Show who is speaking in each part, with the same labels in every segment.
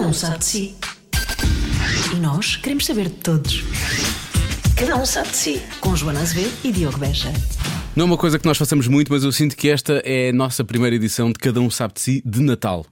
Speaker 1: um sabe de si. E nós queremos saber de todos. Cada um sabe de si. Com Joana Azevedo e Diogo Beja.
Speaker 2: Não é uma coisa que nós façamos muito, mas eu sinto que esta é a nossa primeira edição de Cada Um Sabe de Si de Natal.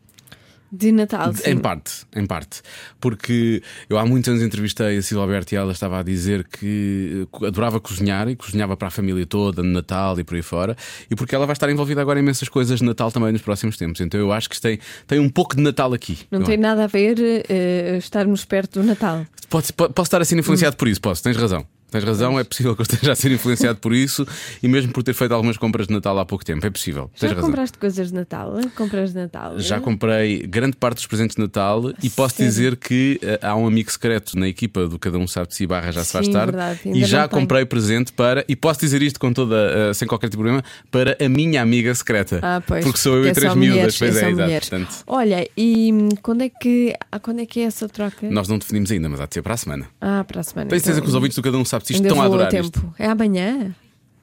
Speaker 3: De Natal,
Speaker 2: De-
Speaker 3: sim.
Speaker 2: Em parte, em parte. Porque eu há muitos anos entrevistei a Silvia Alberto e ela estava a dizer que eh, adorava cozinhar e cozinhava para a família toda no Natal e por aí fora. E porque ela vai estar envolvida agora em imensas coisas de Natal também nos próximos tempos. Então eu acho que isto tem, tem um pouco de Natal aqui.
Speaker 3: Não
Speaker 2: Eu
Speaker 3: tem nada a ver eh, estarmos perto do Natal.
Speaker 2: Pode, po- posso estar a ser influenciado por isso, posso, tens razão. Tens razão, é possível que eu esteja a ser influenciado por isso e mesmo por ter feito algumas compras de Natal há pouco tempo. É possível, tens
Speaker 3: Já
Speaker 2: razão.
Speaker 3: compraste coisas de Natal? eh? Compras de Natal?
Speaker 2: Já
Speaker 3: eh?
Speaker 2: comprei grande parte dos presentes de Natal e posso
Speaker 3: Sério?
Speaker 2: dizer que eh, há um amigo secreto na equipa do Cada Um Sabe de Si barra já se faz
Speaker 3: Sim,
Speaker 2: tarde
Speaker 3: verdade, ainda
Speaker 2: e
Speaker 3: não
Speaker 2: já
Speaker 3: tenho.
Speaker 2: comprei presente para, e posso dizer isto com toda, eh, sem qualquer tipo de problema, para a minha amiga secreta.
Speaker 3: Ah, pois.
Speaker 2: porque sou eu
Speaker 3: porque
Speaker 2: e
Speaker 3: é
Speaker 2: três
Speaker 3: só
Speaker 2: miúdas,
Speaker 3: mulheres,
Speaker 2: pois
Speaker 3: é, só
Speaker 2: exato.
Speaker 3: mulheres.
Speaker 2: Portanto,
Speaker 3: Olha, e hum, quando é que, ah, quando é que é essa troca?
Speaker 2: nós não definimos ainda, mas há de ser para a semana.
Speaker 3: Ah, para a semana.
Speaker 2: Tenho certeza
Speaker 3: então.
Speaker 2: que os ouvintes do Cada Um Sabe de Si
Speaker 3: Ainda
Speaker 2: estão a
Speaker 3: vou
Speaker 2: adorar isto.
Speaker 3: tempo. É amanhã?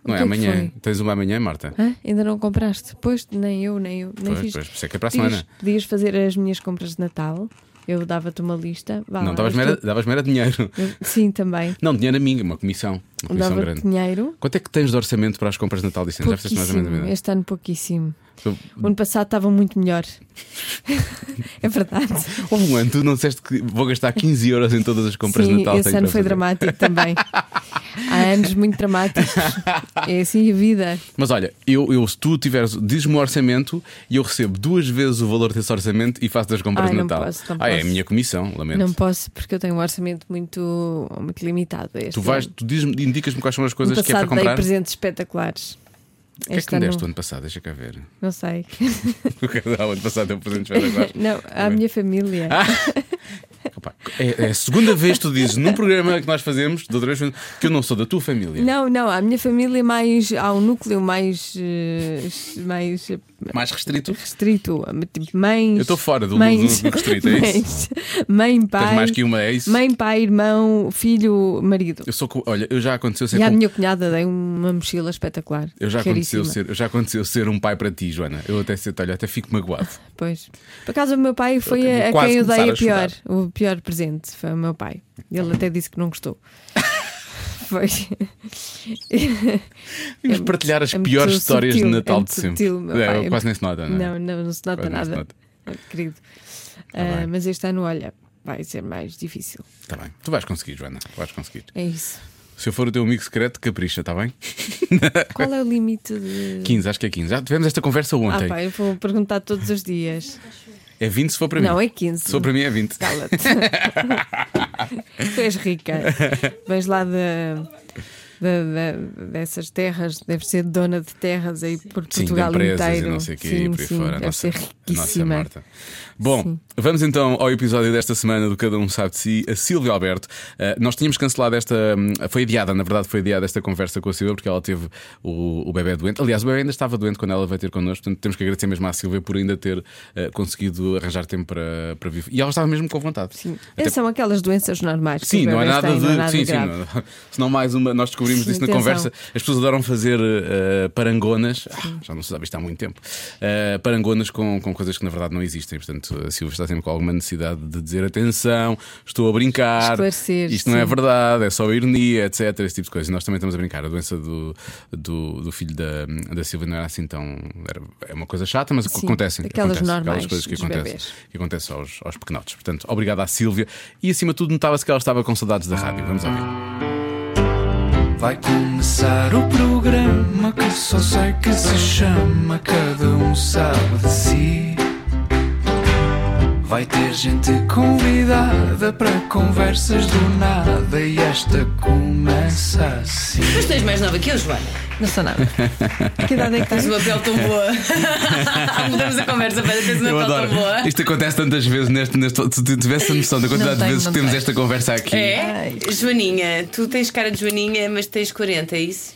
Speaker 2: Não é
Speaker 3: O que que
Speaker 2: amanhã.
Speaker 3: foi?
Speaker 2: Tens uma amanhã, Marta?
Speaker 3: Hã? Ainda não compraste? Pois, nem eu, nem eu. Nem
Speaker 2: Pois,
Speaker 3: fiz.
Speaker 2: pois, por isso é que é para a
Speaker 3: Podias-
Speaker 2: semana.
Speaker 3: Podias fazer as minhas compras de Natal. Eu dava-te uma lista. Vá
Speaker 2: Não,
Speaker 3: lá,
Speaker 2: davas
Speaker 3: mas
Speaker 2: mera,
Speaker 3: tu-
Speaker 2: davas mera dinheiro.
Speaker 3: Ah, Eu- Sim, também.
Speaker 2: Não, dinheiro a mim, uma comissão. Uma comissão é
Speaker 3: Dava
Speaker 2: um grande.
Speaker 3: dinheiro.
Speaker 2: Quanto é que tens de orçamento para as compras de Natal dizendo? Já fizeste mais ou menos a
Speaker 3: Pouquíssimo.
Speaker 2: ideia?
Speaker 3: Este ano, pouquíssimo.
Speaker 2: Tu-
Speaker 3: O ano passado estava muito melhor. é verdade.
Speaker 2: Houve um ano, tu não disseste que vou gastar 15 euros em todas as compras
Speaker 3: Sim,
Speaker 2: de Natal.
Speaker 3: esse
Speaker 2: tenho
Speaker 3: ano
Speaker 2: para
Speaker 3: foi
Speaker 2: fazer.
Speaker 3: dramático também. Há anos muito dramáticos. É assim a vida.
Speaker 2: Mas olha, eu, eu se tu tiveres, diz-me o orçamento e eu recebo duas vezes o valor desse orçamento e faço das compras
Speaker 3: Ai,
Speaker 2: de
Speaker 3: não
Speaker 2: Natal.
Speaker 3: posso, não
Speaker 2: ah, é a
Speaker 3: posso.
Speaker 2: minha comissão, lamento.
Speaker 3: Não posso, porque eu tenho um orçamento muito, muito limitado. este
Speaker 2: tu vais,
Speaker 3: ano.
Speaker 2: tu diz-me- indicas-me quais são as
Speaker 3: No
Speaker 2: coisas que é para
Speaker 3: passado dei
Speaker 2: comprar. O
Speaker 3: presentes espetaculares.
Speaker 2: que é que me deste o ano passado? Deixa cá ver.
Speaker 3: Não sei.
Speaker 2: O casal ano passado deu presentes para agora.
Speaker 3: não, à minha família.
Speaker 2: Ah! Opa, é, é a segunda vez que tu dizes num programa que nós fazemos, da outra vez, que eu não sou da tua família.
Speaker 3: Não, não, à minha família mais. Há um núcleo mais. eh, mais eh,
Speaker 2: Mais restrito.
Speaker 3: restrito. Tipo, mães.
Speaker 2: Eu estou fora do,
Speaker 3: mães,
Speaker 2: do- do restrito, é isso?
Speaker 3: mães, Mãe,
Speaker 2: Tens
Speaker 3: pai.
Speaker 2: mais que uma, é isso?
Speaker 3: Mãe, pai, irmão, filho, marido.
Speaker 2: Eu sou, co- olha, eu já aconteceu ser
Speaker 3: E à
Speaker 2: com-
Speaker 3: minha cunhada dei uma mochila espetacular.
Speaker 2: Eu já aconteceu
Speaker 3: raríssima.
Speaker 2: ser, eu já aconteceu ser um pai para ti, Joana. Eu até sei, olha, até fico magoado.
Speaker 3: Pois. Por acaso, o meu pai foi
Speaker 2: Eu
Speaker 3: a, a
Speaker 2: quase
Speaker 3: quem eu dei a
Speaker 2: começar a
Speaker 3: pior, o pior presente. Foi o meu pai. Ele até disse que não gostou. foi.
Speaker 2: Vamos partilhar as
Speaker 3: É muito
Speaker 2: piores histórias
Speaker 3: subtil,
Speaker 2: de Natal
Speaker 3: é muito
Speaker 2: de sempre.
Speaker 3: subtil, meu
Speaker 2: É,
Speaker 3: pai.
Speaker 2: quase nem se nota, não é?
Speaker 3: Não, não, não se nota
Speaker 2: Quase nem se
Speaker 3: nada.
Speaker 2: nota.
Speaker 3: Querido.
Speaker 2: Tá
Speaker 3: Ah,
Speaker 2: bem.
Speaker 3: mas este ano, olha, vai ser mais difícil.
Speaker 2: Tá bem. Tu vais conseguir, Joana. Vais conseguir.
Speaker 3: É isso.
Speaker 2: Se eu for o teu amigo secreto, capricha, está bem?
Speaker 3: Qual é o limite de.
Speaker 2: 15, acho que é 15. Já tivemos esta conversa
Speaker 3: Ah,
Speaker 2: ontem.
Speaker 3: pá, eu vou perguntar todos os dias.
Speaker 2: é 20 se for para
Speaker 3: Não,
Speaker 2: mim.
Speaker 3: é Tá 15.
Speaker 2: Se for para mim é 20.
Speaker 3: Cala-te. tu és rica. Vens lá de, de- de- dessas terras, deve ser dona de terras aí por
Speaker 2: Sim,
Speaker 3: Portugal
Speaker 2: de empresas
Speaker 3: inteiro.
Speaker 2: e não sei o quê
Speaker 3: sim,
Speaker 2: e por aí
Speaker 3: sim,
Speaker 2: fora.
Speaker 3: Deve
Speaker 2: nossa, a
Speaker 3: ser
Speaker 2: nossa
Speaker 3: riquíssima.
Speaker 2: Marta. Bom, vamos então ao episódio desta semana do Cada Um Sabe de Si. A Silvia Alberto, eh, nós tínhamos cancelado esta. hum, Foi adiada, na verdade, foi adiada esta conversa com a Silvia porque ela teve o, o bebê doente. Aliás, o bebê ainda estava doente quando ela veio ter connosco, portanto temos que agradecer mesmo à Silvia por ainda ter eh, conseguido arranjar tempo para, para vir. E ela estava mesmo com vontade.
Speaker 3: Sim.
Speaker 2: Até-
Speaker 3: São aquelas doenças normais. que
Speaker 2: Sim,
Speaker 3: os
Speaker 2: não é
Speaker 3: bebés
Speaker 2: nada
Speaker 3: têm,
Speaker 2: de.
Speaker 3: não é nada
Speaker 2: sim, sim,
Speaker 3: grave.
Speaker 2: não- senão mais uma. Nós descobrimos
Speaker 3: Sim,
Speaker 2: isso na
Speaker 3: atenção.
Speaker 2: conversa. As pessoas adoram fazer eh, eh, parangonas. Ah, já não se sabe isto há muito tempo. Eh, parangonas com, com coisas que na verdade não existem. Portanto, a Silvia está sempre com alguma necessidade de dizer atenção, estou a brincar.
Speaker 3: Esclarecer,
Speaker 2: Isto não é
Speaker 3: sim.
Speaker 2: verdade, é só ironia, etc. Esse tipo de coisa. E nós também estamos a brincar. A doença do, do, do filho da, da Silvia não era assim tão. Era, é uma coisa chata, mas o que
Speaker 3: Sim,
Speaker 2: acontece.
Speaker 3: aquelas
Speaker 2: acontece,
Speaker 3: normais
Speaker 2: coisas que
Speaker 3: dos
Speaker 2: acontecem
Speaker 3: bebés.
Speaker 2: que acontece aos, aos pequenotes. Portanto, obrigado à Sílvia e acima de tudo notava-se que ela estava com saudades da rádio. Vamos ouvir.
Speaker 4: Vai começar o programa que só sei que se chama Cada um sabe de si. Vai ter gente convidada para conversas do nada e esta começa assim.
Speaker 5: Mas tu és mais nova que eu, Joana.
Speaker 3: Não sou nada. que idade é que
Speaker 5: Tens
Speaker 3: tens?
Speaker 5: uma pele tão boa. Mudamos a conversa, para tens uma
Speaker 2: Eu
Speaker 5: pele
Speaker 2: adoro.
Speaker 5: tá tão boa.
Speaker 2: Isto acontece tantas vezes neste. neste se tu tivesse a noção da quantidade
Speaker 3: tenho,
Speaker 2: de vezes que
Speaker 3: não
Speaker 2: temos
Speaker 3: tenho.
Speaker 2: esta conversa aqui.
Speaker 5: É? Joaninha, tu tens cara de Joaninha, mas tens 40, é isso?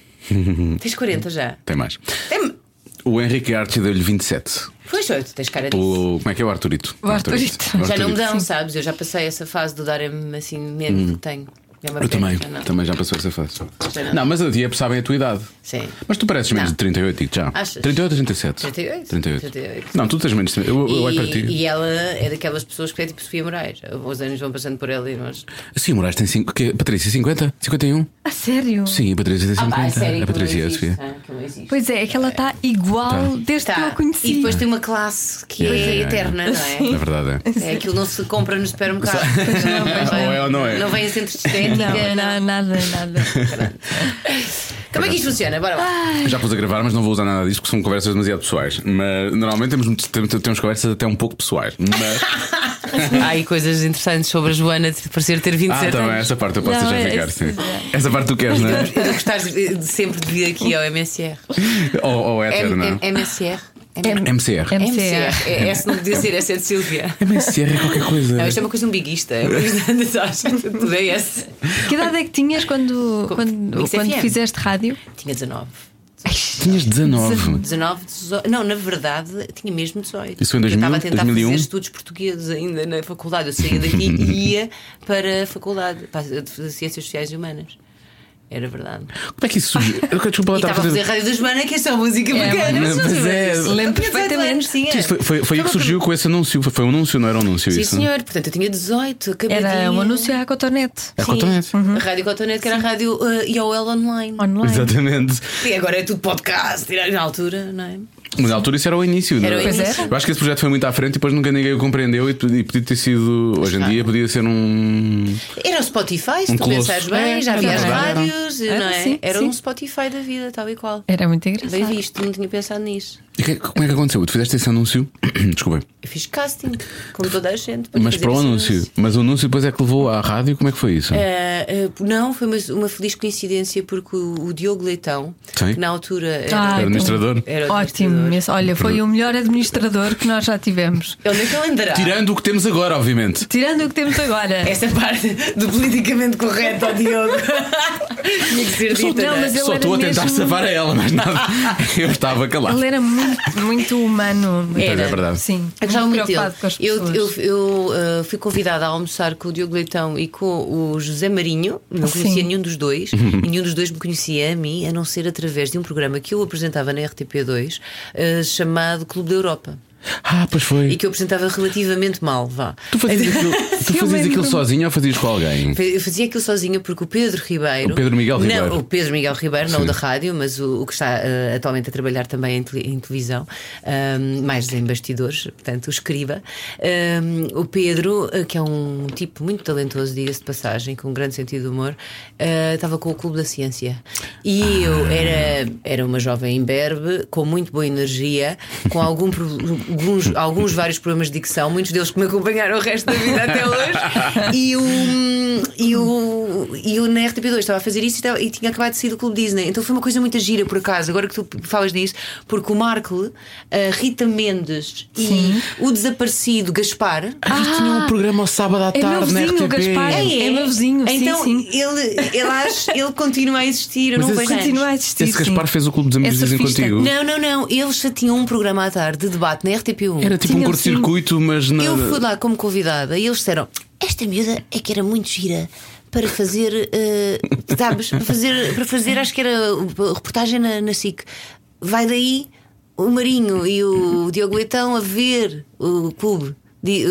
Speaker 5: tens 40 já.
Speaker 2: Tem mais.
Speaker 5: Tem...
Speaker 2: O Henrique Arce deu-lhe 27.
Speaker 5: Pois, olha, tu tens cara disso.
Speaker 2: O, como é que é o Arturito? O
Speaker 3: Arturito.
Speaker 5: Já não me dão, sabes? Eu já passei essa fase do darem-me assim medo que tenho. É uma
Speaker 2: Hum. Eu
Speaker 5: pena,
Speaker 2: também,
Speaker 5: já não.
Speaker 2: também já passou essa fase.
Speaker 5: Já não.
Speaker 2: Não, mas a Diep sabem a tua idade.
Speaker 5: Sim.
Speaker 2: Mas tu pareces menos
Speaker 5: Não.
Speaker 2: de 38, digo já.
Speaker 5: Achas?
Speaker 2: 38 ou 37?
Speaker 5: 38.
Speaker 2: 38.
Speaker 5: 38.
Speaker 2: Não, tu tens menos. de- Eu, eu olho para ti.
Speaker 5: E, e ela é daquelas pessoas que é tipo Sofia Moraes. Os anos vão passando por ela e nós.
Speaker 2: Sim, Moraes tem 5. Patrícia, 50? 51?
Speaker 6: A sério?
Speaker 2: Sim, a Patrícia tem 50.
Speaker 5: é sério,
Speaker 2: a
Speaker 5: que não
Speaker 2: Patrícia e a
Speaker 5: existe,
Speaker 2: Sofia.
Speaker 5: ah, que não existe.
Speaker 3: Pois é, é que ela está
Speaker 2: Tá.
Speaker 3: igual desde que eu a
Speaker 5: Tá.
Speaker 3: conheci.
Speaker 5: E depois tem uma classe que
Speaker 2: Yeah,
Speaker 5: é
Speaker 2: yeah, yeah,
Speaker 5: eterna, não
Speaker 2: Na verdade é.
Speaker 5: é? É aquilo não se compra no supermercado.
Speaker 2: Ou é ou não é?
Speaker 5: Não vem a centros de estética.
Speaker 3: Não,
Speaker 5: não.
Speaker 3: não, nada, nada.
Speaker 5: Como é que isto funciona? Bora lá.
Speaker 2: Já pus a gravar, mas não vou usar nada disso porque são conversas demasiado pessoais. Mas normalmente temos, muito- temos, temos conversas até um pouco pessoais. Mas.
Speaker 5: Ah, Há aí coisas interessantes sobre a Joana de parecer ter
Speaker 2: Ah,
Speaker 5: 27
Speaker 2: também,
Speaker 5: anos.
Speaker 2: essa parte eu posso
Speaker 3: Não,
Speaker 2: deixar
Speaker 3: é-
Speaker 2: ficar, sim.
Speaker 3: é-
Speaker 2: Essa parte tu queres, não é?
Speaker 5: Eu gostar de- de sempre de vir aqui ao MSR.
Speaker 2: ou, ou é
Speaker 5: M-
Speaker 2: eterna?
Speaker 5: M- MSR.
Speaker 2: MCR.
Speaker 5: MCR. É- Essa não podia ser, essa é de Silvia.
Speaker 2: MCR é qualquer coisa.
Speaker 5: Não, isto é uma coisa umbiguista. é uma coisa de desastre, Tudo é esse.
Speaker 3: Que idade é que tinhas quando, quando,
Speaker 5: Mix
Speaker 3: quando
Speaker 5: FM.
Speaker 3: fizeste rádio?
Speaker 5: Tinha 19.
Speaker 2: Tinhas 19.
Speaker 5: 19, 18. Não, na verdade, tinha mesmo 18.
Speaker 2: Isso foi em
Speaker 5: Eu estava a
Speaker 2: 2000,
Speaker 5: tentar
Speaker 2: 2001?
Speaker 5: fazer estudos portugueses ainda na faculdade. Eu saía daqui e ia para a faculdade para a de Ciências Sociais e Humanas. Era verdade.
Speaker 2: Como é que isso surgiu? Eu, desculpa,
Speaker 5: E
Speaker 2: lá
Speaker 5: estava a fazer a rádio da Joana, que é só música bacana.
Speaker 2: mas- mas é-
Speaker 3: Lembro
Speaker 5: Tinha 18
Speaker 3: perfeitamente.
Speaker 5: anos, Sim,
Speaker 2: Sim,
Speaker 5: é.
Speaker 2: isso Foi, foi, foi aí que surgiu com esse anúncio. Foi um anúncio, não era um anúncio
Speaker 5: Sim,
Speaker 2: isso?
Speaker 5: senhor. Portanto, eu tinha 18. acabadinha.
Speaker 3: Era um Uhum. anúncio à Cotonete.
Speaker 2: É cotonete.
Speaker 5: A Rádio Cotonete, que era a rádio eh, IOL online.
Speaker 3: Online.
Speaker 2: Exatamente.
Speaker 5: E agora é tudo podcast, e na altura, não é?
Speaker 2: Mas na altura isso era o início,
Speaker 5: Era
Speaker 2: não
Speaker 5: o Pois
Speaker 3: início.
Speaker 2: Eu acho que esse projeto foi muito à frente e depois nunca ninguém o compreendeu e, e podia ter sido. Hoje em dia podia ser um.
Speaker 5: Era o Spotify, se
Speaker 2: Um
Speaker 5: tu
Speaker 2: colosso.
Speaker 5: pensares bem,
Speaker 2: É,
Speaker 5: já
Speaker 2: é
Speaker 5: havia as
Speaker 2: verdade, era.
Speaker 5: rádios,
Speaker 3: Era,
Speaker 5: não é?
Speaker 3: sim,
Speaker 5: era
Speaker 3: sim.
Speaker 5: um Spotify da vida, tal e qual.
Speaker 3: Era muito engraçado.
Speaker 5: Bem visto, não tinha pensado nisso.
Speaker 2: E que- como é que aconteceu? Tu fizeste esse anúncio. Desculpa.
Speaker 5: Eu fiz casting, como toda a gente. para
Speaker 2: Mas
Speaker 5: fazer
Speaker 2: para o
Speaker 5: esse
Speaker 2: anúncio. Mas o anúncio depois é que levou à rádio. Como é que foi isso?
Speaker 5: Ah, ah, não, foi uma, uma feliz coincidência porque o, o Diogo Leitão,
Speaker 2: Sim.
Speaker 5: que na altura
Speaker 3: Ah,
Speaker 5: era,
Speaker 2: Era administrador.
Speaker 5: era o
Speaker 3: Ótimo,
Speaker 5: administrador.
Speaker 3: esse- olha, foi o melhor administrador que nós já tivemos.
Speaker 5: Ele naquele andará.
Speaker 2: Tirando o que temos agora, obviamente.
Speaker 3: Tirando o que temos agora.
Speaker 5: Essa parte do politicamente correto ao Diogo. tinha que ser dita.
Speaker 3: Não,
Speaker 5: não é?
Speaker 3: mas ele
Speaker 2: Só
Speaker 3: era
Speaker 2: estou a tentar
Speaker 3: mesmo-
Speaker 2: safar a ela, mas nada. Eu estava calado.
Speaker 3: Ele era muito, muito humano.
Speaker 2: Pois é verdade.
Speaker 3: Sim,
Speaker 5: Eu gostava
Speaker 3: muito
Speaker 5: muito dele.
Speaker 3: preocupado com as
Speaker 5: Eu,
Speaker 3: pessoas.
Speaker 5: eu, eu, ah, fui convidada a almoçar com o Diogo Leitão e com o José Marinho. Não
Speaker 3: Sim.
Speaker 5: conhecia nenhum dos dois. e nenhum dos dois me conhecia a mim, a não ser através de um programa que eu apresentava na RTP2 ah, chamado Clube da Europa.
Speaker 2: Ah, pois
Speaker 5: E
Speaker 2: foi.
Speaker 5: que eu apresentava relativamente mal, vá.
Speaker 2: Tu fazias aquilo, tu fazias aquilo sozinho ou fazias com alguém?
Speaker 5: Eu fazia aquilo sozinha porque o Pedro Ribeiro.
Speaker 2: O Pedro Miguel Ribeiro.
Speaker 5: Não, o Pedro Miguel Ribeiro, não o da rádio, mas o, o que está eh, atualmente a trabalhar também em, tele- em televisão, ahm, mais em bastidores, portanto, o escriba. Ahm, o Pedro, eh, que é um tipo muito talentoso, diga-se de passagem, com um grande sentido de humor, eh, estava com o Clube da Ciência. E eu
Speaker 2: Ah.
Speaker 5: era, era uma jovem imberbe, com muito boa energia, com algum pro- alguns, alguns vários problemas de dicção, muitos deles que me acompanharam o resto da vida até hoje. E o, e o, e o na RTP2 estava a fazer isso e, estava- e tinha acabado de sair do Clube Disney. Então foi uma coisa muito gira, por acaso, agora que tu falas nisso, porque o Markle, a Rita Mendes e o desaparecido Gaspar.
Speaker 2: Ah, tinha um programa ao sábado à
Speaker 3: É meu
Speaker 2: tarde na
Speaker 3: vizinho, o
Speaker 2: RTP.
Speaker 3: Gaspar.
Speaker 2: Mas
Speaker 3: É meu vizinho, sim,
Speaker 5: então,
Speaker 3: sim.
Speaker 5: Ele, ele, acha- ele continua a existir, eu não
Speaker 2: esse-
Speaker 5: vejo anos.
Speaker 3: Continua a existir,
Speaker 2: Esse Gaspar
Speaker 3: sim.
Speaker 2: fez o clube dos amigos
Speaker 3: É
Speaker 2: dizem
Speaker 3: surfista.
Speaker 2: contigo.
Speaker 5: Não, não, não. Eles já tinham um programa à tarde de debate na RTP1.
Speaker 2: Era tipo um
Speaker 3: Tinha,
Speaker 2: curto-circuito, mas na.
Speaker 5: assim, Eu fui lá como convidada e eles disseram: Esta miúda é que era muito gira para fazer, eh, sabes, para fazer, para fazer, acho que era uh, reportagem na, na SIC. Vai daí o Marinho e o Diogo Leitão a ver o clube. de, eh,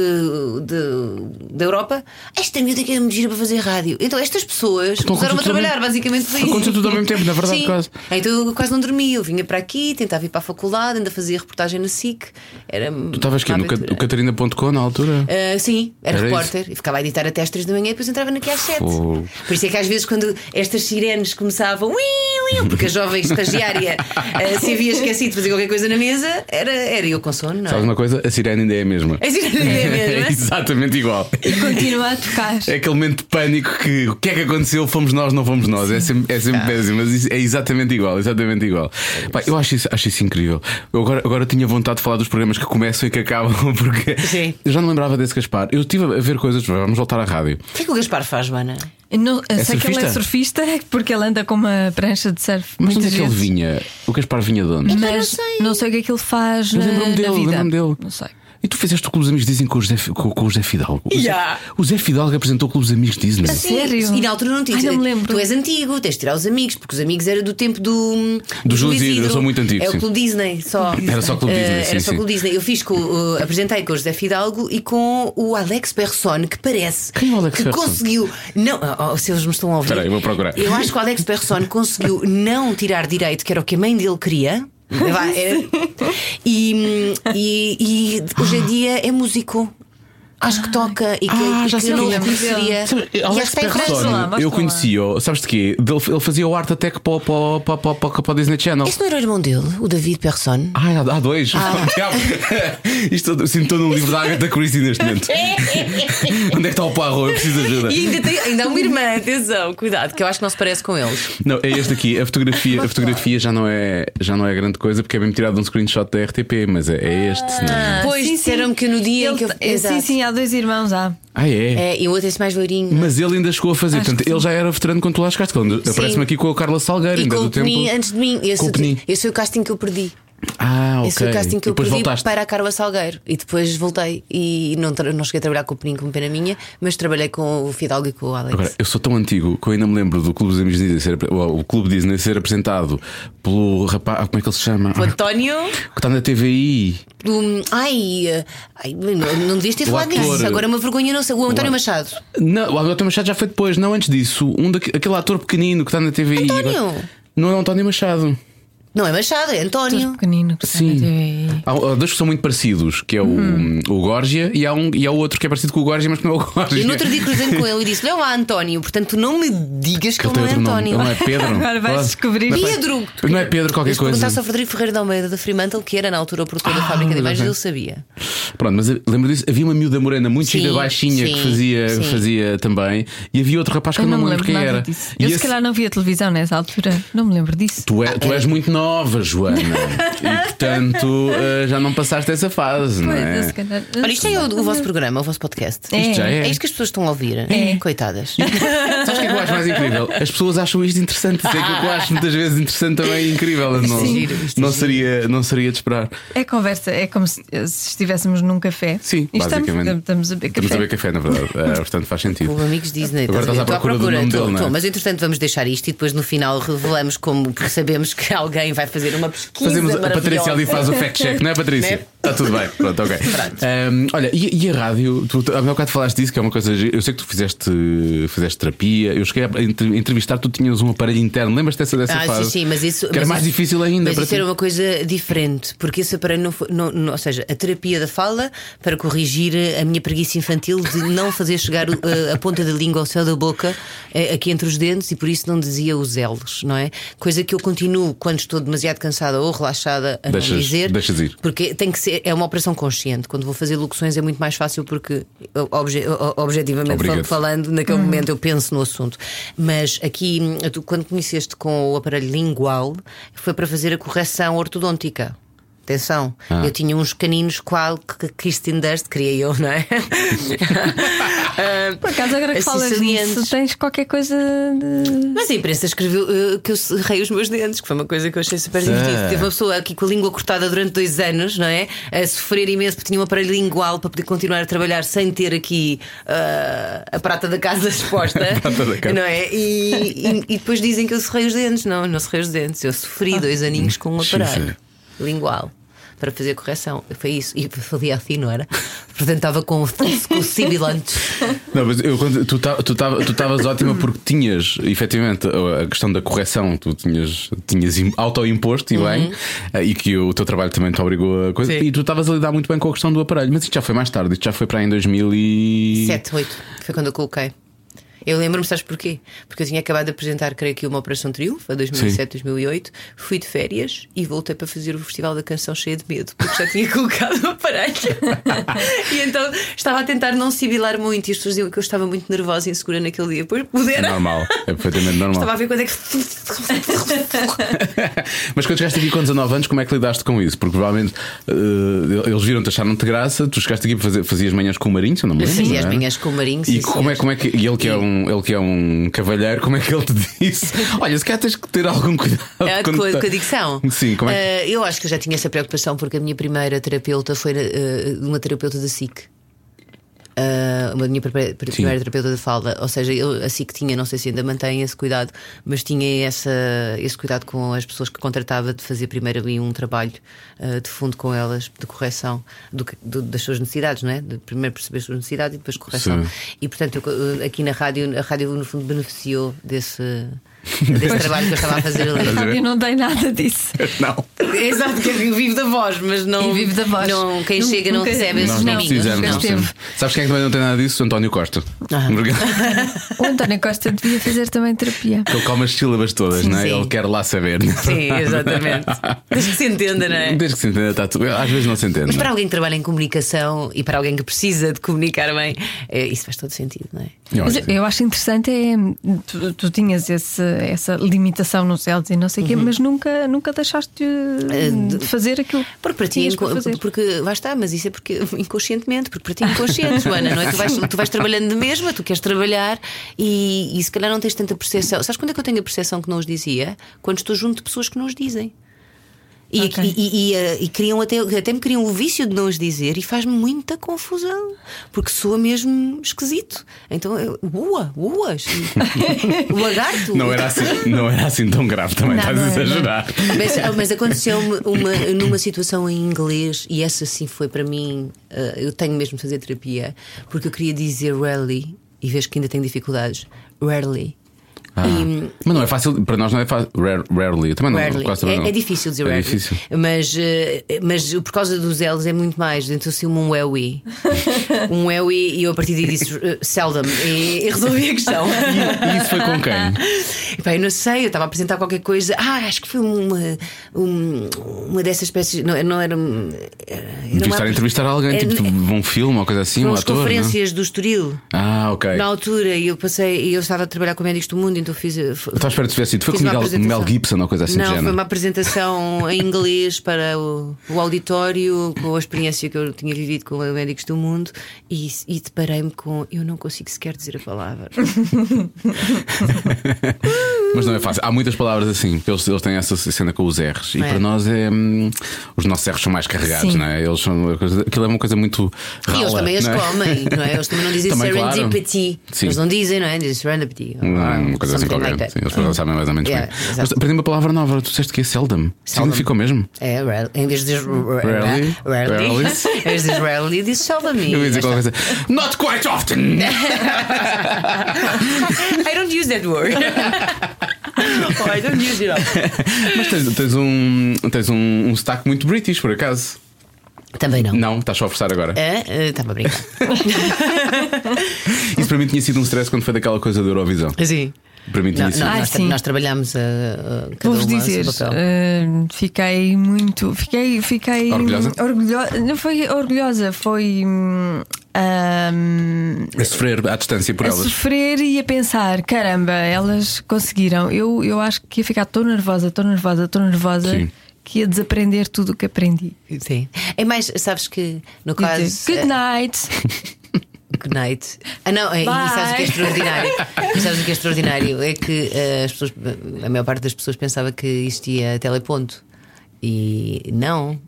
Speaker 5: de- da Europa, esta miúda é que era muito gira para fazer rádio. Então, estas pessoas
Speaker 2: Então,
Speaker 5: começaram a
Speaker 2: aconteceu tudo
Speaker 5: trabalhar,
Speaker 2: ao
Speaker 5: basicamente foi isso.
Speaker 2: Aconteceu tudo ao mesmo tempo, na verdade,
Speaker 5: Sim.
Speaker 2: quase.
Speaker 5: Então, eu quase não dormia. Eu vinha para aqui, tentava ir para a faculdade, ainda fazia reportagem na SIC. Era
Speaker 2: Tu estavas aqui
Speaker 5: uma
Speaker 2: no
Speaker 5: aventura.
Speaker 2: Cat- o Catarina.com na altura?
Speaker 5: Ah, sim, era,
Speaker 2: Era
Speaker 5: repórter e ficava a editar até às 3 da manhã e depois entrava naqui às 7.
Speaker 2: Fogo.
Speaker 5: Por isso é que às vezes, quando estas sirenes começavam, "Uii, uii", porque a jovem estagiária ah, se havia esquecido de fazer qualquer coisa na mesa, era, era eu com sono, não
Speaker 2: Sabes
Speaker 5: é?
Speaker 2: uma coisa? A sirene ainda é a mesma.
Speaker 5: A sirene é a mesma.
Speaker 2: É exatamente igual.
Speaker 3: E continua a tocar.
Speaker 2: É aquele momento de pânico que o que é que aconteceu? Fomos nós, não fomos nós. É sempre, é sempre péssimo, mas isso é exatamente igual, exatamente igual. Pá, eu acho isso, acho isso incrível. Eu agora, agora tinha vontade de falar dos programas que começam e que acabam, porque
Speaker 5: Sim.
Speaker 2: eu já não lembrava desse Gaspar. Eu estive a ver coisas, vamos voltar à rádio.
Speaker 5: O que é que o Gaspar faz, Joana?
Speaker 3: Eu Não, eu sei que ele é surfista
Speaker 2: surfista?
Speaker 3: porque ele anda com uma prancha de surf.
Speaker 2: Mas onde é
Speaker 3: muitas
Speaker 2: que ele
Speaker 3: vezes.
Speaker 2: vinha? O Gaspar vinha de onde?
Speaker 3: Mas não sei. o que é que ele faz
Speaker 2: Eu
Speaker 3: na,
Speaker 2: lembro-me
Speaker 3: na
Speaker 2: dele,
Speaker 3: vida.
Speaker 2: lembro-me dele.
Speaker 3: Não sei.
Speaker 2: E tu fizeste o Clube dos Amigos Disney com o José, com, com o José Fidalgo. O José-
Speaker 5: Yeah.
Speaker 2: O Zé Fidalgo apresentou o Clube dos Amigos Disney.
Speaker 3: Sim. Sério?
Speaker 5: E na altura não tinha.
Speaker 3: Ai, não me lembro.
Speaker 5: Tu és antigo, tens de tirar os amigos, porque os amigos era do tempo do.
Speaker 2: Do Júlio Isidro, eu sou muito antigo,
Speaker 5: É
Speaker 2: sim.
Speaker 5: o Clube Disney só.
Speaker 2: Era só Clube Disney,
Speaker 5: Eh,
Speaker 2: sim,
Speaker 5: Era só
Speaker 2: sim.
Speaker 5: Clube Disney. Eu fiz com. o- apresentei com o José Fidalgo e com o Alex Persson, que parece.
Speaker 2: Quem é o Alex
Speaker 5: que
Speaker 2: Persson?
Speaker 5: conseguiu. Não, oh, oh, se eles me estão a ouvir.
Speaker 2: Espera aí, eu vou procurar.
Speaker 5: Eu acho que o Alex Persson conseguiu não tirar direito, que era o que a mãe dele queria. Vá, é- e, e- e hoje em dia é músico. Acho que toca e que,
Speaker 2: Ah, já
Speaker 5: que
Speaker 2: sei
Speaker 5: eu não
Speaker 3: quem é.
Speaker 5: reconheceria.
Speaker 2: Sabe,
Speaker 5: E acho
Speaker 2: Alex
Speaker 5: que tem
Speaker 2: Persson,
Speaker 3: Mostra lá, mostra
Speaker 2: eu
Speaker 3: lá.
Speaker 2: conheci-o, sabes de quê? Ele, ele fazia o Art Attack para, o- para, o- para, o- para, o- para o Disney Channel.
Speaker 5: Esse não era o irmão dele, o David Persson.
Speaker 2: Ah, há- há dois. Isto eu sinto todo um livro da Agatha Christie neste momento. Onde é que está o Parro? Eu preciso de ajuda.
Speaker 5: ainda, tem, ainda há uma irmã, atenção, cuidado, que eu acho que não se parece com eles.
Speaker 2: Não, é este aqui. A fotografia, a fotografia já, não é, já não é grande coisa porque é mesmo tirado de um screenshot da RTP, mas é, é este. senão- Ah,
Speaker 5: Pois,
Speaker 3: sim, sim.
Speaker 5: disseram-me que no dia em
Speaker 3: Ele
Speaker 2: tá,
Speaker 5: que eu.
Speaker 3: t- eh, Sim,
Speaker 5: Exato.
Speaker 3: sim, há dois irmãos, há.
Speaker 2: é.
Speaker 5: É, e o outro é esse mais loirinho.
Speaker 2: Mas ele ainda chegou a fazer.
Speaker 3: Acho
Speaker 2: Portanto,
Speaker 3: que
Speaker 2: ele já era veterano quando tu lá chegaste. quando- Aparece-me aqui com a Carla Salgueiro,
Speaker 5: e
Speaker 2: ainda
Speaker 5: com
Speaker 2: do
Speaker 5: o
Speaker 2: tempo.
Speaker 5: Penin antes de mim. Esse,
Speaker 2: Com o Penin.
Speaker 5: esse foi o casting que eu perdi.
Speaker 2: Ah, ok.
Speaker 5: Esse foi o casting que
Speaker 2: E
Speaker 5: eu
Speaker 2: depois
Speaker 5: perdi
Speaker 2: voltaste.
Speaker 5: para a Carla Salgueiro. E depois voltei e não, tra- não cheguei a trabalhar com o Penin como pena minha, mas trabalhei com o Fidalgo e com o Alex.
Speaker 2: Agora, eu sou tão antigo que eu ainda me lembro do Clube dos Amigos Disney ser, o o Clube Disney ser apresentado pelo rapaz. ah, Como é que ele se chama?
Speaker 5: O
Speaker 2: Ah,
Speaker 5: António.
Speaker 2: que está na TVI.
Speaker 5: Do, ai, eh, ai, não, não devias ter
Speaker 2: O
Speaker 5: falado
Speaker 2: ator-
Speaker 5: nisso. Agora é uma vergonha, não sei. O António Machado.
Speaker 2: Não, o António Machado já foi depois, não antes disso. Um daqu- aquele ator pequenino que está na TVI.
Speaker 5: António!
Speaker 2: Agora- Não é o António Machado.
Speaker 5: Não é Machado, é
Speaker 3: Todos
Speaker 5: António.
Speaker 3: pequenino. que
Speaker 2: Sim.
Speaker 3: está na TV.
Speaker 2: Há, há dois que são muito parecidos, que é o, o Górgia e há, um, e há o outro que é parecido com o Górgia, mas que não é o Górgia.
Speaker 5: Uhum. Eu no outro dia cruzei-me com ele e disse-lhe: Olá, António. Portanto, tu não me digas que
Speaker 2: Ele
Speaker 5: ele
Speaker 2: tem
Speaker 5: não é
Speaker 2: outro nome.
Speaker 5: António.
Speaker 2: Ele não é Pedro.
Speaker 3: Agora vais
Speaker 2: Quase.
Speaker 3: descobrir.
Speaker 2: Não é-
Speaker 5: Pedro!
Speaker 2: Não é Pedro qualquer
Speaker 5: Se
Speaker 2: coisa.
Speaker 5: perguntasse ao Frederico Ferreira da Almeida da Fremantle, que era na altura o produtor da
Speaker 2: Ah,
Speaker 5: fábrica de imagens,
Speaker 2: ok.
Speaker 5: ele sabia.
Speaker 2: Pronto, mas eu lembro disso. Havia uma miúda morena muito
Speaker 5: Sim,
Speaker 2: gira, baixinha, que
Speaker 5: sim,
Speaker 2: fazia,
Speaker 5: sim.
Speaker 2: fazia também. E havia outro rapaz que eu não, me lembro quem
Speaker 3: nada
Speaker 2: era.
Speaker 3: disso.
Speaker 2: E
Speaker 3: Eu
Speaker 2: esse-
Speaker 3: se calhar não via televisão nessa altura. Não me lembro disso.
Speaker 2: Tu, é- tu és muito nova, Joana. e portanto eh, já não passaste essa fase, não
Speaker 3: Pois,
Speaker 2: é?
Speaker 3: eu se calhar-
Speaker 5: Olha, isto é o, o vosso programa, o vosso podcast.
Speaker 3: É.
Speaker 2: Isto já é.
Speaker 5: É isto que as pessoas estão a ouvir. Coitadas.
Speaker 2: Sabes o que é que eu acho mais incrível? As pessoas acham isto interessante. Isso é que eu acho muitas vezes interessante também e incrível. Não,
Speaker 5: é giro, isto é
Speaker 2: não,
Speaker 5: giro.
Speaker 2: seria, não seria de esperar.
Speaker 3: É conversa, é como se, se estivéssemos num café.
Speaker 2: Sim,
Speaker 3: E estamos-
Speaker 2: basicamente.
Speaker 3: Estamos, a beber café.
Speaker 2: Estamos a beber café, na verdade. Eh, portanto, faz sentido.
Speaker 5: O Amigos Disney.
Speaker 2: Agora
Speaker 5: estás a ver?
Speaker 2: estás à procura do nome
Speaker 5: estou,
Speaker 2: dele, não é?
Speaker 5: estou. Mas entretanto vamos deixar isto e depois no final revelamos como que sabemos que alguém vai fazer uma pesquisa.
Speaker 2: Fazemos a Patrícia
Speaker 5: é maravilhosa. Né?
Speaker 2: ali faz o fact-check, não é, Patrícia? Está tudo bem, pronto, ok. Ahm, olha, e, e a rádio? Tu tu- há bocado falaste disso, que é uma coisa. gi- Eu sei que tu fizeste, fizeste terapia, eu cheguei a entre- entrevistar, tu tinhas um aparelho interno, lembras-te dessa, dessa
Speaker 5: Ah,
Speaker 2: fase?
Speaker 5: sim, sim, mas isso.
Speaker 2: Que era
Speaker 5: mas
Speaker 2: mais
Speaker 5: isso-
Speaker 2: difícil ainda
Speaker 5: Mas
Speaker 2: para
Speaker 5: isso
Speaker 2: ti.
Speaker 5: era um- uma coisa diferente, porque esse aparelho não foi. Não, não- ou seja, a terapia da fala para corrigir a minha preguiça infantil de não fazer chegar eh, a ponta da língua ao céu da boca, eh, aqui entre os dentes, e por isso não dizia os L's, não é? Coisa que eu continuo quando estou demasiado cansada ou relaxada a
Speaker 2: Deixas-
Speaker 5: não dizer.
Speaker 2: deixas ir.
Speaker 5: Porque tem que ser. É uma operação consciente. Quando vou fazer locuções é muito mais fácil, porque obje, o- objetivamente fal-
Speaker 2: Obriga-te.
Speaker 5: falando falando,
Speaker 3: Hum.
Speaker 5: naquele momento eu penso no assunto. Mas aqui, hum, tu, quando conheceste com o aparelho lingual, foi para fazer a correção ortodôntica. Atenção, eu tinha uns caninos qual que Kristen Durst queria eu, não é? Ah,
Speaker 3: Por acaso, agora que
Speaker 5: Assim,
Speaker 3: falas
Speaker 5: salientes.
Speaker 3: nisso, tens qualquer coisa de.
Speaker 5: Mas a imprensa escreveu eh, que eu serrei os meus dentes, que foi uma coisa que eu achei super divertido. Teve uma pessoa aqui com a língua cortada durante dois anos, não é? A sofrer imenso porque tinha um aparelho lingual para poder continuar a trabalhar sem ter aqui ah, a prata da casa exposta.
Speaker 2: prata da casa.
Speaker 5: Não é? E, e- e depois dizem que eu serrei os dentes. Não, não serrei os dentes. Eu
Speaker 2: Ah.
Speaker 5: sofri dois aninhos com um aparelho
Speaker 2: Xixa.
Speaker 5: lingual. Para fazer correção, foi isso. E falei assim, não era? Portanto, estava com, um com sibilantes.
Speaker 2: Não, mas eu, quando- tu ta- tu tava- tu estavas ótima porque tinhas, efetivamente, a a questão da correção, tu tinhas, tinhas im- autoimposto e bem, eh, e que o teu trabalho também te obrigou a coisa,
Speaker 5: Uhum. Sim.
Speaker 2: e tu estavas a lidar muito bem com a questão do aparelho, mas isto já foi mais tarde, isto já foi para aí em 2000 e.
Speaker 5: 7, 8 foi quando eu coloquei. Eu lembro-me, sabes porquê? Porque eu tinha acabado de apresentar, creio que, uma Operação Triunfo, a 2007, 2008. Fui de férias e voltei para fazer o Festival da Canção cheia de medo, porque já tinha colocado o aparelho. e então estava a tentar não sibilar muito. E as pessoas diziam que eu estava muito nervosa e insegura naquele dia. Pois
Speaker 2: É
Speaker 5: pudera.
Speaker 2: normal, é perfeitamente normal.
Speaker 5: Estava a ver quando é que.
Speaker 2: Mas quando chegaste aqui com 19 anos, como é que lidaste com isso? Porque provavelmente eh, eles viram-te, acharam-te graça, tu chegaste aqui para fazer, fazias manhãs com o Marinho, se eu não me lembro.
Speaker 5: Fazia as
Speaker 2: não é?
Speaker 5: manhãs com o Marinho,
Speaker 2: E
Speaker 5: sim,
Speaker 2: como é,
Speaker 5: senhor.
Speaker 2: como é que. E ele que é um. um, ele que é um cavalheiro, como é que ele te disse? Olha, se calhar tens que ter algum cuidado
Speaker 5: Ah,
Speaker 2: quando
Speaker 5: com, a,
Speaker 2: tá-
Speaker 5: com a dicção.
Speaker 2: Sim, como é que.
Speaker 5: Ah, eu acho que eu já tinha essa preocupação porque a minha primeira terapeuta foi ah, uma terapeuta da SIC. Ah, uma minha primeira primeira terapeuta da falda, ou seja, eu, a SIC tinha, não sei se ainda mantém esse cuidado, mas tinha essa, esse cuidado com as pessoas que contratava de fazer primeiro ali um trabalho ah, de fundo com elas, de correção do que- do- das suas necessidades, não é? De primeiro perceber as suas necessidades e depois correção.
Speaker 2: Sim.
Speaker 5: E portanto, eu, ah, aqui na rádio, a rádio no fundo beneficiou desse, desse trabalho que eu estava a fazer ali.
Speaker 3: Eu não dei nada disso.
Speaker 5: Ah,
Speaker 2: Não.
Speaker 5: Exato, que vive da voz, mas não.
Speaker 3: E vive da voz.
Speaker 5: Não, quem
Speaker 3: Nun-
Speaker 5: chega não
Speaker 3: nunca-
Speaker 5: recebe esses
Speaker 2: Nós não
Speaker 5: domingos.
Speaker 2: precisamos.
Speaker 3: não.
Speaker 2: Não precisamos. Sabes quem é que também não tem nada disso? António Costa.
Speaker 5: Ah.
Speaker 2: Obrigado.
Speaker 3: O António Costa devia fazer também terapia.
Speaker 2: Ele come as sílabas todas,
Speaker 5: Sim,
Speaker 2: não é?
Speaker 5: sim.
Speaker 2: Ele quer lá saber. é?
Speaker 5: Sim, exatamente. Desde que se entenda, não é?
Speaker 2: Desde que se entenda, está tudo. Às vezes não se entende.
Speaker 5: Mas
Speaker 2: não é?
Speaker 5: para alguém que trabalha em comunicação e para alguém que precisa de comunicar bem, eh, isso faz todo sentido, não é?
Speaker 2: Eu
Speaker 3: Mas
Speaker 2: acho
Speaker 3: eu-
Speaker 2: que sim.
Speaker 3: eu acho interessante é tu, tu tinhas esse- essa limitação no CELS e não sei o quê,
Speaker 2: Uhum.
Speaker 3: mas nunca, nunca deixaste de, de fazer aquilo.
Speaker 5: Eh, Porque para
Speaker 3: que
Speaker 5: ti, é
Speaker 3: tinhas
Speaker 5: inco-
Speaker 3: para fazer.
Speaker 5: porque vai estar, mas isso é porque inconscientemente, porque para ti é inconsciente, Joana, não é? Tu vais, tu vais trabalhando de mesma, tu queres trabalhar e, e se calhar não tens tanta percepção. Sabes quando é que eu tenho a percepção que não os dizia? Quando estou junto de pessoas que não os dizem. E,
Speaker 3: Ok.
Speaker 5: e- e- e, eh, e criam até, até me criam o vício de não os dizer e faz-me muita confusão, porque soa mesmo esquisito. Então, eu- ua, uas, lagarto.
Speaker 2: Não era, assim, não era assim tão grave também,
Speaker 3: Não,
Speaker 2: estás a
Speaker 3: não era.
Speaker 2: exagerar.
Speaker 5: Mas, ah, mas aconteceu-me uma, numa situação em inglês, e essa sim foi para mim. ah, eu tenho mesmo de fazer terapia, porque eu queria dizer rarely, e vejo que ainda tenho dificuldades. Rarely.
Speaker 2: Ah. Mas não é fácil, para nós não é fácil. Rare- Rarely. Também não,
Speaker 5: Rarely.
Speaker 2: quase também
Speaker 5: É,
Speaker 2: não.
Speaker 5: é difícil dizer
Speaker 2: É
Speaker 5: rarely.
Speaker 2: difícil.
Speaker 5: Mas, eh, mas por causa dos L's é muito mais. Então se um Ewi. um Ewi e eu a partir daí disse eh, seldom. E, e resolvi a questão.
Speaker 2: E isso foi com quem?
Speaker 5: Epá, eu não sei, eu estava a apresentar qualquer coisa. Ah, acho que foi uma, um- uma dessas espécies. Não, não era. um- era
Speaker 2: Devias
Speaker 5: uma-
Speaker 2: estar a entrevistar alguém,
Speaker 5: era-
Speaker 2: tipo de um filme ou coisa assim,
Speaker 5: foram
Speaker 2: um
Speaker 5: as
Speaker 2: ator. não é?
Speaker 5: conferências do Estoril.
Speaker 2: Ah, ok.
Speaker 5: Na altura, e eu passei, e eu estava a trabalhar com médicos do mundo, então fiz. Eu
Speaker 2: Eu estava à espera que tivesse sido. Tá, Foi
Speaker 5: Fiz
Speaker 2: com
Speaker 5: uma
Speaker 2: Miguel,
Speaker 5: apresentação.
Speaker 2: Mel Gibson ou coisa assim do
Speaker 5: Não, foi
Speaker 2: género.
Speaker 5: uma apresentação em inglês para o, o auditório, com a experiência que eu tinha vivido com médicos do mundo, e, e deparei-me com. Eu não consigo sequer dizer a palavra.
Speaker 2: Mas não é fácil. Há muitas palavras assim. Eles, eles têm essa cena com os R's. E
Speaker 5: É.
Speaker 2: para nós é. hum, os nossos R's são mais carregados,
Speaker 3: Sim.
Speaker 2: não é? Eles são uma coisa- aquilo é uma coisa muito. Rala,
Speaker 5: E eles também as
Speaker 2: não é?
Speaker 5: comem, não é? Eles também não dizem
Speaker 2: Também, claro.
Speaker 5: serendipity. Ah,
Speaker 2: Sim.
Speaker 5: Eles não dizem, não é? Dizem serendipity.
Speaker 2: Não, é uma coisa assim
Speaker 5: something
Speaker 2: qualquer.
Speaker 5: like that.
Speaker 2: Sim, eles já sabem mais ou menos
Speaker 5: Yeah,
Speaker 2: bem.
Speaker 5: exato.
Speaker 2: Mas aprendi uma palavra nova. Tu disseste que é seldom. Significa o mesmo?
Speaker 5: É, rarely. em vez de dizer
Speaker 2: Rarely.
Speaker 5: rarely, rarely,
Speaker 2: Rarely.
Speaker 5: em vez de dizer rarely, diz sodomy.
Speaker 2: Eu ia dizer qualquer coisa. Not quite often!
Speaker 5: I don't use that word. Or I don't use it all.
Speaker 2: Mas tens, tens um, tens um, um sotaque muito british, por acaso.
Speaker 5: Também não. É. Eh,
Speaker 2: Não, estás só a forçar agora.
Speaker 5: Estava a brincar.
Speaker 2: Isso para mim tinha sido um stress quando foi daquela coisa da Eurovisão.
Speaker 5: Sim.
Speaker 2: Para mim tinha
Speaker 5: Não,
Speaker 2: sido.
Speaker 5: não,
Speaker 3: Ah,
Speaker 5: nós, tra-
Speaker 3: sim.
Speaker 5: nós trabalhámos a, a cada
Speaker 3: Vou-vos
Speaker 5: uma o
Speaker 3: dizer,
Speaker 5: seu papel.
Speaker 3: eh, fiquei muito. Fiquei. fiquei
Speaker 2: Orgulhosa?
Speaker 3: orgulho- Não foi orgulhosa, foi. hum, ahm,
Speaker 2: A sofrer à distância por
Speaker 3: a
Speaker 2: elas.
Speaker 3: sofrer e a pensar: caramba, elas conseguiram. Eu, eu acho que ia ficar tão nervosa, tão nervosa, tão nervosa
Speaker 2: Sim.
Speaker 3: que ia desaprender tudo o que aprendi.
Speaker 5: Sim. É mais, sabes que no
Speaker 3: Ia
Speaker 5: caso. eh,
Speaker 3: dizer, Good night!
Speaker 5: Good night. Ah, não, é- e
Speaker 3: Bye.
Speaker 5: sabes o que é extraordinário? E sabes o que é extraordinário? É que eh, as pessoas, a maior parte das pessoas pensava que existia teleponto. E não.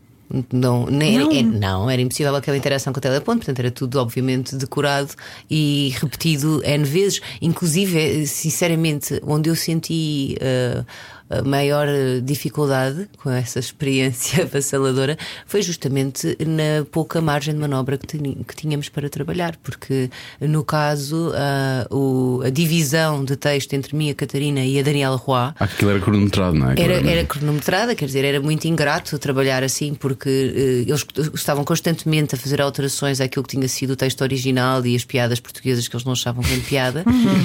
Speaker 5: Não, nem-
Speaker 3: Não.
Speaker 5: Era, É, não, era impossível aquela interação com o teleponto, portanto era tudo obviamente decorado e repetido N vezes. Inclusive, eh, sinceramente, onde eu senti eh, a maior eh, dificuldade com essa experiência avassaladora foi justamente na pouca margem de manobra que, teni- que tínhamos para trabalhar, porque no caso ah, o- a divisão de texto entre mim, a Catarina e a Daniela Roy
Speaker 2: Ah, Aquilo era cronometrado, não é? Aquilo
Speaker 5: era,
Speaker 2: mesmo.
Speaker 5: era cronometrada, quer dizer, era muito ingrato trabalhar assim, porque eh, eles estavam constantemente a fazer alterações àquilo que tinha sido o texto original e as piadas portuguesas que eles não achavam grande piada,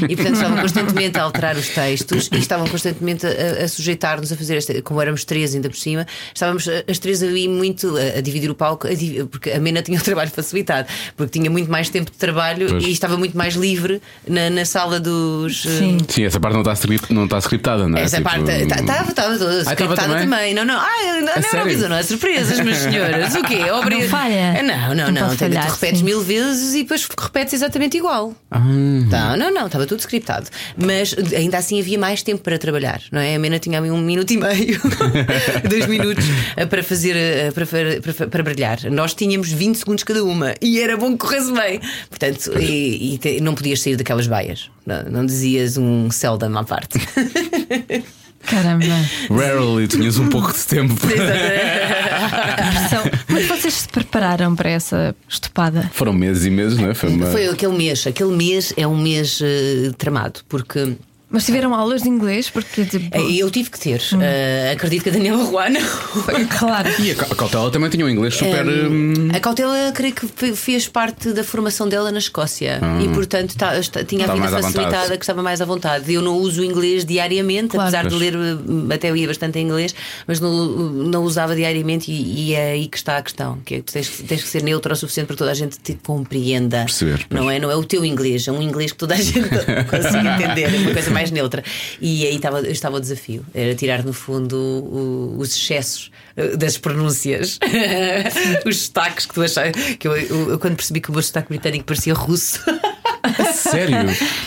Speaker 5: e portanto estavam constantemente a alterar os textos e estavam constantemente a, a sujeitar-nos a fazer esta, como éramos três ainda por cima, estávamos eh, as três ali muito eh, a, a dividir o palco, a divi- porque a Mena tinha o trabalho facilitado, porque tinha muito mais tempo de trabalho
Speaker 2: Pois.
Speaker 5: e estava muito mais livre na, na sala dos. eh,
Speaker 3: Sim.
Speaker 2: Sim, essa parte não está script, não está scriptada, não é?
Speaker 5: Essa
Speaker 2: Tipo, Ah,
Speaker 5: parte tá- estava toda
Speaker 2: tava
Speaker 5: scriptada
Speaker 2: também?
Speaker 5: também? Não, não. Ah, não, não,
Speaker 2: sério?
Speaker 5: não, não, não é surpresas, meus senhores. O quê? Obrigado.
Speaker 3: Não falha.
Speaker 5: Não, não,
Speaker 3: Não
Speaker 5: não.
Speaker 3: pode
Speaker 5: Tânia,
Speaker 3: falhar,
Speaker 5: tu repetes
Speaker 3: sim.
Speaker 5: mil vezes e depois repetes exatamente igual.
Speaker 2: Ah.
Speaker 5: Tá, não, não, estava tudo scriptado. Mas ainda assim havia mais tempo para trabalhar, não é? A Mena tinha ali um minuto e meio, dois minutos eh, para fazer, eh, para, fa- para, fa- para brilhar. Nós tínhamos 20 segundos cada uma e era bom que corresse bem. Portanto, e, e te- não podias sair daquelas baias. Não, não dizias um Seldom à parte.
Speaker 3: Caramba.
Speaker 2: Rarely tinhas um pouco de tempo.
Speaker 3: São- Mas vocês se prepararam para essa estopada?
Speaker 2: Foram meses e meses, não é? Foi uma.
Speaker 5: Foi aquele mês. Aquele mês é um mês eh, tramado, porque
Speaker 3: Mas tiveram aulas de inglês? Porque, tipo,
Speaker 5: eh, eu tive que ter.
Speaker 2: Hum.
Speaker 5: Eh, acredito que a Daniela Juan.
Speaker 3: claro.
Speaker 2: E a Ca- Cautela também tinha um inglês super. hum,
Speaker 5: A cautela, creio que fe- fez parte da formação dela na Escócia e, portanto, tá- está- tinha
Speaker 2: Ah. Estava
Speaker 5: a vida
Speaker 2: mais à
Speaker 5: facilitada,
Speaker 2: vontade.
Speaker 5: que estava mais à vontade. Eu não uso o inglês diariamente,
Speaker 3: Claro.
Speaker 5: apesar de
Speaker 2: Pois.
Speaker 5: ler, eh, até eu ia bastante em inglês, mas não, não usava diariamente. E, e é aí que está a questão: que é que tens, tens que ser neutra o suficiente para que toda a gente te compreenda.
Speaker 2: Perceber, pois.
Speaker 5: Não é? Não é o teu inglês, é um inglês que toda a gente consegue entender, é uma coisa mais neutra. E aí estava, estava o desafio: era tirar, no fundo, o- os excessos eh, das pronúncias, os sotaques que tu achas. Que eu, eu- eu quando percebi que o meu sotaque britânico parecia russo.
Speaker 2: Sério?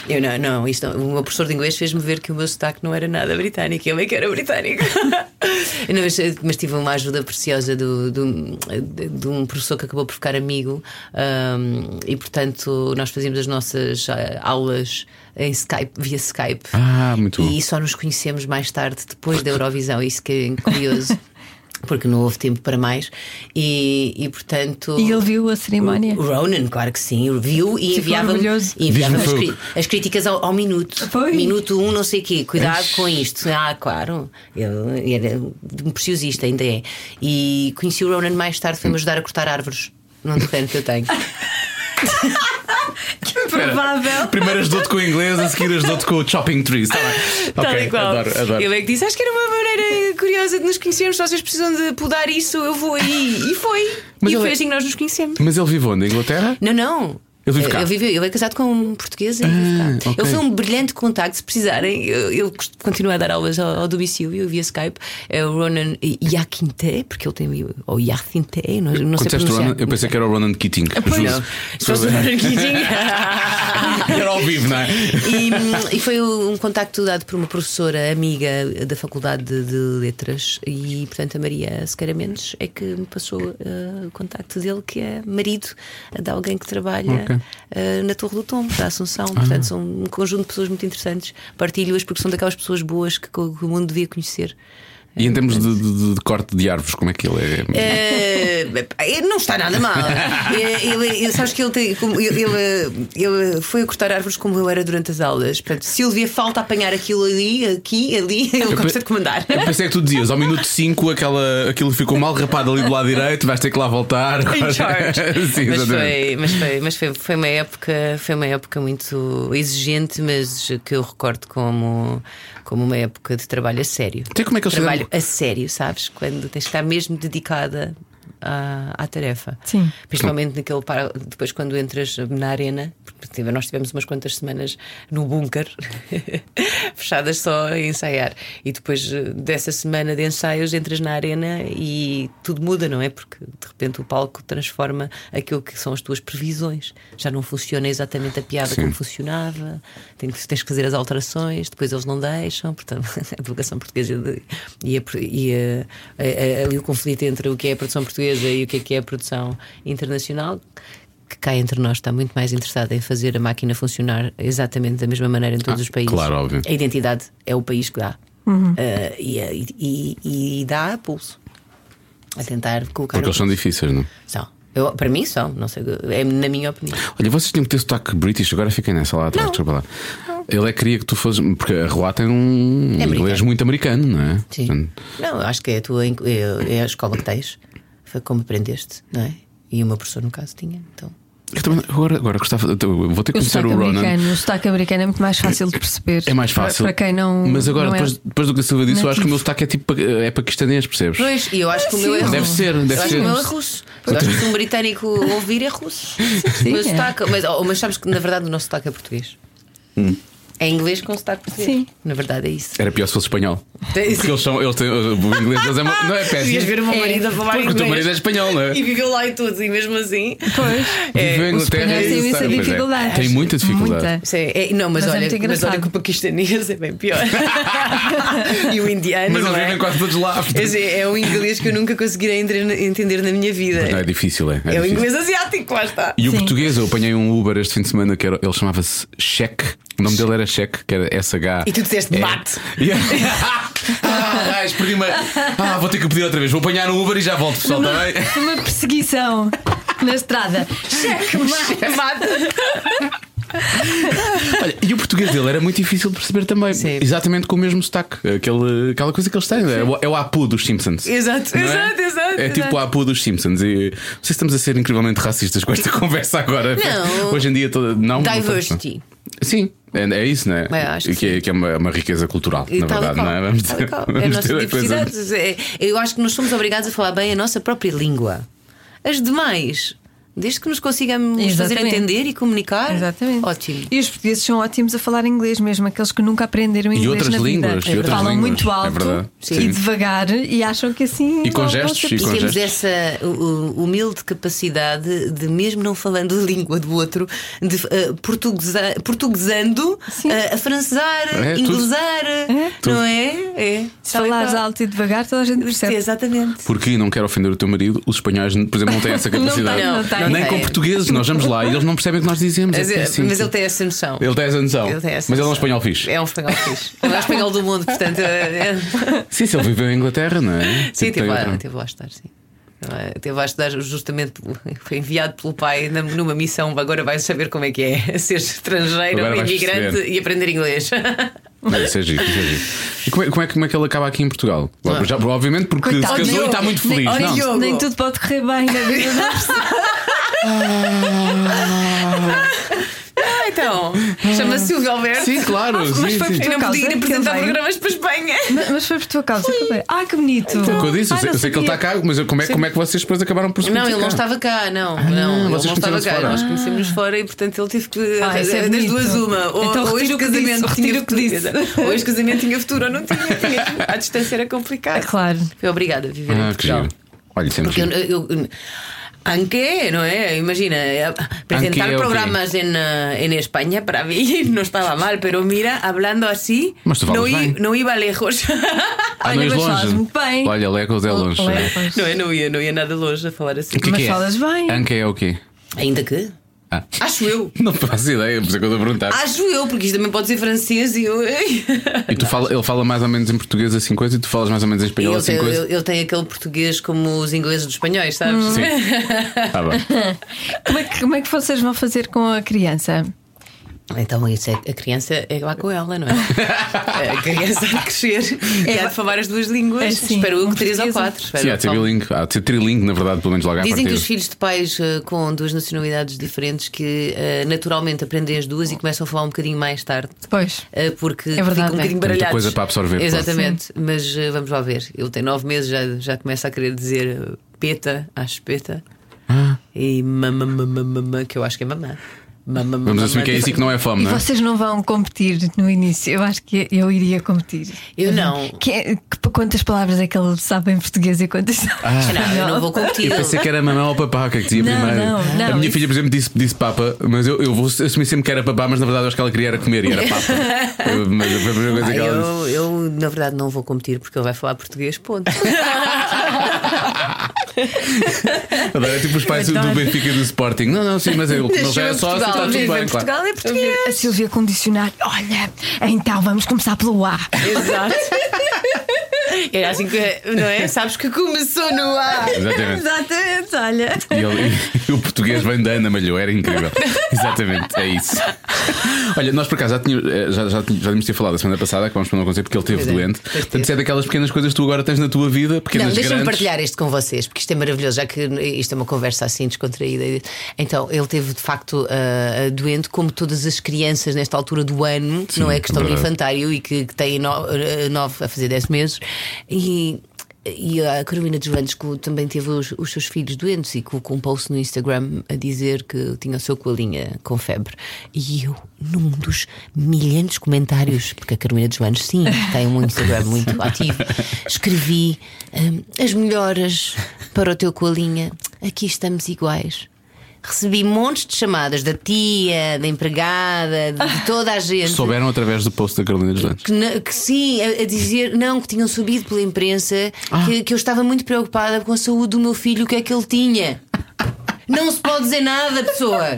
Speaker 5: Eu não, não, isto não. O meu professor de inglês fez-me ver que o meu sotaque não era nada britânico, ele é que era britânico. Não, mas, mas tive uma ajuda preciosa do, do- de, de um professor que acabou por ficar amigo hum, e, portanto, nós fazíamos as nossas ah, aulas em Skype, via Skype.
Speaker 2: Ah, muito bom.
Speaker 5: E só nos conhecemos mais tarde, depois da Eurovisão, isso que é curioso. Porque não houve tempo para mais e, e, portanto.
Speaker 3: E ele viu a cerimónia?
Speaker 5: O Ronan, claro que sim, viu e
Speaker 3: Ficou
Speaker 5: enviava-me
Speaker 3: orgulhoso.
Speaker 5: e enviava-me as,
Speaker 2: Diz-me
Speaker 5: cri- as críticas ao, ao minuto.
Speaker 3: Pois.
Speaker 5: Minuto um, não sei o quê, cuidado com isto. Ah, claro, ele era um preciosista, ainda é. E conheci o Ronan mais tarde, foi-me ajudar a cortar árvores num terreno que eu tenho.
Speaker 3: Provável.
Speaker 2: Primeiro ajudou-te com o inglês, a seguir ajudou-te com o chopping trees. Tá bem.
Speaker 5: Tal
Speaker 2: ok,
Speaker 5: e qual.
Speaker 2: adoro, adoro.
Speaker 5: Ele é que disse: Acho que era uma maneira curiosa de nos conhecermos. Vocês precisam de podar isso, eu vou aí. E foi.
Speaker 2: Mas
Speaker 5: e
Speaker 2: ele-
Speaker 5: foi assim que nós nos conhecemos.
Speaker 2: Mas ele vive onde? Em Inglaterra?
Speaker 5: Não, não.
Speaker 2: Eu vivo cá.
Speaker 5: Eu, vivo, eu é casado com um português e vivo cá.
Speaker 2: ok.
Speaker 5: Ele foi um brilhante contacto, se precisarem. Eu, eu cost- continuo a dar aulas ao, ao domicílio via Skype. É o Ronan Yaquinte, porque ele tem. o- Ou Yaquinte, não, não
Speaker 2: Quando
Speaker 5: sei
Speaker 2: disseste
Speaker 5: pronunciar. Ah,
Speaker 2: Ronan, eu pensei que era o Ronan Keating.
Speaker 5: Pois
Speaker 2: juro.
Speaker 5: não. Se fosse o Ronan Keating.
Speaker 2: Era ao vivo, não é?
Speaker 5: E, hum, e foi um contacto dado por uma professora amiga da Faculdade de, de Letras e, portanto, a Maria Sequeira Mendes é que me passou eh, o contacto dele, que é marido de alguém que trabalha
Speaker 2: Ok.
Speaker 5: eh, na Torre do Tombo, da Assunção. Portanto, são um conjunto de pessoas muito interessantes. Partilho-as porque são daquelas pessoas boas que, co- que o mundo devia conhecer.
Speaker 2: E em termos de, de- de corte de árvores, como é que ele é?
Speaker 5: Eh, eh, não está nada mal. Eh, ele, ele- sabes que ele, tem, como ele, ele- ele foi a cortar árvores como eu era durante as aulas. Portanto, Silvia, falta apanhar aquilo ali, aqui, ali. Ele gosta de comandar.
Speaker 2: Eu pensei é que tu dizias, ao minuto 5 aquela, aquilo ficou mal rapado ali do lado direito, vais ter que lá voltar.
Speaker 5: In charge.
Speaker 2: Sim,
Speaker 5: mas
Speaker 2: exatamente.
Speaker 5: foi, mas, foi, mas foi, foi uma época, foi uma época muito exigente, mas que eu recordo como, como uma época de trabalho a sério.
Speaker 2: Então, como é que eles fizeram?
Speaker 5: trabalho a sério, sabes? Quando tens de estar mesmo dedicada à, à tarefa.
Speaker 3: Sim.
Speaker 5: Principalmente naquele par, depois quando entras na arena, porque tive- nós tivemos umas quantas semanas no bunker, fechadas só a ensaiar. E depois eh, dessa semana de ensaios entras na arena e tudo muda, não é? Porque de repente o palco transforma aquilo que são as tuas previsões. Já não funciona exatamente a piada como funcionava, tem que- tens que fazer as alterações, depois eles não deixam, portanto, a divulgação portuguesa de- e, a, e a- a- a- ali o conflito entre o que é a produção portuguesa e o que é que é a produção internacional. Que cá entre nós está muito mais interessada em fazer a máquina funcionar exatamente da mesma maneira em todos
Speaker 2: Ah,
Speaker 5: os países.
Speaker 2: claro, óbvio.
Speaker 5: A identidade é o país que dá. Ah, e, e- e- e dá a pulso. A tentar colocar.
Speaker 2: Porque
Speaker 5: o
Speaker 2: eles são
Speaker 5: pulso.
Speaker 2: difíceis, não?
Speaker 5: São. Eu, para mim são, não sei, é na minha opinião.
Speaker 2: Olha, vocês tinham que ter sotaque british, agora fiquem nessa lá atrás,
Speaker 5: Não.
Speaker 2: desculpa lá. Ele é que queria que tu fosses. Porque a Roá tem um
Speaker 5: É americano.
Speaker 2: inglês muito americano, não é?
Speaker 5: Sim.
Speaker 2: Portanto,
Speaker 5: Não, acho que é a tua inc- é é a escola que tens. Foi como aprendeste, não é? E o meu professor, no caso, tinha. Então,
Speaker 2: Eu também, agora, agora gostava. eu Vou ter que
Speaker 3: O
Speaker 2: conhecer
Speaker 3: sotaque
Speaker 2: o Ronan.
Speaker 3: americano, o sotaque americano é muito mais fácil de perceber.
Speaker 2: É mais fácil.
Speaker 3: Para, para quem não.
Speaker 2: Mas agora,
Speaker 3: não é-
Speaker 2: depois, depois do que a Silva disse, eu acho que o meu sotaque é tipo pa- é paquistanês, percebes?
Speaker 5: Pois, e eu acho que o meu é
Speaker 3: sim.
Speaker 5: russo.
Speaker 2: Deve ser, deve
Speaker 5: eu acho que
Speaker 2: ser.
Speaker 5: o meu é russo. Eu acho que se um britânico ouvir é russo. o meu
Speaker 3: é.
Speaker 5: sotaque, mas, oh, mas sabes que na verdade o nosso sotaque é português.
Speaker 2: Hum.
Speaker 5: É inglês com sotaque português.
Speaker 3: Sim.
Speaker 5: Na verdade é isso.
Speaker 2: Era pior se fosse espanhol.
Speaker 5: Tem-
Speaker 2: Porque eles são. Eles têm, o inglês deles é, uma- não é péssimo.
Speaker 5: Devias ver o meu marido a falar
Speaker 2: Porque o teu marido é
Speaker 5: inglês.
Speaker 2: espanhol, não é?
Speaker 5: E viveu lá e tudo, e mesmo assim.
Speaker 3: Pois.
Speaker 2: Viveu em Inglaterra
Speaker 3: espanhóis
Speaker 2: e
Speaker 3: têm imensa
Speaker 2: Inglaterra, pois é.
Speaker 3: dificuldade.
Speaker 2: Tem muita dificuldade.
Speaker 3: Muita.
Speaker 5: Isso é- é- não, mas,
Speaker 3: Mas é
Speaker 5: olha,
Speaker 3: muito
Speaker 5: mas olha
Speaker 3: engraçado.
Speaker 5: que o paquistanês é bem pior. e o indiano.
Speaker 2: Mas
Speaker 5: não
Speaker 2: eles
Speaker 5: é?
Speaker 2: vivem quase todos lá.
Speaker 5: Quer dizer, É um inglês que eu nunca conseguirei entre- entender na minha vida.
Speaker 2: Não é difícil, é.
Speaker 5: É o
Speaker 2: difícil.
Speaker 5: inglês asiático, lá está.
Speaker 2: E o
Speaker 3: Sim.
Speaker 2: português, eu apanhei um Uber este fim de semana que era, ele chamava-se Cheque. O nome dele era Cheque, que era SH.
Speaker 5: E tu disseste
Speaker 2: É.
Speaker 5: mate.
Speaker 2: E- ah, raios, perdi-me. Ah, vou ter que pedir outra vez. Vou apanhar um Uber e já volto, pessoal, está bem?
Speaker 3: Uma perseguição na estrada. Cheque, mate.
Speaker 5: Mate.
Speaker 2: Olha, e o português dele era muito difícil de perceber também.
Speaker 5: Sim.
Speaker 2: Exatamente com o mesmo sotaque. Aquele, aquela coisa que eles têm. É o, é o apu dos Simpsons.
Speaker 5: Exato,
Speaker 2: não é?
Speaker 5: exato, exato.
Speaker 2: É tipo o apu dos Simpsons. E não sei se estamos a ser incrivelmente racistas com esta conversa agora.
Speaker 5: Não.
Speaker 2: Hoje em dia toda. Não, não estamos, não.
Speaker 5: Diversity.
Speaker 2: Sim, é, é isso, não é?
Speaker 5: É, acho que
Speaker 2: que, é, que é uma, uma riqueza cultural,
Speaker 5: E
Speaker 2: na
Speaker 5: tal e
Speaker 2: verdade,
Speaker 5: qual.
Speaker 2: não é? Vamos
Speaker 5: Tal e
Speaker 2: ter-
Speaker 5: qual. É a
Speaker 2: vamos
Speaker 5: nossa
Speaker 2: ter a coisa-
Speaker 5: diversidade. É- Eu acho que nós somos obrigados a falar bem a nossa própria língua. As demais, desde que nos consigamos fazer
Speaker 3: Exatamente.
Speaker 5: entender e comunicar,
Speaker 3: Exatamente.
Speaker 5: ótimo.
Speaker 3: E os portugueses são ótimos a falar inglês, mesmo aqueles que nunca aprenderam inglês.
Speaker 2: outras
Speaker 3: na
Speaker 2: línguas,
Speaker 3: Vida.
Speaker 2: e outras
Speaker 3: Falam
Speaker 2: línguas,
Speaker 3: muito
Speaker 2: é
Speaker 3: alto
Speaker 2: verdade. Sim.
Speaker 3: e devagar e acham que assim.
Speaker 2: E com
Speaker 3: vão- vão
Speaker 2: gestos,
Speaker 3: ser-
Speaker 2: e com
Speaker 5: E temos
Speaker 2: gestos.
Speaker 5: essa uh, uh, humilde capacidade de, mesmo não falando a língua do outro, de uh, portuguesa- portuguesando,
Speaker 3: Sim.
Speaker 5: uh, a francesar,
Speaker 2: É, tudo.
Speaker 5: inglesar,
Speaker 2: Tudo.
Speaker 5: não é? É.
Speaker 3: Se falares
Speaker 5: Tal e
Speaker 3: alto e devagar, toda a gente
Speaker 5: qual.
Speaker 3: percebe.
Speaker 5: Exatamente.
Speaker 2: Porque não quero ofender o teu marido, os espanhóis, por exemplo, não têm essa
Speaker 3: Não
Speaker 2: capacidade.
Speaker 3: têm, não têm.
Speaker 2: Nem
Speaker 5: Não
Speaker 2: com
Speaker 5: têm.
Speaker 2: portugueses, nós vamos lá e eles não percebem o que nós dizemos. é
Speaker 5: Mas,
Speaker 2: péssimo.
Speaker 5: mas ele tem essa noção.
Speaker 2: Ele tem essa noção.
Speaker 5: Ele tem essa
Speaker 2: mas ele é um
Speaker 5: noção.
Speaker 2: espanhol fixe.
Speaker 5: É um espanhol fixe. Ele é um espanhol do mundo, portanto. é- é-
Speaker 2: Sim, se ele viveu em Inglaterra, não é?
Speaker 5: Sim,
Speaker 2: Tipo,
Speaker 5: teve
Speaker 2: tem
Speaker 5: lá,
Speaker 2: outra-
Speaker 5: teve lá a estar, sim. Ele, eh, Teve lá a estudar justamente, foi enviado pelo pai na- numa missão. Agora vais saber como é que é ser estrangeiro,
Speaker 2: Agora vais
Speaker 5: imigrante
Speaker 2: perceber.
Speaker 5: e aprender inglês.
Speaker 2: Não, Isso é giro, isso é giro. E como é, como é que- como é que ele acaba aqui em Portugal? Já, obviamente porque
Speaker 3: Coitado,
Speaker 2: se casou e
Speaker 3: Diogo.
Speaker 2: está muito feliz.
Speaker 5: Olha,
Speaker 2: não.
Speaker 5: Diogo. Fogo.
Speaker 3: Nem tudo pode correr bem na vida. não percebe.
Speaker 5: Ah, então, chama-se Silvio Alberto.
Speaker 2: Sim, claro.
Speaker 3: mas
Speaker 2: sim,
Speaker 3: foi
Speaker 2: sim.
Speaker 3: por
Speaker 5: Eu não
Speaker 3: Por
Speaker 5: podia ir
Speaker 3: causa
Speaker 5: apresentar
Speaker 3: também.
Speaker 5: programas para a Espanha.
Speaker 3: Mas- Mas foi por tua causa que eu dei. Ah, que bonito!
Speaker 2: Foi o que eu disse, eu
Speaker 3: Ah,
Speaker 2: sei,
Speaker 3: não
Speaker 2: eu sei que ele está
Speaker 3: sabia.
Speaker 2: cá, mas como é, como é que vocês depois acabaram por se
Speaker 5: Não, ele não
Speaker 2: comunicar?
Speaker 5: estava cá,
Speaker 3: Ah,
Speaker 5: não. não,
Speaker 2: vocês
Speaker 5: ele não estava
Speaker 2: conheceram-se
Speaker 5: cá.
Speaker 2: fora.
Speaker 5: Nós conhecemos fora e, portanto, ele teve que.
Speaker 3: Ah, isso é
Speaker 5: das
Speaker 3: bonito.
Speaker 5: duas, uma. Ou,
Speaker 3: Então,
Speaker 5: ou
Speaker 3: retiro o
Speaker 5: este
Speaker 3: que disse,
Speaker 5: casamento
Speaker 3: retiro
Speaker 5: tinha
Speaker 3: o que
Speaker 5: futuro.
Speaker 3: disse.
Speaker 5: quer dizer, Ou este casamento tinha futuro ou não tinha. tinha. À distância era
Speaker 3: É
Speaker 5: complicado.
Speaker 3: claro.
Speaker 5: Fui obrigada a viver em
Speaker 2: Ah, que
Speaker 5: Portugal.
Speaker 2: giro. Olha, sempre.
Speaker 5: Porque eu, eu, eu- aunque, ¿no? Eh? Imagina, eh, presentar
Speaker 2: Aunque, ok.
Speaker 5: programas en, eh, en España para mí no estaba mal, pero mira, hablando así,
Speaker 2: Mas tu falas
Speaker 5: no, i-
Speaker 2: bem.
Speaker 5: no iba lejos.
Speaker 2: Ah,
Speaker 3: Olha,
Speaker 2: não és
Speaker 3: mas falas
Speaker 2: longe.
Speaker 3: muito bem.
Speaker 2: Olha, Lecos é longe.
Speaker 3: Ou é,
Speaker 2: não é?
Speaker 3: pois.
Speaker 5: no, eh, no, ia, no ia nada longe a falar assim.
Speaker 2: O que é
Speaker 3: Mas
Speaker 2: que é?
Speaker 3: falas bem.
Speaker 2: Anca é o quê?
Speaker 5: Ainda que?
Speaker 2: Ah.
Speaker 5: Acho eu.
Speaker 2: Não faço ideia, por isso é que eu estou a perguntar.
Speaker 5: Acho eu, porque isto também pode ser francês e eu. eh,
Speaker 2: e tu fala, ele fala mais ou menos em português assim coisa e tu falas mais ou menos em
Speaker 5: Ele,
Speaker 2: espanhol assim
Speaker 5: tem,
Speaker 2: coisa.
Speaker 5: ele- ele tem aquele português como os ingleses dos espanhóis, sabes?
Speaker 2: Sim. Tá bem.
Speaker 3: Como é, que, como é que vocês vão fazer com a criança?
Speaker 5: Então, isso é, a criança é lá com ela, não é? a criança há de crescer e há de falar as duas línguas.
Speaker 3: É, sim.
Speaker 5: espero eu
Speaker 3: Um
Speaker 5: que três ou
Speaker 3: português, um-
Speaker 5: quatro. espero
Speaker 2: Sim, há de
Speaker 5: que
Speaker 2: ser
Speaker 5: fale.
Speaker 2: bilingue, há de ser trilingue, na verdade, pelo menos logo à
Speaker 5: Dizem que
Speaker 2: partida.
Speaker 5: os filhos de pais eh, com duas nacionalidades diferentes que eh, naturalmente aprendem as duas e começam a falar um bocadinho mais tarde.
Speaker 3: Pois.
Speaker 5: eh, Porque
Speaker 3: verdade,
Speaker 5: ficam um
Speaker 3: é.
Speaker 5: bocadinho
Speaker 2: Tem muita
Speaker 5: baralhados.
Speaker 2: coisa para absorver, claro.
Speaker 5: Exatamente, mas eh, vamos lá ver. Ele tem nove meses, já, já começa a querer dizer eh, peta, acho peta.
Speaker 2: Ah.
Speaker 5: E mamã, mamã, mamã, que eu acho que é mamã. Mamã,
Speaker 2: Vamos
Speaker 5: mamã,
Speaker 2: assumir que é isso e que não é fome,
Speaker 3: E
Speaker 2: não é?
Speaker 3: vocês não vão competir no início? Eu acho que eu iria competir.
Speaker 5: Eu não.
Speaker 3: Que, é- que- quantas palavras é que ele sabe em português e quantas sabe?
Speaker 5: Ah, Não, eu não vou competir.
Speaker 2: é. Eu pensei que era mamãe ou papá, o que é que dizia
Speaker 3: Não,
Speaker 2: primeiro? a
Speaker 3: não, não,
Speaker 2: minha
Speaker 3: isso-
Speaker 2: filha, por exemplo, disse, disse papa, mas eu, eu vou assumir sempre que era papá, mas na verdade eu acho que ela queria era comer e era papa. Eu- mas foi a primeira coisa
Speaker 5: Ah,
Speaker 2: que ela disse.
Speaker 5: eu, eu, na verdade, não vou competir porque ele vai falar português, ponto.
Speaker 2: Agora é tipo os pais do
Speaker 3: Adoro.
Speaker 2: Benfica e do Sporting. Não, não, sim, mas eu, mas já é só está tudo bem, claro.
Speaker 5: Portugal é português.
Speaker 3: A Silvia condicionar. Olha, então vamos começar pelo A.
Speaker 5: Exato. Era assim que, não é? Sabes que começou no ar.
Speaker 2: Exatamente.
Speaker 3: Exatamente, olha.
Speaker 2: E, ele- e o português vem da Ana Malhou, era incrível. Exatamente, é isso. Olha, nós por acaso já tínhamos, eh, já, já, tínhamos- já tínhamos ter falado a semana passada, que vamos para não acontecer porque ele esteve
Speaker 5: Pois é,
Speaker 2: doente.
Speaker 5: pois teve.
Speaker 2: Portanto, se é daquelas pequenas coisas que tu agora tens na tua vida, pequenas
Speaker 5: Não, deixa-me
Speaker 2: grandes.
Speaker 5: partilhar isto com vocês, porque isto é maravilhoso, já que isto é uma conversa assim descontraída. Então, ele teve de facto ah, doente, como todas as crianças nesta altura do ano, não é? Que estão no
Speaker 2: verdade.
Speaker 5: infantário e que, que têm no- ah, nove a fazer dez meses. E. E a Carolina dos Vandes que também teve os, os seus filhos doentes e colocou um post no Instagram a dizer que tinha o seu coelhinha com febre. E eu, num dos milhares de comentários, porque a Carolina dos Vandes, sim, tem um Instagram muito ativo, escrevi hum, as melhoras para o teu coelhinha. Aqui estamos iguais. Recebi montes de chamadas da tia, da empregada, de toda a gente
Speaker 2: Souberam através do post da Carolina dos Lantes.
Speaker 5: que, na- que sim, a, a dizer não, que tinham subido pela imprensa,
Speaker 3: Ah.
Speaker 5: que, que eu estava muito preocupada com a saúde do meu filho, o que é que ele tinha. Não se pode dizer nada, pessoas!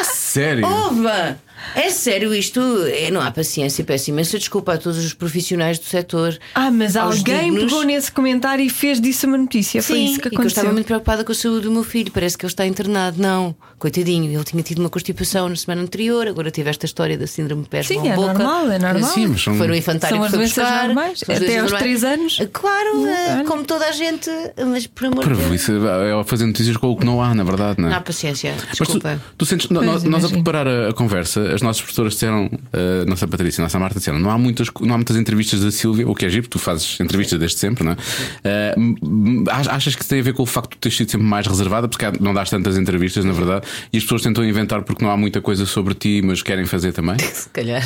Speaker 5: Oh,
Speaker 2: Sério?
Speaker 5: Ova! É sério isto? É, não há paciência, peço imensa desculpa a todos os profissionais do setor.
Speaker 3: Ah, mas
Speaker 5: aos
Speaker 3: alguém
Speaker 5: dignos.
Speaker 3: pegou nesse comentário e fez disso uma notícia. Foi
Speaker 5: Sim,
Speaker 3: isso que
Speaker 5: e eu
Speaker 3: aconteceu.
Speaker 5: estava muito preocupada com a saúde do meu filho. Parece que ele está internado. Não, coitadinho, ele tinha tido uma constipação na semana anterior. Agora tive esta história da síndrome de pés
Speaker 3: Sim,
Speaker 5: mão
Speaker 3: é
Speaker 5: boca.
Speaker 3: normal, é normal.
Speaker 2: Sim, mas são-
Speaker 5: Foi no infantário
Speaker 3: São
Speaker 5: que
Speaker 3: as
Speaker 5: foi
Speaker 3: doenças
Speaker 5: buscar.
Speaker 3: normais,
Speaker 5: São as
Speaker 3: até
Speaker 5: doenças
Speaker 3: aos
Speaker 5: normais.
Speaker 3: três anos. Hum,
Speaker 5: Claro, eh,
Speaker 3: ano.
Speaker 5: como toda a gente, mas por amor de
Speaker 2: Prevo,
Speaker 5: Deus.
Speaker 2: isso é é fazer notícias com o que não há, na verdade, não é?
Speaker 5: Não há paciência,
Speaker 2: Mas tu,
Speaker 5: Ah, desculpa.
Speaker 2: tu sentes, no- nós, nós a
Speaker 3: imagino.
Speaker 2: preparar a, a conversa, as nossas professoras disseram, a nossa Patrícia, a nossa Marta disseram, não há, muitas, não há muitas entrevistas da Silvia, o que é giro, porque tu fazes entrevistas desde sempre, não é? Ah, m- m- ach- achas que tem a ver com o facto de teres sido sempre mais reservada, porque há- não dás tantas entrevistas, na verdade, e as pessoas tentam inventar porque não há muita coisa sobre ti, mas querem fazer também?
Speaker 5: Se calhar.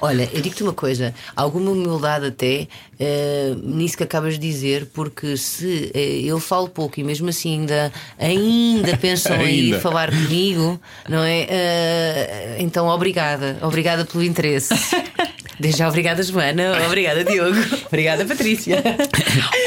Speaker 5: Olha, eu digo-te uma coisa, alguma humildade até eh, nisso que acabas de dizer, porque se eh, eu falo pouco e mesmo assim ainda, ainda pensam em
Speaker 2: Ainda.
Speaker 5: ir falar comigo, não é? Eh, então, obrigada, obrigada pelo interesse. Desde já, obrigada, Joana. Obrigada, Diogo. Obrigada, Patrícia.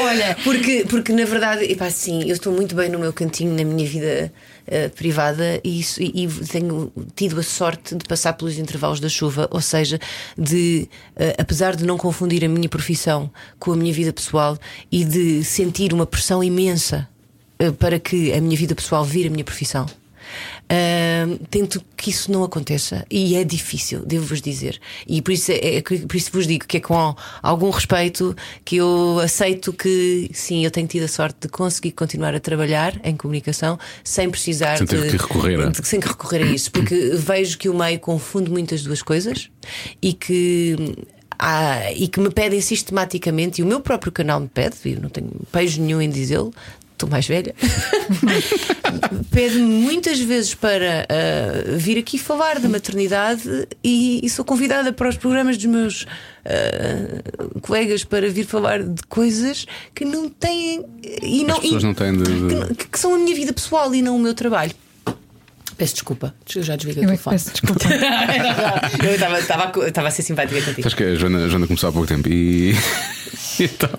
Speaker 5: Olha, porque, porque na verdade, epá, sim, eu estou muito bem no meu cantinho, na minha vida eh, privada e, isso- e- e tenho tido a sorte de passar pelos intervalos da chuva, ou seja, de, eh, apesar de não confundir a minha profissão com a minha vida pessoal e de sentir uma pressão imensa eh, para que a minha vida pessoal vire a minha profissão. Ahm, tento que isso não aconteça e é difícil, devo-vos dizer. E por isso, é, é que- por isso vos digo que é com algum respeito que eu aceito que, sim, eu tenho tido a sorte de conseguir continuar a trabalhar em comunicação sem precisar
Speaker 2: Sem ter
Speaker 5: de,
Speaker 2: que recorrer a-
Speaker 5: de- sem que recorrer a isso, porque vejo que o meio confunde muitas duas coisas e que. há- e que me pedem sistematicamente, e o meu próprio canal me pede, e eu não tenho pejo nenhum em dizê-lo, estou mais velha, pede-me muitas vezes para ah, vir aqui falar da maternidade e, e sou convidada para os programas dos meus ah, colegas para vir falar de coisas que não têm e não,
Speaker 2: as pessoas
Speaker 5: e-
Speaker 2: não têm de. de-
Speaker 5: que, que são a minha vida pessoal e não o meu trabalho. Peço desculpa, eu já desliguei o
Speaker 3: Eu é que
Speaker 5: telefone.
Speaker 3: peço desculpa.
Speaker 5: eu estava- estava a co- estava a ser simpática contigo.
Speaker 2: Sabes que a Joana, a Joana começou há pouco tempo e. então.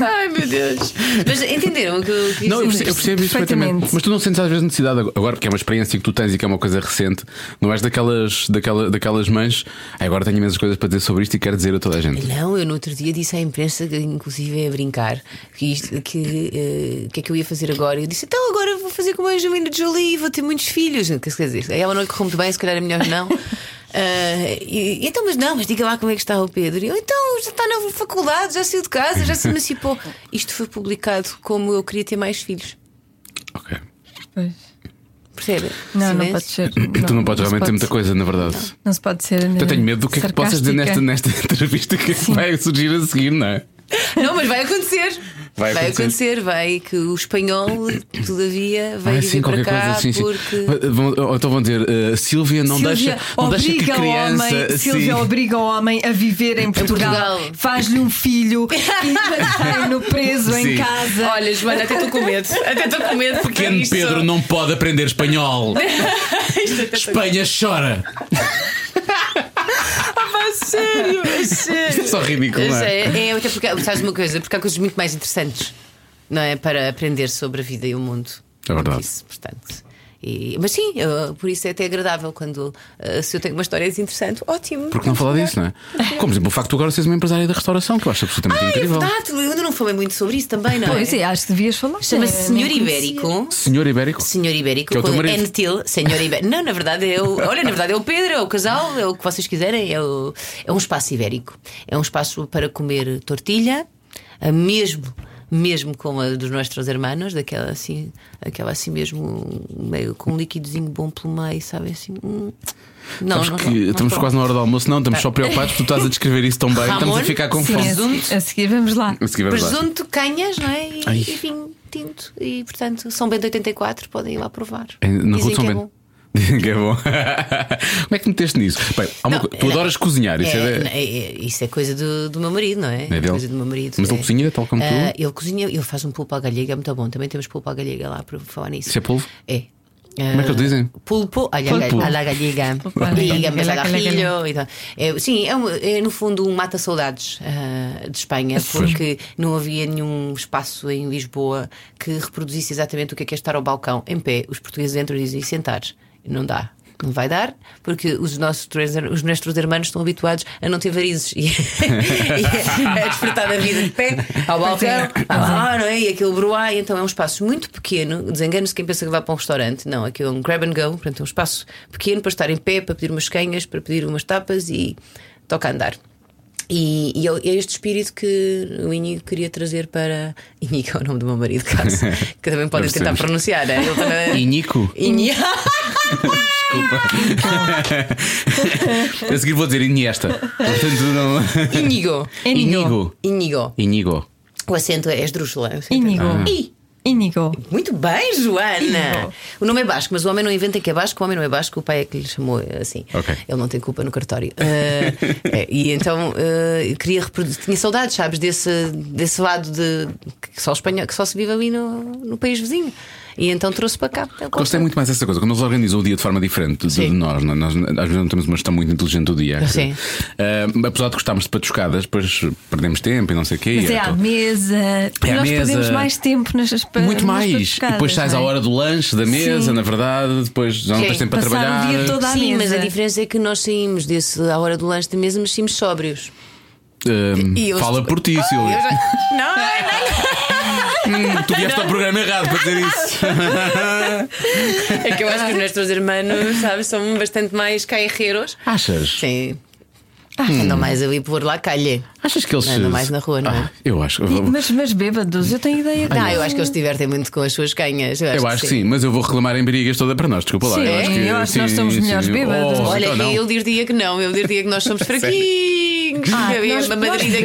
Speaker 5: Ai meu Deus! Mas entenderam o que eu quis
Speaker 2: Não, eu
Speaker 5: dizer?
Speaker 2: percebo, eu percebo isso perfeitamente.
Speaker 3: Perfeitamente.
Speaker 2: Mas tu não sentes às vezes necessidade, agora que é uma experiência que tu tens e que é uma coisa recente, não és daquelas, daquela, daquelas mães. "Ah, agora tenho imensas coisas para dizer sobre isto e quero dizer a toda a gente.
Speaker 5: Não, eu no outro dia disse à imprensa, que, inclusive é a brincar, que isto- que, eh, que é que eu ia fazer agora. E eu disse, então agora vou fazer como a Angelina Jolie, vou ter muitos filhos. Quer dizer, a ela não lhe correu muito bem, se calhar é melhor não. Ah, e, então, mas não, mas diga lá como é que está o Pedro. E eu, então, já está na faculdade, já saiu de casa, já se emancipou. Isto foi publicado como eu queria ter mais filhos.
Speaker 2: Ok.
Speaker 3: Pois.
Speaker 5: Percebe?
Speaker 3: Não, não
Speaker 5: Silêncio.
Speaker 3: pode ser.
Speaker 2: tu não podes realmente
Speaker 3: se pode
Speaker 2: ter muita
Speaker 3: ser-
Speaker 2: coisa, na verdade.
Speaker 3: Não se pode ser. eh,
Speaker 2: Eu tenho medo do que é que possas dizer nesta, nesta entrevista que vai surgir a seguir, não é?
Speaker 5: Não, mas vai acontecer.
Speaker 2: Vai
Speaker 5: Vai,
Speaker 2: acontecer.
Speaker 5: acontecer. vai que o espanhol, todavia, vai
Speaker 2: Ah,
Speaker 5: vir para cá porque.
Speaker 2: Vão- ou Então vão dizer, "Ah, Silvia, não,
Speaker 3: Silvia
Speaker 2: deixa, não deixa que
Speaker 3: obriga
Speaker 2: criança.
Speaker 3: o homem, Silvia
Speaker 2: assim-
Speaker 3: obriga o homem a viver em Portugal,
Speaker 5: Portugal.
Speaker 3: faz-lhe um filho e no preso
Speaker 2: Sim.
Speaker 3: em casa.
Speaker 5: Olha, Joana, até estou com medo. Até estou com medo. porque
Speaker 2: Pequeno
Speaker 5: isto-
Speaker 2: Pedro não é? pode aprender espanhol.
Speaker 3: é
Speaker 2: Espanha chora.
Speaker 5: Pá, sério, é sério.
Speaker 2: É só ridículo, não é?
Speaker 5: É, é, até porque, sabes uma coisa? Porque há coisas muito mais interessantes, não é? Para aprender sobre a vida e o mundo.
Speaker 2: É verdade.
Speaker 5: Isso, portanto. E- mas sim, eu- por isso é até agradável quando eh, se eu tenho uma história interessante, ótimo.
Speaker 2: Porque não falar disso, não é? Como, por exemplo, o facto de agora seres uma empresária da restauração, que eu acho absolutamente
Speaker 5: É
Speaker 2: incrível.
Speaker 5: verdade, eu ainda não falei muito sobre isso também, não
Speaker 3: Pois
Speaker 5: é?
Speaker 3: é, acho que devias falar.
Speaker 5: Chama-se
Speaker 3: É,
Speaker 5: Senhor
Speaker 3: nem conhecia.
Speaker 5: Ibérico.
Speaker 2: Senhor Ibérico.
Speaker 5: Senhor Ibérico,
Speaker 2: Que é o teu
Speaker 5: com
Speaker 2: marido.
Speaker 5: N-Til, Senhor Ibérico. Não, na verdade é o. Olha, na verdade é o Pedro, é o casal, é o que vocês quiserem, é, o- é um espaço ibérico. É um espaço para comer tortilha, eh, mesmo. Mesmo com a dos nossos hermanos, daquela assim, aquela assim mesmo, meio com um liquidozinho bom pelo meio, sabe assim. hum. Não,
Speaker 2: Sabes que estamos quase na hora do almoço, não, estamos só preocupados porque tu estás a descrever isso tão bem, estamos a
Speaker 5: Ramon?
Speaker 2: ficar com
Speaker 5: Sim,
Speaker 2: fome.
Speaker 3: Sim, a se-
Speaker 5: Presunto.
Speaker 3: a seguir vamos lá.
Speaker 2: A seguir vamos lá.
Speaker 5: Presunto, canhas, não é? E,
Speaker 2: é Ai.
Speaker 5: e vinho tinto. E portanto, São Bento 84, podem ir lá provar.
Speaker 2: É, Na
Speaker 5: Dizem
Speaker 2: rua de São
Speaker 5: que é
Speaker 2: Bento.
Speaker 5: bom.
Speaker 2: Dizem que é bom. Como é que te meteste nisso? Bem, há uma
Speaker 5: Não,
Speaker 2: coisa- tu
Speaker 5: não.
Speaker 2: adoras cozinhar, isso é.
Speaker 5: É,
Speaker 2: de-
Speaker 5: não, é, é, isso é coisa do, do meu marido, não é?
Speaker 2: É dele?
Speaker 5: coisa do meu marido.
Speaker 2: Mas ele
Speaker 5: é.
Speaker 2: cozinha, tal como tu?
Speaker 5: Ah, Ele cozinha, ele faz um pulpo à gallega, é muito bom. Também temos pulpo à gallega lá para falar nisso.
Speaker 2: Isso é polvo?
Speaker 5: É.
Speaker 2: Como é que eles dizem?
Speaker 5: Pulpo à la,
Speaker 2: Pulpo.
Speaker 5: à la gallega.
Speaker 3: à la
Speaker 5: E gambas à
Speaker 3: gallega,
Speaker 5: garrilho e tal. É, sim, é, um- é, no fundo um mata saudades ah, de Espanha,
Speaker 2: Pois.
Speaker 5: porque não havia nenhum espaço em Lisboa que reproduzisse exatamente o que é, que é estar ao balcão em pé. Os portugueses entram e dizem sentar. Não dá. Não vai dar, porque os nossos, tres- os nossos irmãos estão habituados a não ter varizes e, e a desfrutar da vida de pé, ao balcão, ah, não é? E aquele bruai. Então é um espaço muito pequeno. Desengane-se quem pensa que vai para um restaurante. Não, aquilo é um grab and go. Portanto, é um espaço pequeno para estar em pé, para pedir umas canhas, para pedir umas tapas e toca andar. E, e é é este espírito que o Inigo queria trazer para. Inigo é o nome do meu marido, caso. Que também podem
Speaker 2: Percebemos.
Speaker 5: tentar pronunciar. né? Ele também.
Speaker 2: Inico.
Speaker 5: Inigo.
Speaker 2: A seguir vou dizer Iniesta. Portanto, não.
Speaker 5: Inigo.
Speaker 2: Inigo.
Speaker 5: Inigo.
Speaker 2: Inigo.
Speaker 5: O acento é esdrúxula. é o acento.
Speaker 3: Ínigo.
Speaker 5: I.
Speaker 3: Ínigo.
Speaker 5: Muito bem, Joana!
Speaker 3: Inigo.
Speaker 5: O nome é Basco, mas o homem não inventa que é Basco, o homem não é Basco, o pai é que lhe chamou assim.
Speaker 2: Ok.
Speaker 5: Ele não tem culpa no cartório. Eh, eh, e então eh, queria reproduzir. Tinha saudades, sabes, desse, desse lado de que só, espanhol, que só se vive ali no, no país vizinho. E então trouxe para cá. Eu
Speaker 2: Gostei muito mais dessa coisa. Quando eles organizam o dia de forma diferente de, de
Speaker 5: Sim.
Speaker 2: nós, não é? nós, às vezes não temos uma gestão muito inteligente do dia.
Speaker 5: Sim.
Speaker 2: Ah, apesar de gostarmos de patuscadas, depois perdemos tempo e não sei o quê.
Speaker 3: Mas é
Speaker 2: e
Speaker 3: à
Speaker 2: aquela-
Speaker 3: mesa.
Speaker 2: à
Speaker 3: Nós
Speaker 2: mesa.
Speaker 3: perdemos mais tempo nas é?
Speaker 2: Muito mais. E depois sais à hora do lanche, da mesa,
Speaker 3: Sim.
Speaker 2: na verdade, depois já não
Speaker 5: Sim.
Speaker 2: tens tempo para
Speaker 3: Passar o
Speaker 2: trabalhar.
Speaker 3: dia todo à
Speaker 5: Sim,
Speaker 3: mesa.
Speaker 5: mas a diferença é que nós saímos desse à hora do lanche da mesa, mas saímos sóbrios.
Speaker 2: Ahm,
Speaker 5: E eu-
Speaker 2: Ah, Fala por ti, Silvia.
Speaker 5: Não, é
Speaker 2: Hum, tu vieste ao programa errado para dizer isso.
Speaker 5: é que eu acho que os nossos irmãos, sabes, são bastante mais caerreiros.
Speaker 2: Achas?
Speaker 5: Sim. Andam Ah, mais ali por lá calha.
Speaker 2: Achas que eles.
Speaker 5: Andam mais na rua, não é?
Speaker 2: Ah, eu acho.
Speaker 3: E- Mas, mas bêbados, eu tenho ideia que.
Speaker 5: Não, eu acho que eles se divertem muito com as suas canhas. Eu acho,
Speaker 2: Eu acho que sim, mas eu vou reclamar em brigas toda para nós, desculpa lá.
Speaker 3: Sim,
Speaker 2: eu acho que,
Speaker 3: eu acho que nós somos melhores bêbados.
Speaker 2: Oh,
Speaker 5: Olha,
Speaker 2: então não.
Speaker 5: eu diria que não, eu diria que nós somos fraquinhos.
Speaker 3: Ah,
Speaker 5: Eu ia-
Speaker 3: nós-
Speaker 5: a Madrid
Speaker 3: nós
Speaker 5: aqui é.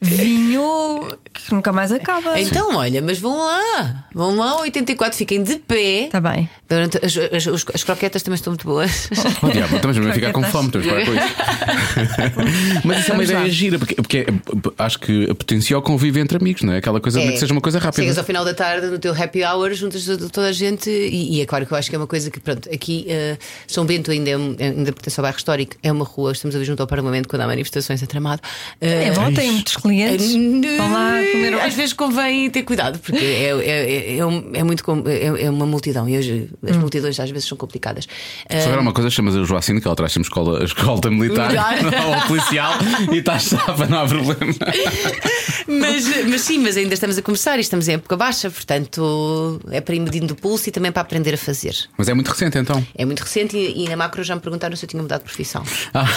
Speaker 3: bebemos Vinho que nunca mais acaba.
Speaker 5: Então, olha, mas vão lá, vão lá, 84, fiquem de pé.
Speaker 3: Está Tá bem.
Speaker 5: Durante- as, as- os- as croquetas também estão muito boas.
Speaker 2: Oh, diabo, estamos mesmo a ficar com
Speaker 3: Croquetas.
Speaker 2: fome, temos para com isso. Mas isso é uma
Speaker 3: Vamos
Speaker 2: ideia
Speaker 3: lá.
Speaker 2: gira, porque, porque é- acho que potencia o convívio entre amigos, não é? Aquela coisa de que seja uma coisa rápida.
Speaker 5: Chegas ao final da tarde no teu happy hour, juntas to- toda a gente, e, e é claro que eu acho que é uma coisa que, pronto, aqui eh, São Bento ainda, é um- é- ainda pertence ao bairro histórico, é uma rua, estamos ali junto ao Parlamento quando há manifestações a tramado. Eh,
Speaker 3: É bom, tem muitos clientes. Vão lá comer.
Speaker 5: Às vezes convém ter cuidado, porque é, é- é- é um- é muito, com- é, é uma multidão e hoje as multidões às vezes são complicadas. Eh,
Speaker 2: Se houver uma coisa, chamas a Joacine, que ela traz-me escola, escolta militar
Speaker 5: Militar.
Speaker 2: ou policial e estás safa, não há problema.
Speaker 5: Mas, mas sim, mas ainda estamos a começar e estamos em época baixa, portanto é para ir medindo o pulso e também para aprender a fazer.
Speaker 2: Mas é muito recente então.
Speaker 5: É muito recente e, e na macro já me perguntaram se eu tinha mudado de profissão.
Speaker 2: Ah.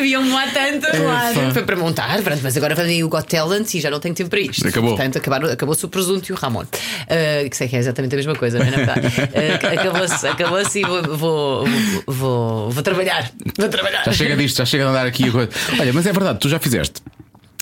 Speaker 5: Viam-me lá tanto,
Speaker 2: Epa.
Speaker 5: claro. Foi para montar, pronto, mas agora vem o Got Talent e já não tenho tempo para isto.
Speaker 2: Acabou.
Speaker 5: Portanto, acabaram- acabou-se o presunto e o Ramon. Ah, que sei que é exatamente a mesma coisa, não é? Na verdade. Ah, acabou-se, acabou-se e vou, vou, vou, vou- vou trabalhar. Vou trabalhar.
Speaker 2: Já chega disto, já chega de andar aqui a coisa. Olha, mas é verdade, tu já fizeste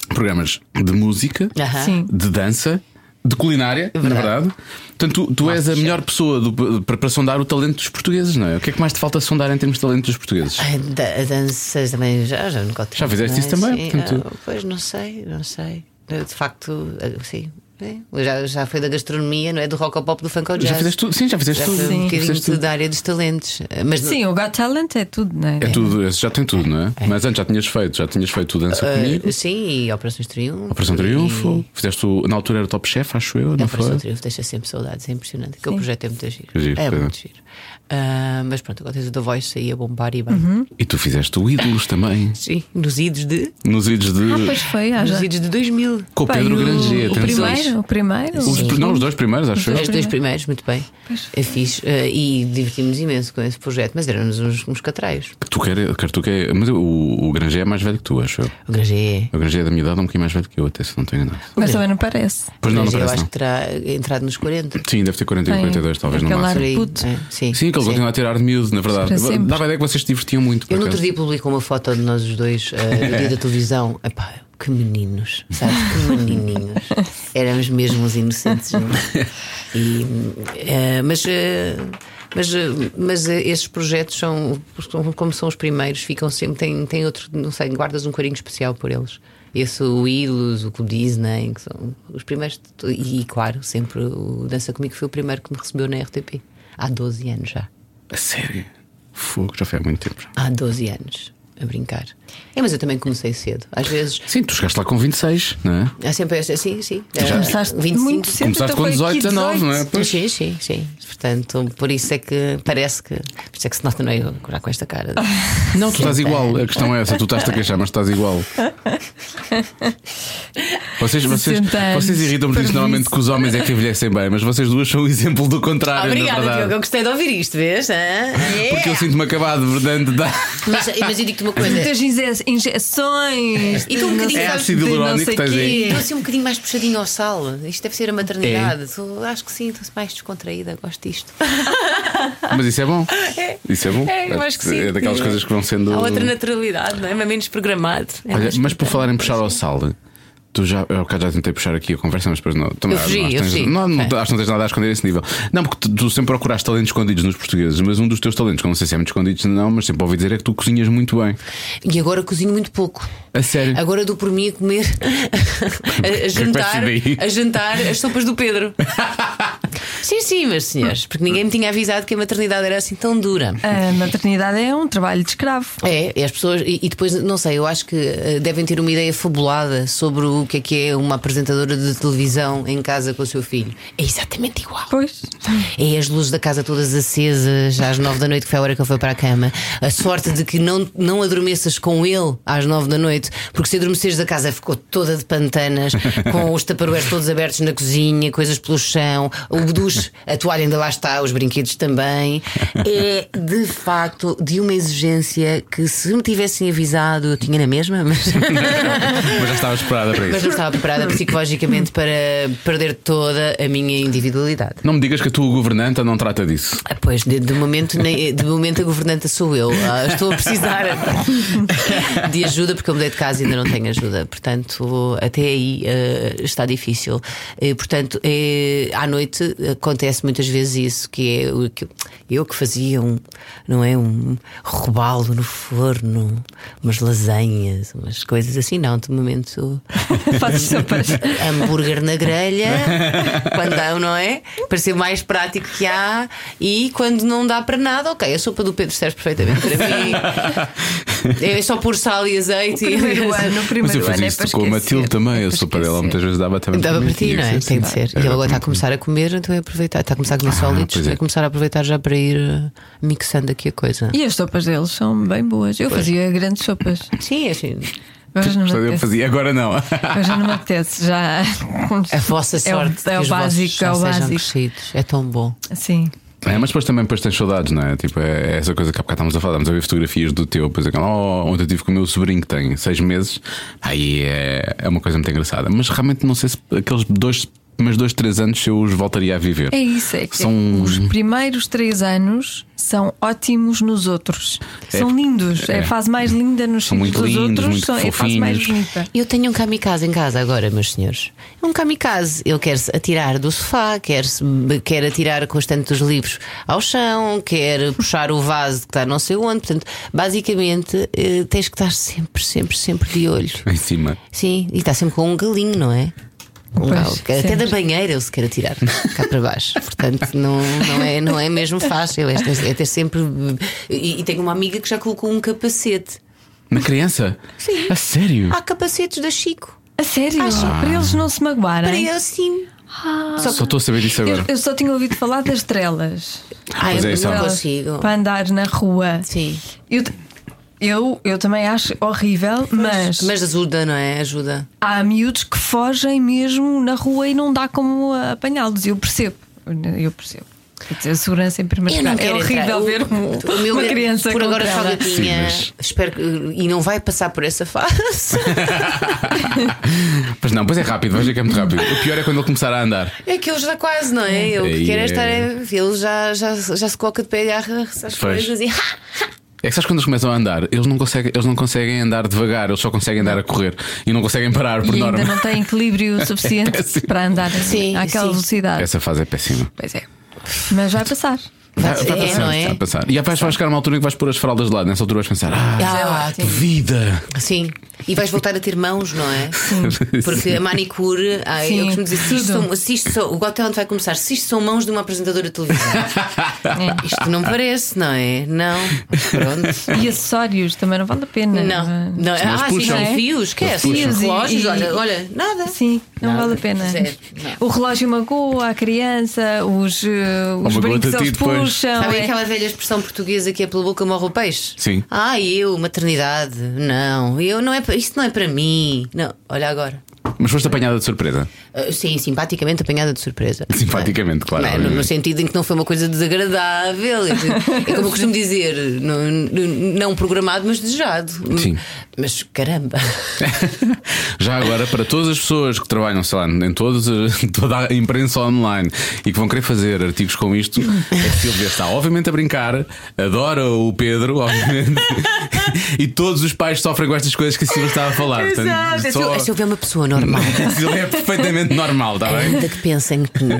Speaker 2: programas de música,
Speaker 5: Aham.
Speaker 3: Sim.
Speaker 2: de dança, de culinária, na verdade. Portanto, tu, tu és a melhor pessoa do- para, para sondar o talento dos portugueses, não é? O que é que mais te falta sondar em termos de talento dos portugueses?
Speaker 5: Ai, da- danças também já, já nunca ah,
Speaker 2: Já fizeste isso também, portanto-
Speaker 5: Pois não sei, não sei. Eu, De facto, eh, sim. É. Já, já foi da gastronomia, não é? Do rock ao pop, do funk ao jazz.
Speaker 2: Já fizeste tudo, sim, já fizeste
Speaker 5: Já
Speaker 2: tudo.
Speaker 5: foi um bocadinho
Speaker 2: Fizeste
Speaker 5: tudo
Speaker 2: tudo.
Speaker 5: da área dos talentos. Ah, Mas não-
Speaker 3: Sim, o Got Talent é tudo, não é?
Speaker 2: É tudo, esse já tem tudo, não é? Mas antes já tinhas feito, já tinhas feito o Dança Comigo,
Speaker 5: Ah, sim, e Operações Triunfo.
Speaker 2: Operação Triunfo, fizeste o, na altura era o Top Chef, acho eu,
Speaker 5: E...
Speaker 2: não
Speaker 5: Operação
Speaker 2: foi?
Speaker 5: Triunfo deixa sempre saudades, é impressionante. Aquele projeto é muito giro.
Speaker 2: Giro,
Speaker 5: é
Speaker 2: pois
Speaker 5: muito
Speaker 2: é.
Speaker 5: giro. Ah, mas pronto, agora tens o The Voice aí a bombar e bem.
Speaker 2: E tu fizeste o Ídolos também,
Speaker 5: Sim, nos idos de.
Speaker 2: nos idos de.
Speaker 3: Ah, pois foi, ah, já.
Speaker 5: Nos idos de 2000.
Speaker 2: com o
Speaker 3: Pá,
Speaker 2: Pedro
Speaker 3: e o-
Speaker 2: Granger,
Speaker 3: O
Speaker 2: atenção.
Speaker 3: primeiro, o primeiro.
Speaker 2: Os,
Speaker 5: Sim.
Speaker 2: pri- não, os dois primeiros, acho eu.
Speaker 5: Os dois primeiros, muito bem. É fixe. ah, e divertimos imenso com esse projeto, mas éramos uns, uns catraios.
Speaker 2: Tu quer, quer, tu quer, mas eu- o, o Granger é mais velho que tu, acho eu.
Speaker 5: O Granger é.
Speaker 2: O Granger é da minha idade, é um bocadinho mais velho que eu, até se não tenho nada.
Speaker 3: Mas também não parece.
Speaker 2: Pois não,
Speaker 5: o
Speaker 2: não
Speaker 5: Granger eu
Speaker 2: parece
Speaker 5: acho
Speaker 2: não.
Speaker 5: que terá entrado nos 40.
Speaker 2: Sim, deve ter 41,
Speaker 3: Tem
Speaker 2: 42, talvez no
Speaker 3: aquela
Speaker 5: Por
Speaker 2: máximo.
Speaker 5: aí,
Speaker 3: Puto.
Speaker 5: é, Sim,
Speaker 2: Sim, que ele continua a ter ar de miúdo, na verdade.
Speaker 3: Para sempre.
Speaker 2: Dava a ideia que vocês se divertiam muito. por
Speaker 5: Eu no outro
Speaker 2: acaso.
Speaker 5: dia publico uma foto de nós os dois eh, no dia da televisão. Epá, que meninos, sabes? Que menininhos. Éramos mesmo os inocentes, não é? E, eh, mas. eh, mas, eh, mas eh, estes projetos são, são- como são os primeiros, ficam sempre, tem, tem outro, não sei, guardas um carinho especial por eles. Esse o Ilus, o Clube Disney, que são os primeiros, de to- e claro, sempre o Dança Comigo foi o primeiro que me recebeu na RTP, há 12 anos já.
Speaker 2: A sério? Fogo, já foi há muito tempo. já.
Speaker 5: Há 12 anos a brincar. É, mas eu também comecei cedo. Às vezes.
Speaker 2: Sim, tu chegaste lá com 26, não é?
Speaker 5: Há sempre esta. Sim, sim.
Speaker 3: Mas
Speaker 5: Ah,
Speaker 3: começaste muito cedo.
Speaker 2: Começaste
Speaker 3: então
Speaker 2: com
Speaker 3: foi
Speaker 2: 18,
Speaker 3: aqui
Speaker 2: 19, não é? Pois.
Speaker 5: Sim, sim, sim. Portanto, por isso é que parece que. Por isso é que se nota, não é? Eu Já com esta cara. de-
Speaker 2: Não, tu estás igual. A questão é essa. Tu estás-te a queixar, mas estás igual. Vocês, vocês,
Speaker 3: 60 anos,
Speaker 2: vocês irritam-me disso
Speaker 3: parvoíce.
Speaker 2: normalmente que os homens é que envelhecem bem, mas vocês duas são o exemplo do contrário, na
Speaker 5: Obrigada,
Speaker 2: verdade.
Speaker 5: Diogo. É. Eu gostei de ouvir isto, vês? Hã?
Speaker 2: Porque eu sinto-me acabado, verdade. dá-
Speaker 5: Mas, mas eu digo-te uma coisa.
Speaker 3: Muitas inje- injeções.
Speaker 5: E
Speaker 3: de
Speaker 5: tu um
Speaker 3: não
Speaker 5: bocadinho
Speaker 3: sei-
Speaker 5: É
Speaker 2: ácido
Speaker 3: de não
Speaker 2: hialurónico
Speaker 3: sei
Speaker 2: que tens
Speaker 3: quê.
Speaker 2: aí.
Speaker 5: Estou assim um bocadinho mais puxadinho ao sal. Isto deve ser a
Speaker 2: É.
Speaker 5: maternidade. Tô- acho que sim, estou mais descontraída. Gosto disto.
Speaker 2: Mas isso é bom. Isso é bom.
Speaker 5: É, eu acho que sim.
Speaker 2: É daquelas coisas que vão sendo.
Speaker 5: Há outra naturalidade, não é? Mas menos programado. É
Speaker 2: Olha,
Speaker 5: mais
Speaker 2: mas por falar em puxar ao sal, tu já, eu há bocado já tentei puxar aqui a conversa, mas depois não. também
Speaker 5: Eu fugi,
Speaker 2: acho que
Speaker 5: eu É.
Speaker 2: tens-
Speaker 5: fugi.
Speaker 2: Não, não, acho
Speaker 5: Ok.
Speaker 2: que não tens nada a esconder esse nível. Não, porque tu, tu sempre procuraste talentos escondidos nos portugueses, mas um dos teus talentos, que eu não sei se é muito escondido, se não, mas sempre ouvi dizer é que tu cozinhas muito bem.
Speaker 5: E agora cozinho muito pouco.
Speaker 2: A sério.
Speaker 5: Agora dou por mim a comer, a, a jantar,
Speaker 2: daí?
Speaker 5: a jantar as sopas do Pedro. sim, sim, meus senhores, porque ninguém me tinha avisado que a maternidade era assim tão dura.
Speaker 3: A maternidade é um trabalho de escravo.
Speaker 5: É, e as pessoas, e, e depois, não sei, eu acho que eh, devem ter uma ideia fabulada sobre o que é que é uma apresentadora de televisão em casa com o seu filho. É exatamente igual.
Speaker 3: Pois.
Speaker 5: É as luzes da casa todas acesas às nove da noite, que foi a hora que ele foi para a cama. A sorte de que não, não adormeças com ele às nove da noite, porque se adormeceres a casa ficou toda de pantanas, com os taparoeiros todos abertos na cozinha, coisas pelo chão, o duche, a toalha ainda lá está, os brinquedos também. É de facto de uma exigência que se me tivessem avisado, eu tinha na mesma, mas.
Speaker 2: Mas já estava esperada para
Speaker 5: Mas
Speaker 2: isso.
Speaker 5: não estava preparada psicologicamente para perder toda a minha individualidade.
Speaker 2: Não me digas que a tua governanta não trata disso.
Speaker 5: Ah, Pois, de, de momento, nem- de momento a governanta sou eu. Ah, estou a precisar de ajuda porque eu mudei de casa e ainda não tenho ajuda. Portanto, até aí ah, está difícil. Eh, portanto, eh, à noite acontece muitas vezes isso, que é o que- eu que fazia um, não é, um robalo no forno, umas lasanhas, umas coisas assim, não, de momento
Speaker 3: Fazes sopas.
Speaker 5: hambúrguer na grelha, quando dá, não é? Para ser o mais prático que há. E quando não dá para nada, ok, a sopa do Pedro serve perfeitamente para mim. É só pôr sal e azeite
Speaker 3: Primeiro ano,
Speaker 5: e.
Speaker 2: Mas
Speaker 3: primeiro
Speaker 2: eu
Speaker 3: ano
Speaker 2: fazia
Speaker 3: é
Speaker 2: isto
Speaker 3: para
Speaker 2: com a
Speaker 3: esquecer.
Speaker 2: Matilde também,
Speaker 3: É
Speaker 2: a
Speaker 3: para
Speaker 2: sopa dela
Speaker 3: esquecer.
Speaker 2: muitas vezes dava também.
Speaker 5: Dava
Speaker 2: mim,
Speaker 5: para ti,
Speaker 2: tinha
Speaker 5: não é?
Speaker 2: que
Speaker 5: Tem de ser. E ele agora está a começar a comer, então é aproveitar. Está a começar a comer sólidos,
Speaker 2: pois é.
Speaker 5: vai começar a aproveitar já para ir eh, mixando aqui a coisa.
Speaker 3: E as sopas deles são bem boas. Eu fazia grandes sopas.
Speaker 5: Sim, assim.
Speaker 3: Agora já não me
Speaker 2: Eu
Speaker 3: apetece.
Speaker 2: fazia, agora não.
Speaker 3: Agora já não me apetece. Já.
Speaker 5: A vossa
Speaker 3: É o-
Speaker 5: sorte.
Speaker 3: É
Speaker 5: que
Speaker 3: o
Speaker 5: os vossos
Speaker 3: básico,
Speaker 5: já
Speaker 3: é o
Speaker 5: sejam
Speaker 3: básico.
Speaker 5: crescidos. É tão bom.
Speaker 3: Sim.
Speaker 2: É, mas depois também depois tens saudades, não é? Tipo, é, é essa coisa que há bocado estávamos a falar, estamos a ver fotografias do teu, depois aquela, oh, ontem eu tive com o meu sobrinho que tem seis meses, aí é, é uma coisa muito engraçada. Mas realmente não sei se aqueles dois, mas dois, três anos se eu os voltaria a viver.
Speaker 3: É isso, é que
Speaker 2: São-
Speaker 3: os primeiros três anos são ótimos nos outros. são lindos.
Speaker 2: é.
Speaker 3: É. a fase mais linda nos
Speaker 2: São
Speaker 3: filhos
Speaker 2: muito
Speaker 3: dos
Speaker 2: lindos,
Speaker 3: outros.
Speaker 2: muito
Speaker 3: são- é a fase mais
Speaker 2: fofinhos.
Speaker 3: bonita.
Speaker 5: Eu tenho um kamikaze em casa agora, meus senhores. É um kamikaze. Ele quer-se atirar do sofá, quer-se quer atirar com o estante dos livros ao chão, quer puxar o vaso que está não sei onde. Portanto, basicamente, eh, tens que estar sempre, sempre, sempre de olho.
Speaker 2: Em cima.
Speaker 5: Sim, e está sempre com um galinho, não é? Não,
Speaker 3: Pois,
Speaker 5: até
Speaker 3: sempre.
Speaker 5: da banheira eu se quero tirar cá para baixo. Portanto, não, não, é, não é mesmo fácil. É ter, é ter sempre. E, e tenho uma amiga que já colocou um capacete.
Speaker 2: Uma criança?
Speaker 5: Sim.
Speaker 2: A sério?
Speaker 5: Há capacetes da Chico.
Speaker 3: A sério? Ah. Para eles não se magoarem.
Speaker 5: Para eu sim.
Speaker 2: Só, estou a saber disso
Speaker 3: Ah, Eu,
Speaker 2: agora.
Speaker 3: eu só tinha ouvido falar das trelas.
Speaker 5: Ai,
Speaker 2: Pois é,
Speaker 5: eu
Speaker 2: isso é
Speaker 5: não
Speaker 2: uma-
Speaker 5: consigo.
Speaker 3: Para andar na rua.
Speaker 5: Sim.
Speaker 3: Eu, t- eu, eu também acho horrível, mas,
Speaker 5: Mas ajuda, não é? Ajuda.
Speaker 3: há miúdos que fogem mesmo na rua e não dá como a- apanhá-los. Eu percebo. Eu percebo. Quer dizer, a segurança em primeiro lugar. É horrível ver um, uma
Speaker 5: era
Speaker 3: criança
Speaker 5: é por
Speaker 3: com
Speaker 5: agora
Speaker 3: trela.
Speaker 5: só gatinha.
Speaker 2: Sim,
Speaker 5: Espero que, e não vai passar por essa fase.
Speaker 2: Pois não, pois é rápido, veja que é muito rápido. O pior é quando ele começar a andar.
Speaker 5: É que ele já quase, não é? Eu
Speaker 2: Aí
Speaker 5: que quero é
Speaker 2: é.
Speaker 5: estar. é- Ele já, já, já se coloca de pé e agarra as
Speaker 2: Pois.
Speaker 5: coisas e.
Speaker 2: É que sabes quando eles começam a andar, eles não conseguem, eles não conseguem andar devagar, eles só conseguem andar a correr e não conseguem parar por
Speaker 3: E
Speaker 2: norma.
Speaker 3: ainda não tem equilíbrio suficiente
Speaker 2: péssimo.
Speaker 3: para andar
Speaker 5: Sim,
Speaker 3: àquela
Speaker 5: sim.
Speaker 3: velocidade.
Speaker 2: Essa fase é péssima.
Speaker 3: Pois é. Mas vai passar.
Speaker 5: Vai-
Speaker 2: Vai- vai
Speaker 5: é,
Speaker 2: passar,
Speaker 5: não é?
Speaker 2: vai passar. tá E vais, vais chegar a uma altura em que vais pôr as fraldas de lado, nessa altura vais pensar, ah,
Speaker 3: é
Speaker 5: Ah,
Speaker 2: que vida!
Speaker 5: Sim. E vais voltar a ter mãos, não é? Porque a manicure, ai,
Speaker 3: Sim,
Speaker 5: eu costumo dizer, se isto,
Speaker 3: tudo.
Speaker 5: são, se isto são- o hotel onde vai começar, se isto são mãos de uma apresentadora de televisão,
Speaker 3: É.
Speaker 5: isto não parece, não é? Não. Pronto.
Speaker 3: E acessórios também não vale a pena.
Speaker 5: Não, não.
Speaker 2: eles
Speaker 5: Ah, sim,
Speaker 2: puxam.
Speaker 5: não. fios, esquece.
Speaker 3: Fios e-
Speaker 5: Relógios,
Speaker 3: e-
Speaker 5: olha, olha, nada.
Speaker 3: Sim, não
Speaker 5: Nada.
Speaker 3: vale a pena.
Speaker 5: Zero. Não.
Speaker 3: O relógio magoa a criança, os, eh, os
Speaker 2: Uma
Speaker 3: brincos
Speaker 2: gota de
Speaker 3: eles
Speaker 2: ti depois.
Speaker 3: puxam.
Speaker 5: Sabem
Speaker 3: é-
Speaker 5: aquela velha expressão portuguesa que é pela boca morre o peixe?
Speaker 2: Sim.
Speaker 5: Ah, eu, maternidade. Não, eu não é, pa- isto não é para mim. Não, olha agora.
Speaker 2: Mas foste apanhada de surpresa.
Speaker 5: Ah, sim, simpaticamente apanhada de surpresa.
Speaker 2: Simpaticamente, claro,
Speaker 5: Não é?
Speaker 2: obviamente.
Speaker 5: no sentido em que não foi uma coisa desagradável. É como eu costumo dizer, não, não programado, mas desejado.
Speaker 2: Sim.
Speaker 5: Mas caramba.
Speaker 2: Já agora, para todas as pessoas que trabalham, sei lá, em todos, toda a imprensa online e que vão querer fazer artigos com isto, a Silvia está obviamente a brincar, adora o Pedro, obviamente, e todos os pais sofrem com estas coisas que a Silvia estava a falar. Portanto,
Speaker 5: é Se eu-
Speaker 2: só-
Speaker 5: Se eu ver uma pessoa normal,
Speaker 2: A Silvia é perfeitamente normal, está bem?
Speaker 5: ainda que pensem que não.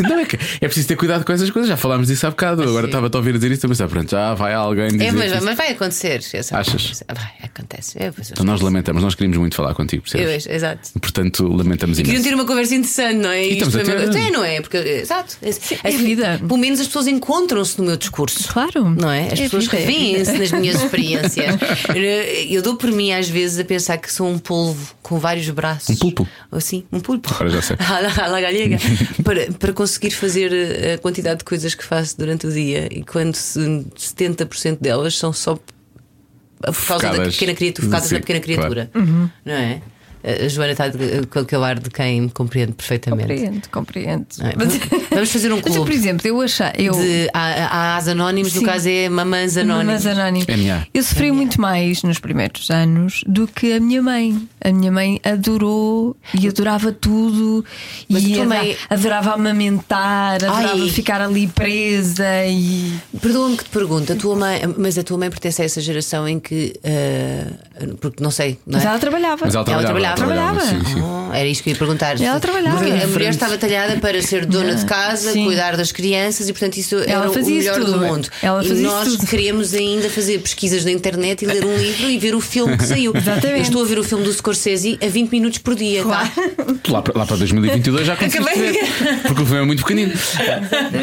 Speaker 2: Não é que é preciso ter cuidado com essas coisas, já falámos disso há bocado. Agora estava-te a ouvir dizer isto, a pensar, pronto, já vai alguém dizer.
Speaker 5: É, mas,
Speaker 2: isto.
Speaker 5: mas vai acontecer. essa
Speaker 2: Achas?
Speaker 5: coisa. ah, Vai, acontece. É, pois,
Speaker 2: Então nós lamentamos, nós queríamos muito falar contigo,
Speaker 5: eu- é,
Speaker 2: percebes?
Speaker 5: exato.
Speaker 2: Portanto, lamentamos
Speaker 5: Queriam
Speaker 2: imenso.
Speaker 5: ter uma conversa interessante, não é? E
Speaker 2: estamos a
Speaker 5: foi uma-
Speaker 2: ter.
Speaker 5: É, não é? Porque, exato.
Speaker 3: é
Speaker 5: As-
Speaker 3: vida.
Speaker 5: Pelo menos as pessoas encontram-se no meu discurso.
Speaker 3: Claro.
Speaker 5: Não é? As pessoas
Speaker 3: vida,
Speaker 5: revêem-se nas minhas experiências. Eh, Eu dou por mim, às vezes, a pensar que sou um polvo com vários braços.
Speaker 2: Um pulpo?
Speaker 5: Ou sim, um pulpo.
Speaker 2: Agora já sei.
Speaker 5: À la- à la galega. para, para conseguir fazer eh, a quantidade de coisas que faço durante o dia e quando se- 70% delas são só p- por causa da
Speaker 2: Focadas.
Speaker 5: pequena criatura, focadas
Speaker 2: Sim,
Speaker 5: na pequena criatura.
Speaker 3: Uhum.
Speaker 5: Não é? A Joana está de- com aquele ar de quem me compreende perfeitamente.
Speaker 3: Compreendo, compreendo.
Speaker 5: Não é? Vamos fazer um
Speaker 3: Mas eu, por
Speaker 5: clube.
Speaker 3: exemplo, eu achei. Eu,
Speaker 5: De, há, há as anónimos, no
Speaker 3: Sim.
Speaker 5: caso é mamãs anónimos. É
Speaker 3: Mas anónimo.
Speaker 2: NA.
Speaker 3: Eu sofri muito mais nos primeiros anos do que a minha mãe. A minha mãe adorou e adorava tudo.
Speaker 5: Mas
Speaker 3: e
Speaker 5: a tua
Speaker 3: adora-
Speaker 5: mãe-
Speaker 3: adorava amamentar, adorava
Speaker 5: Ai.
Speaker 3: ficar ali presa e.
Speaker 5: Perdoa-me que te pergunto, a tua mãe, mas a tua mãe pertence a essa geração em que. ah, porque não sei, não é?
Speaker 3: Mas ela trabalhava.
Speaker 2: Mas ela
Speaker 5: Ela
Speaker 2: trabalhava.
Speaker 5: trabalhava.
Speaker 2: Sim, sim.
Speaker 5: Ah, era isso que eu ia perguntar.
Speaker 3: Ela trabalhava.
Speaker 5: Porque a mulher
Speaker 3: Diferente.
Speaker 5: estava talhada para ser dona de casa,
Speaker 3: Sim.
Speaker 5: cuidar das crianças e, portanto, isso era o
Speaker 3: fazia isso
Speaker 5: melhor do
Speaker 3: tudo.
Speaker 5: mundo.
Speaker 3: Ela
Speaker 5: e
Speaker 3: fazia isso
Speaker 5: nós
Speaker 3: tudo.
Speaker 5: queremos ainda fazer pesquisas na internet e ler um livro e ver o filme que saiu.
Speaker 3: Exatamente.
Speaker 5: Eu estou a ver o filme do Scorsese a 20 minutos por dia, tá?
Speaker 2: Lá, para- lá para 2022 já conseguiste
Speaker 5: Acabei de
Speaker 2: ver, Porque o filme é muito pequenino.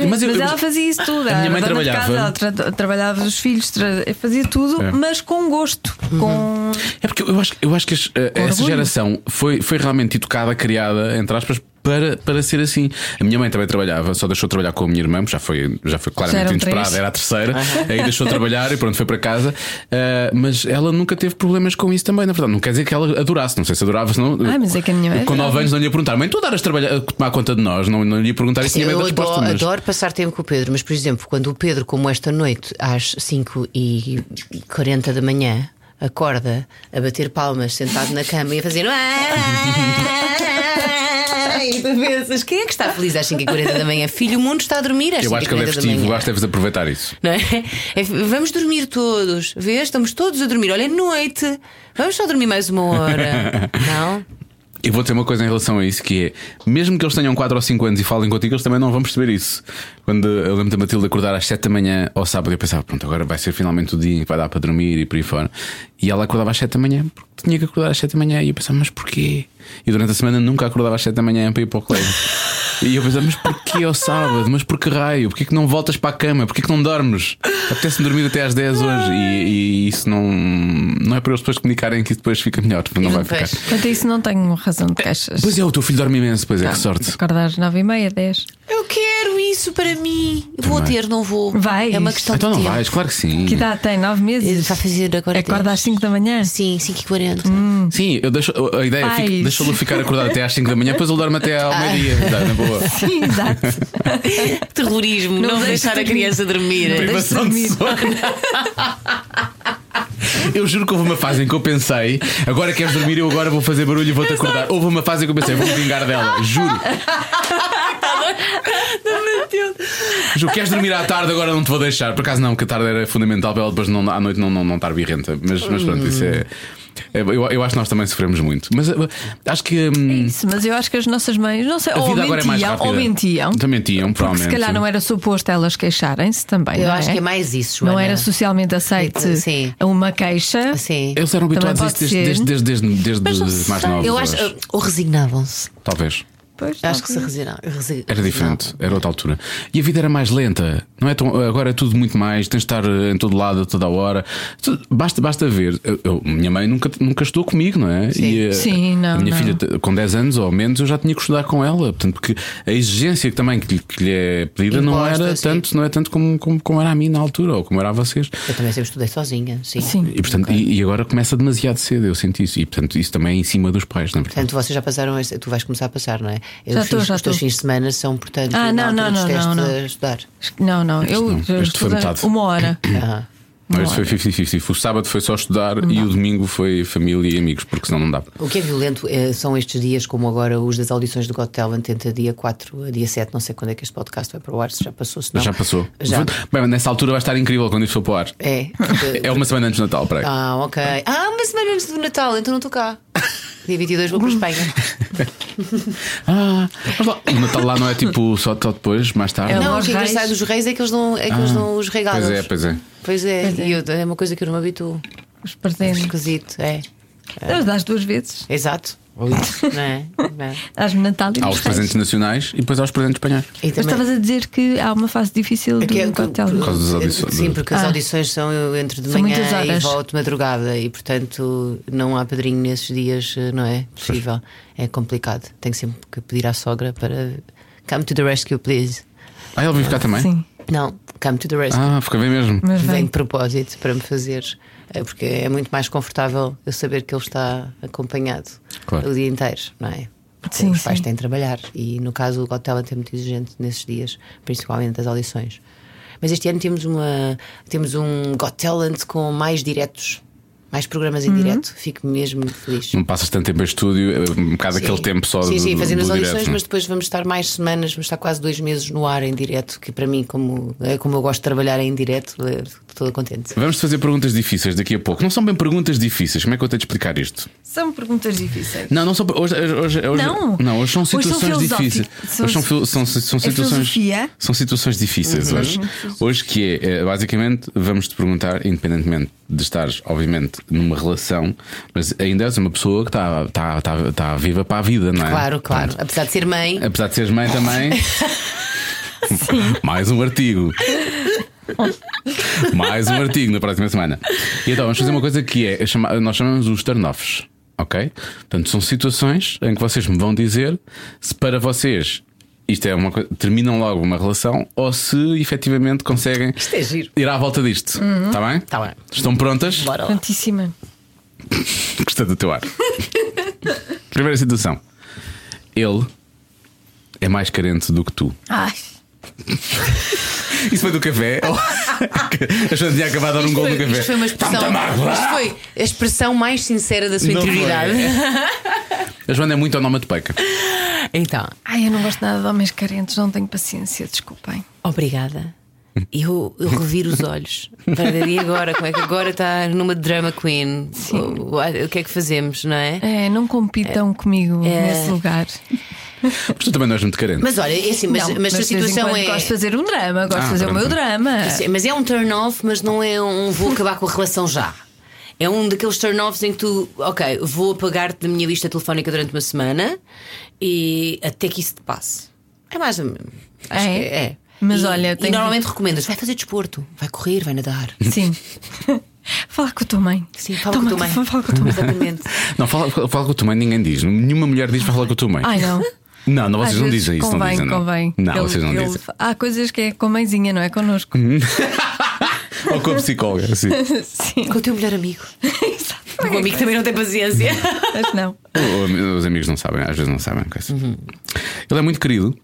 Speaker 3: Mas,
Speaker 2: eu-
Speaker 3: ela fazia isso tudo.
Speaker 2: A minha
Speaker 3: Era
Speaker 2: mãe
Speaker 3: dona de
Speaker 2: trabalhava.
Speaker 3: Casa, ela tra- trabalhava os filhos, tra- fazia tudo,
Speaker 2: É.
Speaker 3: mas com gosto.
Speaker 5: Uhum.
Speaker 3: Com...
Speaker 2: É porque eu acho, eu acho que as- eh, essa
Speaker 3: orgulho.
Speaker 2: geração foi, foi realmente educada, criada, entre aspas, para, para ser assim. A minha mãe também trabalhava, só deixou de trabalhar com a minha irmã, porque já foi, já foi claramente
Speaker 3: eram
Speaker 2: inesperada,
Speaker 3: três.
Speaker 2: era a terceira, aí deixou de trabalhar e pronto, foi para casa. Eh, mas ela nunca teve problemas com isso também, na verdade. Não quer dizer que ela adorasse, não sei se adorava, se não.
Speaker 3: Ah, mas é que a minha mãe
Speaker 2: Com
Speaker 3: adorava.
Speaker 2: 9 anos não lhe ia perguntar, mãe, tu adoras trabalhar, a tomar conta de nós? Não, não lhe ia perguntar isso, tinha medo
Speaker 5: eu
Speaker 2: da
Speaker 5: adoro,
Speaker 2: resposta. mas-
Speaker 5: adoro passar tempo com o Pedro, mas por exemplo, quando o Pedro, como esta noite, às 5 e 40 da manhã, acorda a bater palmas sentado na cama e a fazer. E tu pensas, quem é que está feliz às 5 e 40 da manhã? Filho, o mundo está a dormir às 5
Speaker 2: Eu acho que ele é
Speaker 5: 40 da
Speaker 2: festivo, eu
Speaker 5: manhã.
Speaker 2: acho que deves aproveitar isso.
Speaker 5: Não é? É, vamos dormir todos, vês? Estamos todos a dormir. Olha, é noite, vamos só dormir mais uma hora, não?
Speaker 2: E vou dizer uma coisa em relação a isso: que é, mesmo que eles tenham 4 ou 5 anos e falem contigo, eles também não vão perceber isso. Quando eu lembro da Matilde acordar às 7 da manhã ao sábado, eu pensava, pronto, agora vai ser finalmente o dia em que vai dar para dormir e por aí fora. E ela acordava às 7 da manhã, porque tinha que acordar às 7 da manhã. E eu pensava, mas porquê? E durante a semana nunca acordava às 7 da manhã para ir para o colégio. E eu pensava, mas porquê ao sábado? Mas por que raio? Porquê que não voltas para a cama? Porquê que não dormes? Apetece-me dormir até às 10 hoje. E, e isso não, não é para eles depois comunicarem que isso depois fica melhor, porque não vai ficar.
Speaker 3: Quanto a isso, não tenho razão de queixas.
Speaker 2: Pois é, o teu filho dorme imenso, pois é, que sorte.
Speaker 3: Acordar às 9h30, 10.
Speaker 5: Eu quero isso para mim. Vou
Speaker 2: Também.
Speaker 5: ter, não vou.
Speaker 3: Vais.
Speaker 5: É uma questão
Speaker 2: Então
Speaker 5: de
Speaker 2: não
Speaker 5: tempo.
Speaker 2: vais, claro que sim.
Speaker 3: Que idade tem? 9
Speaker 5: Ele
Speaker 3: meses?
Speaker 5: Vai fazer agora.
Speaker 3: Acorda às 5 da manhã?
Speaker 5: Sim, 5h40.
Speaker 2: Sim, eu deixo, a ideia é
Speaker 3: Pais.
Speaker 2: fica- deixa-lo ficar acordado até às 5 da manhã, depois ele dorme até ao meio-dia. Dá, na boa.
Speaker 3: Sim, exato.
Speaker 5: Terrorismo,
Speaker 3: Não
Speaker 5: não,
Speaker 3: deixes
Speaker 5: deixar a
Speaker 3: dormir.
Speaker 5: criança dormir.
Speaker 2: Privação de sono. Eu juro que houve uma fase em que eu pensei, agora queres dormir, eu agora vou fazer barulho e vou-te acordar. Houve uma fase em que eu pensei, vou-me vingar dela, juro. Juro, queres dormir à tarde, agora não te vou deixar. Por acaso não, que a tarde era fundamental para ela depois não, à noite não, não, não estar birrenta. Mas, mas pronto, isso é. é- Eu, eu acho que nós também sofremos muito. Mas eu- acho que. hum,
Speaker 3: É Isso, mas eu acho que as nossas mães, não sei,
Speaker 2: a
Speaker 3: ou
Speaker 2: vida agora é mais
Speaker 3: mentiam,
Speaker 2: rápida.
Speaker 3: ou mentiam.
Speaker 2: Então mentiam,
Speaker 3: Porque
Speaker 2: provavelmente.
Speaker 3: se calhar não era suposto elas queixarem-se também.
Speaker 5: Eu
Speaker 3: não
Speaker 5: acho que é mais isso, Joana.
Speaker 3: Não era socialmente aceite
Speaker 5: Sim.
Speaker 3: a uma queixa.
Speaker 5: Sim.
Speaker 2: Eles eram
Speaker 3: Também
Speaker 2: habituados a isso
Speaker 3: pode
Speaker 2: desde, desde,
Speaker 3: ser.
Speaker 2: desde, desde,
Speaker 3: Mas não
Speaker 2: mais
Speaker 3: sei.
Speaker 2: novos.
Speaker 5: Eu acho.
Speaker 2: acho.
Speaker 5: Ou resignavam-se.
Speaker 2: Talvez.
Speaker 3: Pois,
Speaker 5: Eu acho que se
Speaker 3: talvez.
Speaker 5: resignavam.
Speaker 2: Era diferente, era outra altura. E a vida era mais lenta, não é? Tão, agora é tudo muito mais, tens de estar eh, em todo lado, a toda a hora. Tu- Basta, basta ver. Eu- eu- minha mãe nunca, nunca estudou comigo, não é? E, eh,
Speaker 3: Sim,
Speaker 2: A
Speaker 3: não,
Speaker 2: minha
Speaker 3: não.
Speaker 2: filha, te- com 10 anos ou menos, eu já tinha que estudar com ela, portanto, porque a exigência que também que lhe, que lhe é pedida não
Speaker 5: Imposta,
Speaker 2: era
Speaker 5: sim.
Speaker 2: tanto, não é tanto como, como, como era a mim na altura ou como era a vocês.
Speaker 5: Eu também sempre estudei sozinha, sim.
Speaker 3: Sim.
Speaker 2: E, portanto, e, e agora começa demasiado cedo, eu senti isso. E portanto, isso também é em cima dos pais, na verdade.
Speaker 5: Portanto, vocês já passaram, este- tu vais começar a passar, não é? Eu
Speaker 3: Já
Speaker 5: fiz-
Speaker 3: estou, já
Speaker 5: os teus
Speaker 3: estou.
Speaker 5: fins de semana são, portanto,
Speaker 3: Ah,
Speaker 5: na
Speaker 3: não, não,
Speaker 5: altura dos
Speaker 3: não,
Speaker 5: testes
Speaker 3: não, não.
Speaker 5: a estudar.
Speaker 3: Não, não, eu,
Speaker 2: não,
Speaker 3: eu
Speaker 2: este foi
Speaker 3: estudei
Speaker 2: metade.
Speaker 3: uma hora.
Speaker 5: Ah,
Speaker 2: Não,
Speaker 3: Não
Speaker 2: isso foi 50-50. O sábado foi só estudar e o domingo foi família e amigos, porque senão não dava.
Speaker 5: O que é violento eh, são estes dias, como agora os das audições do Got Talent, entre dia 4 a dia 7, não sei quando é que este podcast vai para o ar, se já passou, se não.
Speaker 2: Já passou.
Speaker 5: Já.
Speaker 2: Bem, nessa altura vai estar incrível quando isso for para o ar.
Speaker 5: É.
Speaker 2: É uma semana antes do Natal, peraí.
Speaker 5: Ah, ok. Ah, uma semana antes do Natal, então não estou cá. Dia 22 vou para a Espanha.
Speaker 2: Ah, mas lá, o Natal lá não é tipo só, só depois, mais tarde.
Speaker 3: É
Speaker 5: Não, o
Speaker 3: Os
Speaker 5: que é
Speaker 3: reis.
Speaker 5: engraçado dos reis é que eles não, é que eles não os regalam.
Speaker 2: Pois é, pois é.
Speaker 5: Pois é, e eu- é uma coisa que eu não me habituo.
Speaker 3: Os
Speaker 5: É
Speaker 3: presentes.
Speaker 5: esquisito, é.
Speaker 3: Elas dás duas vezes.
Speaker 5: Exato. Não é? Não é?
Speaker 3: Dás-me Natal e
Speaker 2: Há
Speaker 3: nos
Speaker 2: Ah, os
Speaker 3: Reis.
Speaker 2: presentes nacionais e depois há os presentes espanhóis.
Speaker 5: E
Speaker 3: Mas
Speaker 5: também-
Speaker 3: estavas a dizer que há uma fase difícil do
Speaker 5: É que é-
Speaker 3: cocktail.
Speaker 2: Por causa das audições.
Speaker 5: Sim, porque as
Speaker 3: Ah.
Speaker 5: audições são eu entre de
Speaker 3: São
Speaker 5: manhã
Speaker 3: muitas
Speaker 5: e
Speaker 3: horas.
Speaker 5: volto de madrugada e portanto não há padrinho nesses dias, não é possível. É complicado. Tenho sempre que pedir à sogra para come to the rescue, please.
Speaker 2: Ah, ele vai ficar também?
Speaker 3: Sim,
Speaker 5: Não, come to the rescue.
Speaker 2: Ah, fica bem mesmo.
Speaker 3: mas
Speaker 5: Vem
Speaker 3: vem.
Speaker 5: de propósito para me fazer, é porque é muito mais confortável eu saber que ele está acompanhado
Speaker 2: Claro.
Speaker 5: o dia inteiro, não é? Porque
Speaker 3: Sim,
Speaker 5: os pais
Speaker 3: sim.
Speaker 5: têm de trabalhar e no caso o hotel é muito exigente nesses dias, principalmente as audições. Mas este ano temos uma temos um Got Talent com mais diretos, mais programas
Speaker 3: Uhum.
Speaker 5: em direto. Fico mesmo muito feliz.
Speaker 2: Não passas tanto tempo em estúdio, é um bocado aquele
Speaker 5: Sim.
Speaker 2: tempo só
Speaker 5: Sim,
Speaker 2: do,
Speaker 5: sim,
Speaker 2: do-
Speaker 5: fazendo
Speaker 2: do
Speaker 5: as audições,
Speaker 2: direto, não é?
Speaker 5: mas depois vamos estar mais semanas, vamos estar quase dois meses no ar em direto, que para mim, como, é como eu gosto de trabalhar em direto, é, estou contente.
Speaker 2: Vamos fazer perguntas difíceis daqui a pouco. Não são bem perguntas difíceis, como é que eu tenho de explicar isto?
Speaker 3: São perguntas difíceis.
Speaker 2: Não, não são. Hoje, hoje, hoje,
Speaker 3: Não.
Speaker 2: não, hoje são
Speaker 3: Hoje são
Speaker 2: situações
Speaker 3: filosófico-
Speaker 2: difíceis.
Speaker 3: são- é
Speaker 2: hoje são, fil- são, são situações.
Speaker 3: filosofia. Uhum.
Speaker 2: São situações difíceis hoje. Hoje, que é, eh, basicamente, vamos te perguntar, independentemente de estares, obviamente, numa relação, mas ainda és uma pessoa que tá, está está está está viva para a vida, não é?
Speaker 5: Claro, claro.
Speaker 2: Portanto,
Speaker 5: Apesar de ser mãe,
Speaker 2: apesar de seres mãe também. Mais um artigo. Mais um artigo na próxima semana. E então vamos fazer uma coisa que é chama- nós chamamos os turn-offs, ok? Portanto, são situações em que vocês me vão dizer se para vocês isto é uma coisa, terminam logo uma relação ou se efetivamente conseguem
Speaker 5: isto é giro.
Speaker 2: ir à volta disto. Está bem?
Speaker 5: Tá bem.
Speaker 2: Estão prontas?
Speaker 5: Bora lá.
Speaker 3: Prontíssima.
Speaker 2: Gostei do teu ar. Primeira situação. Ele é mais carente do que tu.
Speaker 3: Ai,
Speaker 2: Isso foi do café? A Joana tinha acabado de dar um gol no café.
Speaker 5: Isto foi uma expressão.
Speaker 2: Tanta mágoa!
Speaker 5: Isto foi a expressão mais sincera da sua
Speaker 2: Não foi.
Speaker 5: interioridade.
Speaker 2: A Joana é muito onomatopeca.
Speaker 5: Então,
Speaker 3: ai, eu não gosto nada de homens carentes, não tenho paciência, desculpem.
Speaker 5: obrigada. eu, eu reviro os olhos. Para e agora? Como é que agora está numa drama queen? O, o- o que é que fazemos, não é?
Speaker 3: É, não compitam comigo nesse lugar.
Speaker 2: Mas tu também não és muito carente.
Speaker 5: Mas olha, é assim, mas,
Speaker 3: Não,
Speaker 5: mas, se a
Speaker 3: de vez em
Speaker 5: situação
Speaker 3: quando
Speaker 5: é.
Speaker 3: Gosto de fazer um drama, gosto
Speaker 2: Ah,
Speaker 3: de fazer o
Speaker 2: pronto.
Speaker 3: meu drama.
Speaker 5: Sim, mas é um turn off, mas não é um vou acabar com a relação já. É um daqueles turn offs em que tu, ok, vou apagar-te da minha lista telefónica durante uma semana e até que isso te passe. É mais. Acho
Speaker 3: É?
Speaker 5: que é.
Speaker 3: Mas
Speaker 5: E-
Speaker 3: olha, eu
Speaker 5: e
Speaker 3: tenho-
Speaker 5: normalmente recomendas, vai fazer desporto, vai correr, vai nadar.
Speaker 2: é-
Speaker 3: Sim. Fala com a tua mãe.
Speaker 5: Sim, fala com a tua mãe.
Speaker 3: Fala com a tua mãe.
Speaker 5: Exatamente.
Speaker 2: Não, fala, fala com a tua mãe, ninguém diz. Nenhuma mulher diz para falar com a tua mãe.
Speaker 3: Ai, não.
Speaker 2: Não, não, vocês
Speaker 3: Às
Speaker 2: não
Speaker 3: vezes
Speaker 2: dizem isso.
Speaker 3: Convém,
Speaker 2: não dizem, não.
Speaker 3: convém.
Speaker 2: Não,
Speaker 3: Ele-
Speaker 2: vocês não
Speaker 3: ele-
Speaker 2: dizem. Hum.
Speaker 3: Há coisas que é com a mãezinha, não é connosco.
Speaker 2: Ou com a psicóloga, sim.
Speaker 3: Sim.
Speaker 5: com o teu melhor amigo.
Speaker 3: Exato.
Speaker 5: O amigo também não tem paciência.
Speaker 3: Mas não.
Speaker 2: Ou- ou Os amigos não sabem, às vezes não sabem. coisa.
Speaker 5: Uhum.
Speaker 2: Ele é muito querido,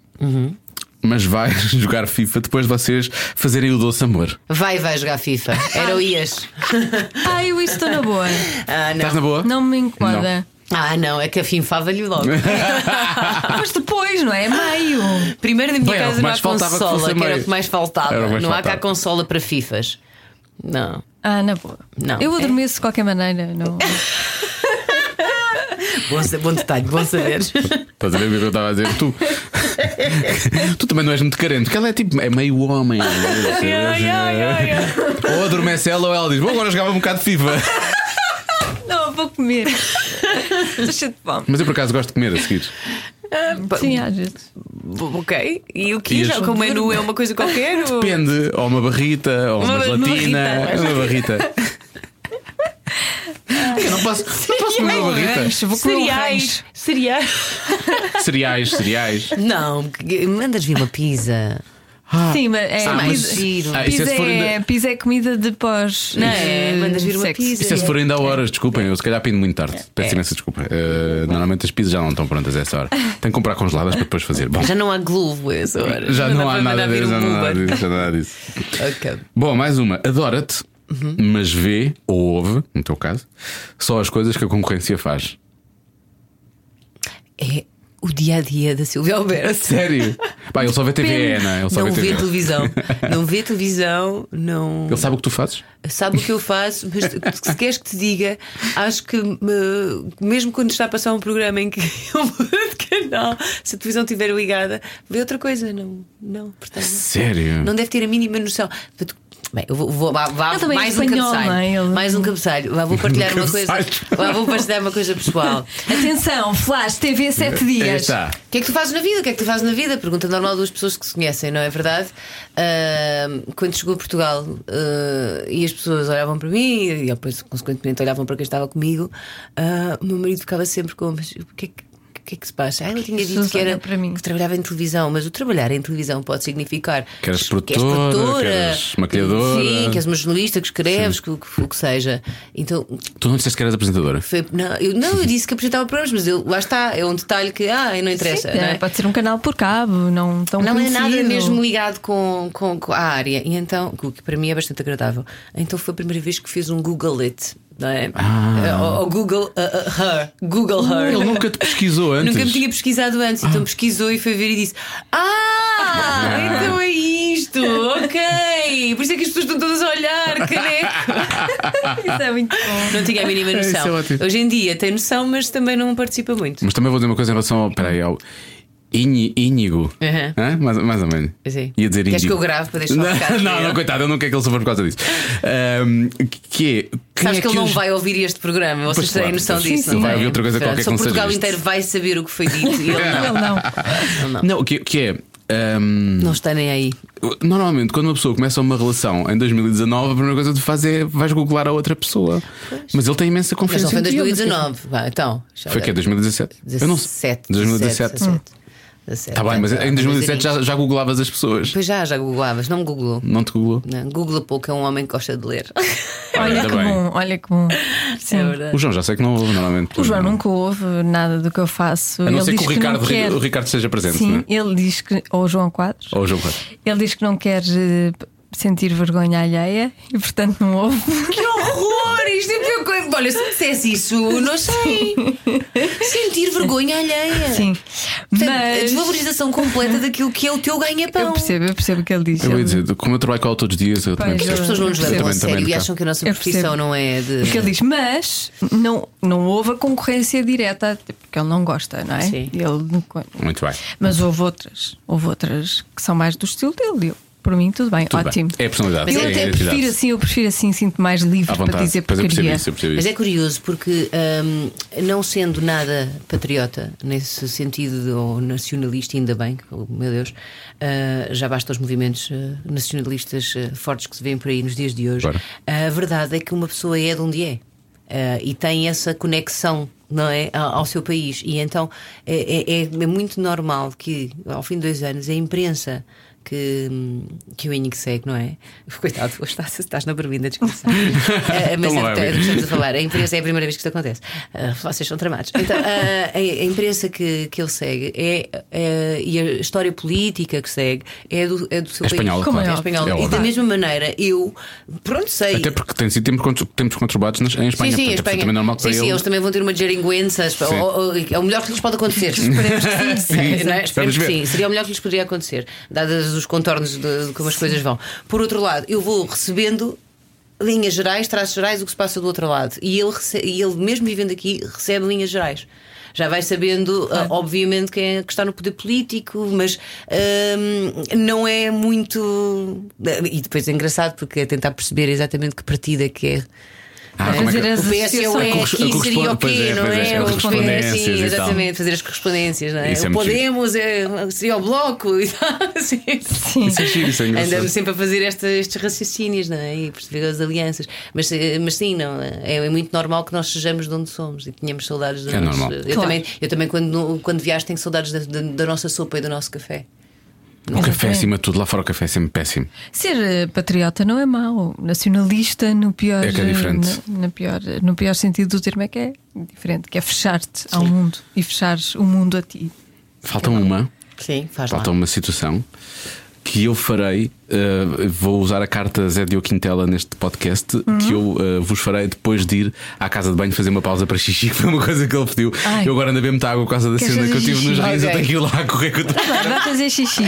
Speaker 2: mas vai jogar FIFA depois de vocês fazerem o doce amor.
Speaker 5: Vai, vai jogar FIFA. Era o Ias.
Speaker 3: Ai, eu isso estou na boa.
Speaker 5: Ah,
Speaker 2: Estás na
Speaker 5: não.
Speaker 2: boa?
Speaker 3: Não me incomoda.
Speaker 5: Ah, não, é que afinfava-lhe logo.
Speaker 3: Mas depois, não é? Meio.
Speaker 5: Primeiro na minha
Speaker 2: Bem, era o
Speaker 5: casa
Speaker 2: que
Speaker 5: não há
Speaker 2: mais faltava que
Speaker 5: consola,
Speaker 2: fosse
Speaker 5: que, era o
Speaker 2: meio.
Speaker 5: que mais faltava.
Speaker 2: Era o que mais
Speaker 5: não há cá
Speaker 2: faltava.
Speaker 5: consola para FIFAs. Não.
Speaker 3: Ah, na boa.
Speaker 5: Não. é.
Speaker 3: Eu adormeço de qualquer maneira. Não.
Speaker 5: Bom, sa- bom detalhe, bom saber.
Speaker 2: Estás a ver o que eu estava a dizer? Tu, tu também não és muito carente, porque ela é tipo, é meio homem. ou adormece ela ou ela diz: Vou agora jogava um bocado de FIFA.
Speaker 3: Não, vou comer. Estou cheio de fome.
Speaker 2: Mas eu por acaso gosto de comer a seguir.
Speaker 3: Sim, às vezes.
Speaker 5: Bom, ok. E o que
Speaker 2: Ias.
Speaker 5: já? Com o menu é uma coisa qualquer? ou-
Speaker 2: Depende, ou uma barrita, ou uma,
Speaker 5: Uma- uma
Speaker 2: gelatina,
Speaker 5: barrita.
Speaker 2: uma barrita. Eu não posso, não posso comer uma barrita.
Speaker 3: Rancho, vou comer um
Speaker 5: Cereais.
Speaker 3: rancho.
Speaker 5: Cereais.
Speaker 2: Cereais, cereais.
Speaker 5: Não, que- mandas vir uma pizza.
Speaker 3: Sim, mas é.
Speaker 5: Ah,
Speaker 3: mais
Speaker 5: mas-
Speaker 3: pizza,
Speaker 5: giro.
Speaker 2: Ah, isso é se for
Speaker 3: é,
Speaker 2: ainda-
Speaker 3: pizza é comida de pós.
Speaker 5: Não é?
Speaker 3: eh,
Speaker 5: Mandas vir uma
Speaker 3: sexo.
Speaker 5: pizza.
Speaker 2: Isso é se for ainda a horas, desculpem, eu se calhar pindo muito
Speaker 5: É.
Speaker 2: tarde. Peço imensa desculpa. Eh, normalmente as pizzas já não estão prontas a essa hora. Tenho que comprar congeladas para depois fazer. Bom,
Speaker 5: Já não há é Globo a essa hora.
Speaker 2: já não
Speaker 5: dá
Speaker 2: há
Speaker 5: para mandar
Speaker 2: nada
Speaker 5: vir
Speaker 2: disso, já
Speaker 5: um
Speaker 2: não há nada
Speaker 5: Uber.
Speaker 2: disso, já não há disso.
Speaker 5: Ok.
Speaker 2: Bom, mais uma. Adora-te, mas vê ou ouve, no teu caso, só as coisas que a concorrência faz.
Speaker 5: É o dia a dia da Silvia Alberto.
Speaker 2: Sério? Pá, ele só vê TVE, não é? Ele só
Speaker 5: Não
Speaker 2: vê
Speaker 5: vê
Speaker 2: TVE.
Speaker 5: televisão. Não vê televisão, não.
Speaker 2: Ele sabe o que tu fazes?
Speaker 5: sabe o que eu faço, mas se queres que te diga, acho que me- mesmo quando está a passar um programa em que eu mudo de canal, se a televisão estiver ligada, vê outra coisa, não, não, portanto,
Speaker 2: Sério?
Speaker 5: não deve ter a mínima noção. Portanto, Bem, eu vou, vou vá, vá,
Speaker 3: Ele também é
Speaker 5: mais um
Speaker 3: espanhol,
Speaker 5: cabeçalho.
Speaker 3: não é? Ele- é
Speaker 5: Mais um cabeçalho. Vá, vou partilhar uma coisa.
Speaker 2: cabeçalho.
Speaker 5: Vá, vou partilhar uma coisa pessoal.
Speaker 3: Atenção, Flash TV 7
Speaker 2: Aí
Speaker 3: dias.
Speaker 2: está.
Speaker 5: O que é que tu fazes na vida? O que é que tu fazes na vida? Pergunta normal de duas pessoas que se conhecem, não é verdade? Ahm, quando chegou a Portugal ah, e as pessoas olhavam para mim e depois, consequentemente, olhavam para quem estava comigo, ah, o meu marido ficava sempre com: Mas o que é que. O que é que se passa? Ah, eu tinha
Speaker 3: As
Speaker 5: dito
Speaker 3: pessoas
Speaker 5: que, era,
Speaker 3: olham para mim.
Speaker 5: que trabalhava em televisão, mas o trabalhar em televisão pode significar
Speaker 2: Que eras
Speaker 5: és
Speaker 2: produtora,
Speaker 5: produtora,
Speaker 2: que eras maquilhadora.
Speaker 5: sim, que és uma jornalista que escreves, que, o que- o que seja. Então,
Speaker 2: Tu não disseste que eras apresentadora?
Speaker 5: foi- não, eu, não, eu disse que apresentava programas, mas eu, lá está, é um detalhe que ah, não interessa.
Speaker 3: Sim,
Speaker 5: não é?
Speaker 3: Pode ser um canal por cabo, não tão
Speaker 5: Não é
Speaker 3: conhecido.
Speaker 5: nada mesmo ligado com, com, com a área. E então, o que para mim é bastante agradável. Então foi a primeira vez que fiz um Google It, não é? Eh, Ou, ou Google eh, eh, Her. Google Her.
Speaker 2: Ele Ah. nunca te pesquisou antes. Ah.
Speaker 5: Nunca me tinha pesquisado antes, então pesquisou e foi ver e disse: Ah, então é isto, ok. Por isso é que as pessoas estão todas a olhar, caneco.
Speaker 3: Isso é muito bom.
Speaker 5: Não tinha a mínima
Speaker 2: Isso é
Speaker 5: noção.
Speaker 2: ótimo.
Speaker 5: Hoje em dia tem noção, mas também não participa muito.
Speaker 2: Mas também vou dizer uma coisa em relação ao. Peraí, ao. Íñi- Íñigo.
Speaker 5: Uhum.
Speaker 2: Hã? Mais, mais ou menos.
Speaker 5: Sim.
Speaker 2: Ia dizer
Speaker 5: é. Queres
Speaker 2: Íñigo.
Speaker 5: que eu grave para deixar um o
Speaker 2: não,
Speaker 5: recado
Speaker 2: não,
Speaker 5: dele?
Speaker 2: não, coitado, eu não quero que ele sofra por causa disso. Ahm, que é. quem
Speaker 5: Sabes
Speaker 2: é
Speaker 5: que ele não
Speaker 2: os-
Speaker 5: vai ouvir este programa, vocês
Speaker 2: Pois
Speaker 5: têm
Speaker 2: claro,
Speaker 5: noção
Speaker 2: pois.
Speaker 5: disso.
Speaker 2: Ele
Speaker 5: não
Speaker 2: vai
Speaker 5: é?
Speaker 2: ouvir outra coisa
Speaker 5: Portanto,
Speaker 2: qualquer
Speaker 5: Só
Speaker 2: que não seja
Speaker 5: Portugal
Speaker 2: isto.
Speaker 5: inteiro vai saber o que foi dito e ele não.
Speaker 3: Ele não.
Speaker 5: Ele não.
Speaker 2: Não, que, que é. ahm,
Speaker 5: Não está nem aí.
Speaker 2: Normalmente, quando uma pessoa começa uma relação em 2019, a primeira coisa que tu fazes é vais googlar a outra pessoa. Mas ele tem imensa
Speaker 5: Mas
Speaker 2: confiança.
Speaker 5: não foi em
Speaker 2: em ti, ele-
Speaker 5: 2019. Vá, então. já
Speaker 2: Foi é o quê?
Speaker 5: olha,
Speaker 2: 2017? Eu não sei.
Speaker 5: 17.
Speaker 2: 2017.
Speaker 5: 17.
Speaker 2: Tá bem, mas em 2017 já, já googlavas as pessoas.
Speaker 5: Pois já, já googlavas, não me googlou.
Speaker 2: Não te googlou?
Speaker 5: Não, Google pouco, é um homem que gosta de ler.
Speaker 3: Olha
Speaker 2: Ainda
Speaker 3: que
Speaker 2: bem.
Speaker 3: bom, olha que bom. Sim.
Speaker 5: É verdade.
Speaker 2: O João já sei que não ouve normalmente.
Speaker 3: O João nunca ouve nada do que eu faço.
Speaker 2: A não
Speaker 3: ele
Speaker 2: ser
Speaker 3: diz
Speaker 2: que o
Speaker 3: não
Speaker 2: Ricardo,
Speaker 3: quer.
Speaker 2: o Ricardo esteja presente,
Speaker 3: Sim,
Speaker 2: né?
Speaker 3: ele diz que. Ou o João Quadros.
Speaker 2: Ou o João Quadros.
Speaker 3: Ele diz que não quer eh, sentir vergonha alheia e, portanto, não houve.
Speaker 5: Que horror! Isto é a pior coisa. Olha, se me dissesse isso, não sei. Sentir vergonha alheia.
Speaker 3: Sim.
Speaker 5: Portanto, A
Speaker 3: Mas.
Speaker 5: desvalorização completa daquilo que é o teu ganha-pão.
Speaker 3: Eu percebo, eu percebo o que ele diz.
Speaker 2: Eu ia
Speaker 3: Ele-
Speaker 2: dizer, como eu trabalho com ela todos os dias, eu também
Speaker 3: Pois,
Speaker 5: As
Speaker 2: percebo.
Speaker 5: pessoas não nos
Speaker 2: Eu
Speaker 5: levam a
Speaker 2: também-
Speaker 5: sério
Speaker 2: também
Speaker 5: e
Speaker 2: cá.
Speaker 5: acham que a nossa
Speaker 3: Eu
Speaker 5: profissão
Speaker 3: percebo.
Speaker 5: não é de.
Speaker 3: O que ele diz, mas não, não houve a concorrência direta, porque ele não gosta, não é?
Speaker 5: Sim.
Speaker 3: Ele,
Speaker 2: Muito bem.
Speaker 3: mas houve outras, houve outras que são mais do estilo dele. Eu, por mim, tudo bem,
Speaker 2: Tudo
Speaker 3: ótimo.
Speaker 2: bem. É a personalidade.
Speaker 5: Mas
Speaker 3: Eu
Speaker 2: é
Speaker 3: até
Speaker 2: a
Speaker 3: prefiro assim, eu prefiro assim, sinto mais livre
Speaker 2: À
Speaker 3: para
Speaker 2: vontade.
Speaker 3: dizer
Speaker 2: Pois eu percebo
Speaker 3: porcaria.
Speaker 2: isso, eu percebo
Speaker 5: Mas
Speaker 2: isso.
Speaker 5: é curioso porque hum, não sendo nada patriota nesse sentido de- ou nacionalista, ainda bem, que, oh, meu Deus, ah, já basta os movimentos ah, nacionalistas ah, fortes que se vêem por aí nos dias de hoje.
Speaker 2: Claro.
Speaker 5: A verdade é que uma pessoa é de onde é ah, e tem essa conexão. Não é? a- Ao seu país. E então é, é- é muito normal que, ao fim de dois anos, a imprensa que, hum, que o Henrique segue, não é? Coitado, hoje estás, estás na berlinda, desculpa. Eh, mas
Speaker 2: Então
Speaker 5: é,
Speaker 2: vai,
Speaker 5: é,
Speaker 2: Henrique.
Speaker 5: estamos a falar, a imprensa é a primeira vez que isto acontece. Ah, vocês são tramados. Então, ah, a, a imprensa que, que ele segue é, é- e a história política que segue é do, é do seu
Speaker 2: É espanhola,
Speaker 5: país.
Speaker 2: Como
Speaker 3: é
Speaker 5: é
Speaker 3: claro.
Speaker 5: espanhola.
Speaker 2: É
Speaker 5: e da
Speaker 2: óbvio.
Speaker 5: mesma maneira, eu, pronto, sei.
Speaker 2: Até porque tem sido tempos, contro- tempos conturbados nas- em Espanha.
Speaker 5: Sim, sim,
Speaker 2: portanto,
Speaker 5: a
Speaker 2: é
Speaker 5: Espanha.
Speaker 2: perfeitamente normal Ah,
Speaker 5: sim,
Speaker 2: para
Speaker 5: sim,
Speaker 2: ele-
Speaker 5: eles também vão ter uma geringuença. ou- ou- É o melhor que lhes pode acontecer. Esperemos que sim. não é? Esperemos
Speaker 2: Esperemos
Speaker 5: que
Speaker 2: ver.
Speaker 5: sim. Seria o melhor que lhes poderia acontecer, dados os contornos de, de como as coisas vão. Por outro lado, eu vou recebendo. Linhas gerais, traços gerais, o que se passa do outro lado. E ele, rece- e ele mesmo vivendo aqui, recebe linhas gerais. Já vai sabendo, ah, obviamente, quem é que está no poder político, mas ahm, não é muito. E depois é engraçado, porque é tentar perceber exatamente que partida que é
Speaker 2: Ah, como é
Speaker 3: Fazer
Speaker 2: que-
Speaker 3: as
Speaker 5: o PSOE é
Speaker 3: associações.
Speaker 2: corres-
Speaker 5: aqui,
Speaker 2: a
Speaker 5: seria o
Speaker 2: corresponde- pois
Speaker 5: quê,
Speaker 2: é,
Speaker 5: não
Speaker 2: pois é,
Speaker 5: é?
Speaker 2: as
Speaker 5: O
Speaker 2: correspondências
Speaker 5: sim,
Speaker 2: e tal.
Speaker 5: exatamente, fazer as correspondências, não é?
Speaker 2: Isso é
Speaker 5: o
Speaker 2: muito giro.
Speaker 5: Podemos é, seria o Bloco e tal. Sim.
Speaker 3: Sim.
Speaker 2: Isso é giro, isso é engraçado.
Speaker 5: Andamos sempre a fazer esta- estes raciocínios, não é? E perceber as alianças. Mas, eh, mas sim, não, é, é muito normal que nós sejamos de onde somos e tenhamos saudades da
Speaker 2: É
Speaker 5: nossa.
Speaker 2: normal.
Speaker 5: Eu
Speaker 3: Claro.
Speaker 5: também, eu também quando, quando viajo, tenho saudades da, da- da nossa sopa e do nosso café.
Speaker 2: O café acima de tudo, lá fora o café é sempre péssimo.
Speaker 3: Ser eh, patriota não é mau. Nacionalista, no pior,
Speaker 2: É que é diferente.
Speaker 3: eh, na- na pior, no pior sentido do termo, é que é diferente, que é fechar-te ao mundo e fechares o mundo a ti.
Speaker 2: Falta uma,
Speaker 5: Sim, faz
Speaker 2: falta uma situação que eu farei. eh, vou usar a carta Zé Diogo Quintela neste podcast
Speaker 5: Uhum.
Speaker 2: que eu eh, vos farei depois de ir à casa de banho fazer uma pausa para xixi, que foi uma coisa que ele pediu.
Speaker 3: Ai.
Speaker 2: Eu agora ando a beber muita água por causa da
Speaker 3: Queres
Speaker 2: cena que eu
Speaker 3: fazer
Speaker 2: tive nos
Speaker 3: xixi?
Speaker 2: rios. Eu
Speaker 5: Ok.
Speaker 2: tenho que ir lá a correr com o
Speaker 3: Vai, vai fazer xixi.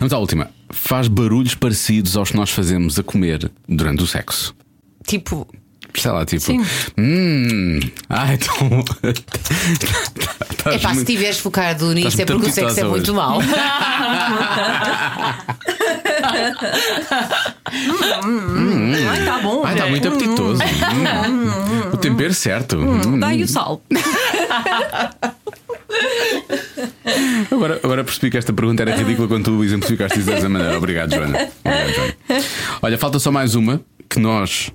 Speaker 2: Vamos à última. Faz barulhos parecidos aos que nós fazemos a comer durante o sexo.
Speaker 5: Tipo,
Speaker 2: Sei lá, tipo.
Speaker 3: Sim.
Speaker 2: Hum. Ai, então. Estás
Speaker 5: é pá, se
Speaker 2: muito-
Speaker 5: estiveres focado
Speaker 2: estás
Speaker 5: nisso é
Speaker 2: muito
Speaker 5: porque o sexo é
Speaker 2: apetitosa hoje.
Speaker 5: muito mau.
Speaker 3: Ai, tá bom.
Speaker 2: Ai, está muito apetitoso. Hum. O tempero certo. Hum.
Speaker 3: Dá aí o sal.
Speaker 2: Agora, agora percebi que esta pergunta era ridícula quando tu exemplificaste isso dessa maneira. Obrigado, Joana. Obrigado, Joana. Olha, falta só mais uma que nós.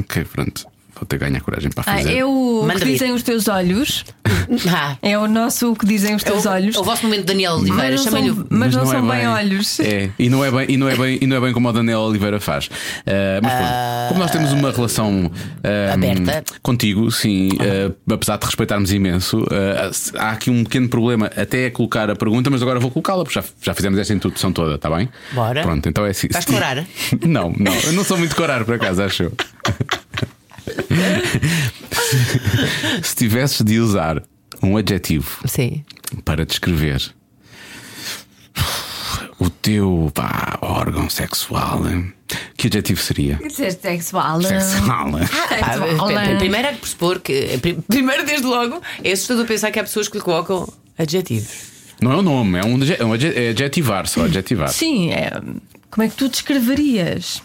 Speaker 2: Ok, pronto. Vou ter que ganhar coragem para
Speaker 3: Ah,
Speaker 2: fazer.
Speaker 3: é o
Speaker 5: Manda
Speaker 3: que
Speaker 5: vir.
Speaker 3: dizem os teus olhos.
Speaker 5: Ah,
Speaker 3: É o nosso o que dizem os
Speaker 5: é
Speaker 3: teus
Speaker 5: o-
Speaker 3: olhos.
Speaker 5: é o vosso momento, Daniel
Speaker 3: mas
Speaker 5: Oliveira,
Speaker 3: não
Speaker 5: chamem-lhe
Speaker 3: são, mas não são bem olhos.
Speaker 2: É, e não é bem, e não é bem, e não é bem como o Daniel Oliveira faz. Ah, mas pronto, como nós temos uma relação ah,
Speaker 5: Aberta.
Speaker 2: contigo, sim, ah, apesar de respeitarmos imenso, ah, há aqui um pequeno problema até é colocar a pergunta, mas agora vou colocá-la, porque já, já fizemos esta introdução toda, está bem?
Speaker 5: Bora.
Speaker 2: Pronto, então é assim.
Speaker 5: Vais corar?
Speaker 2: Não, não, eu não sou muito corar por acaso, acho eu. Se tivesses de usar um adjetivo
Speaker 5: Sim.
Speaker 2: para descrever o teu pá, órgão sexual, que adjetivo seria?
Speaker 3: Dizeste sexual.
Speaker 2: Sexual.
Speaker 5: Ah,
Speaker 3: Olá.
Speaker 5: pr- pr- Primeiro é que pressupor que. pri- Primeiro, desde logo, é assustador pensar que há pessoas que lhe colocam adjetivos.
Speaker 2: Não é um nome, é um, adje- é um adje- é adjetivar só, adjetivar.
Speaker 3: Sim, é, como é que tu descreverias?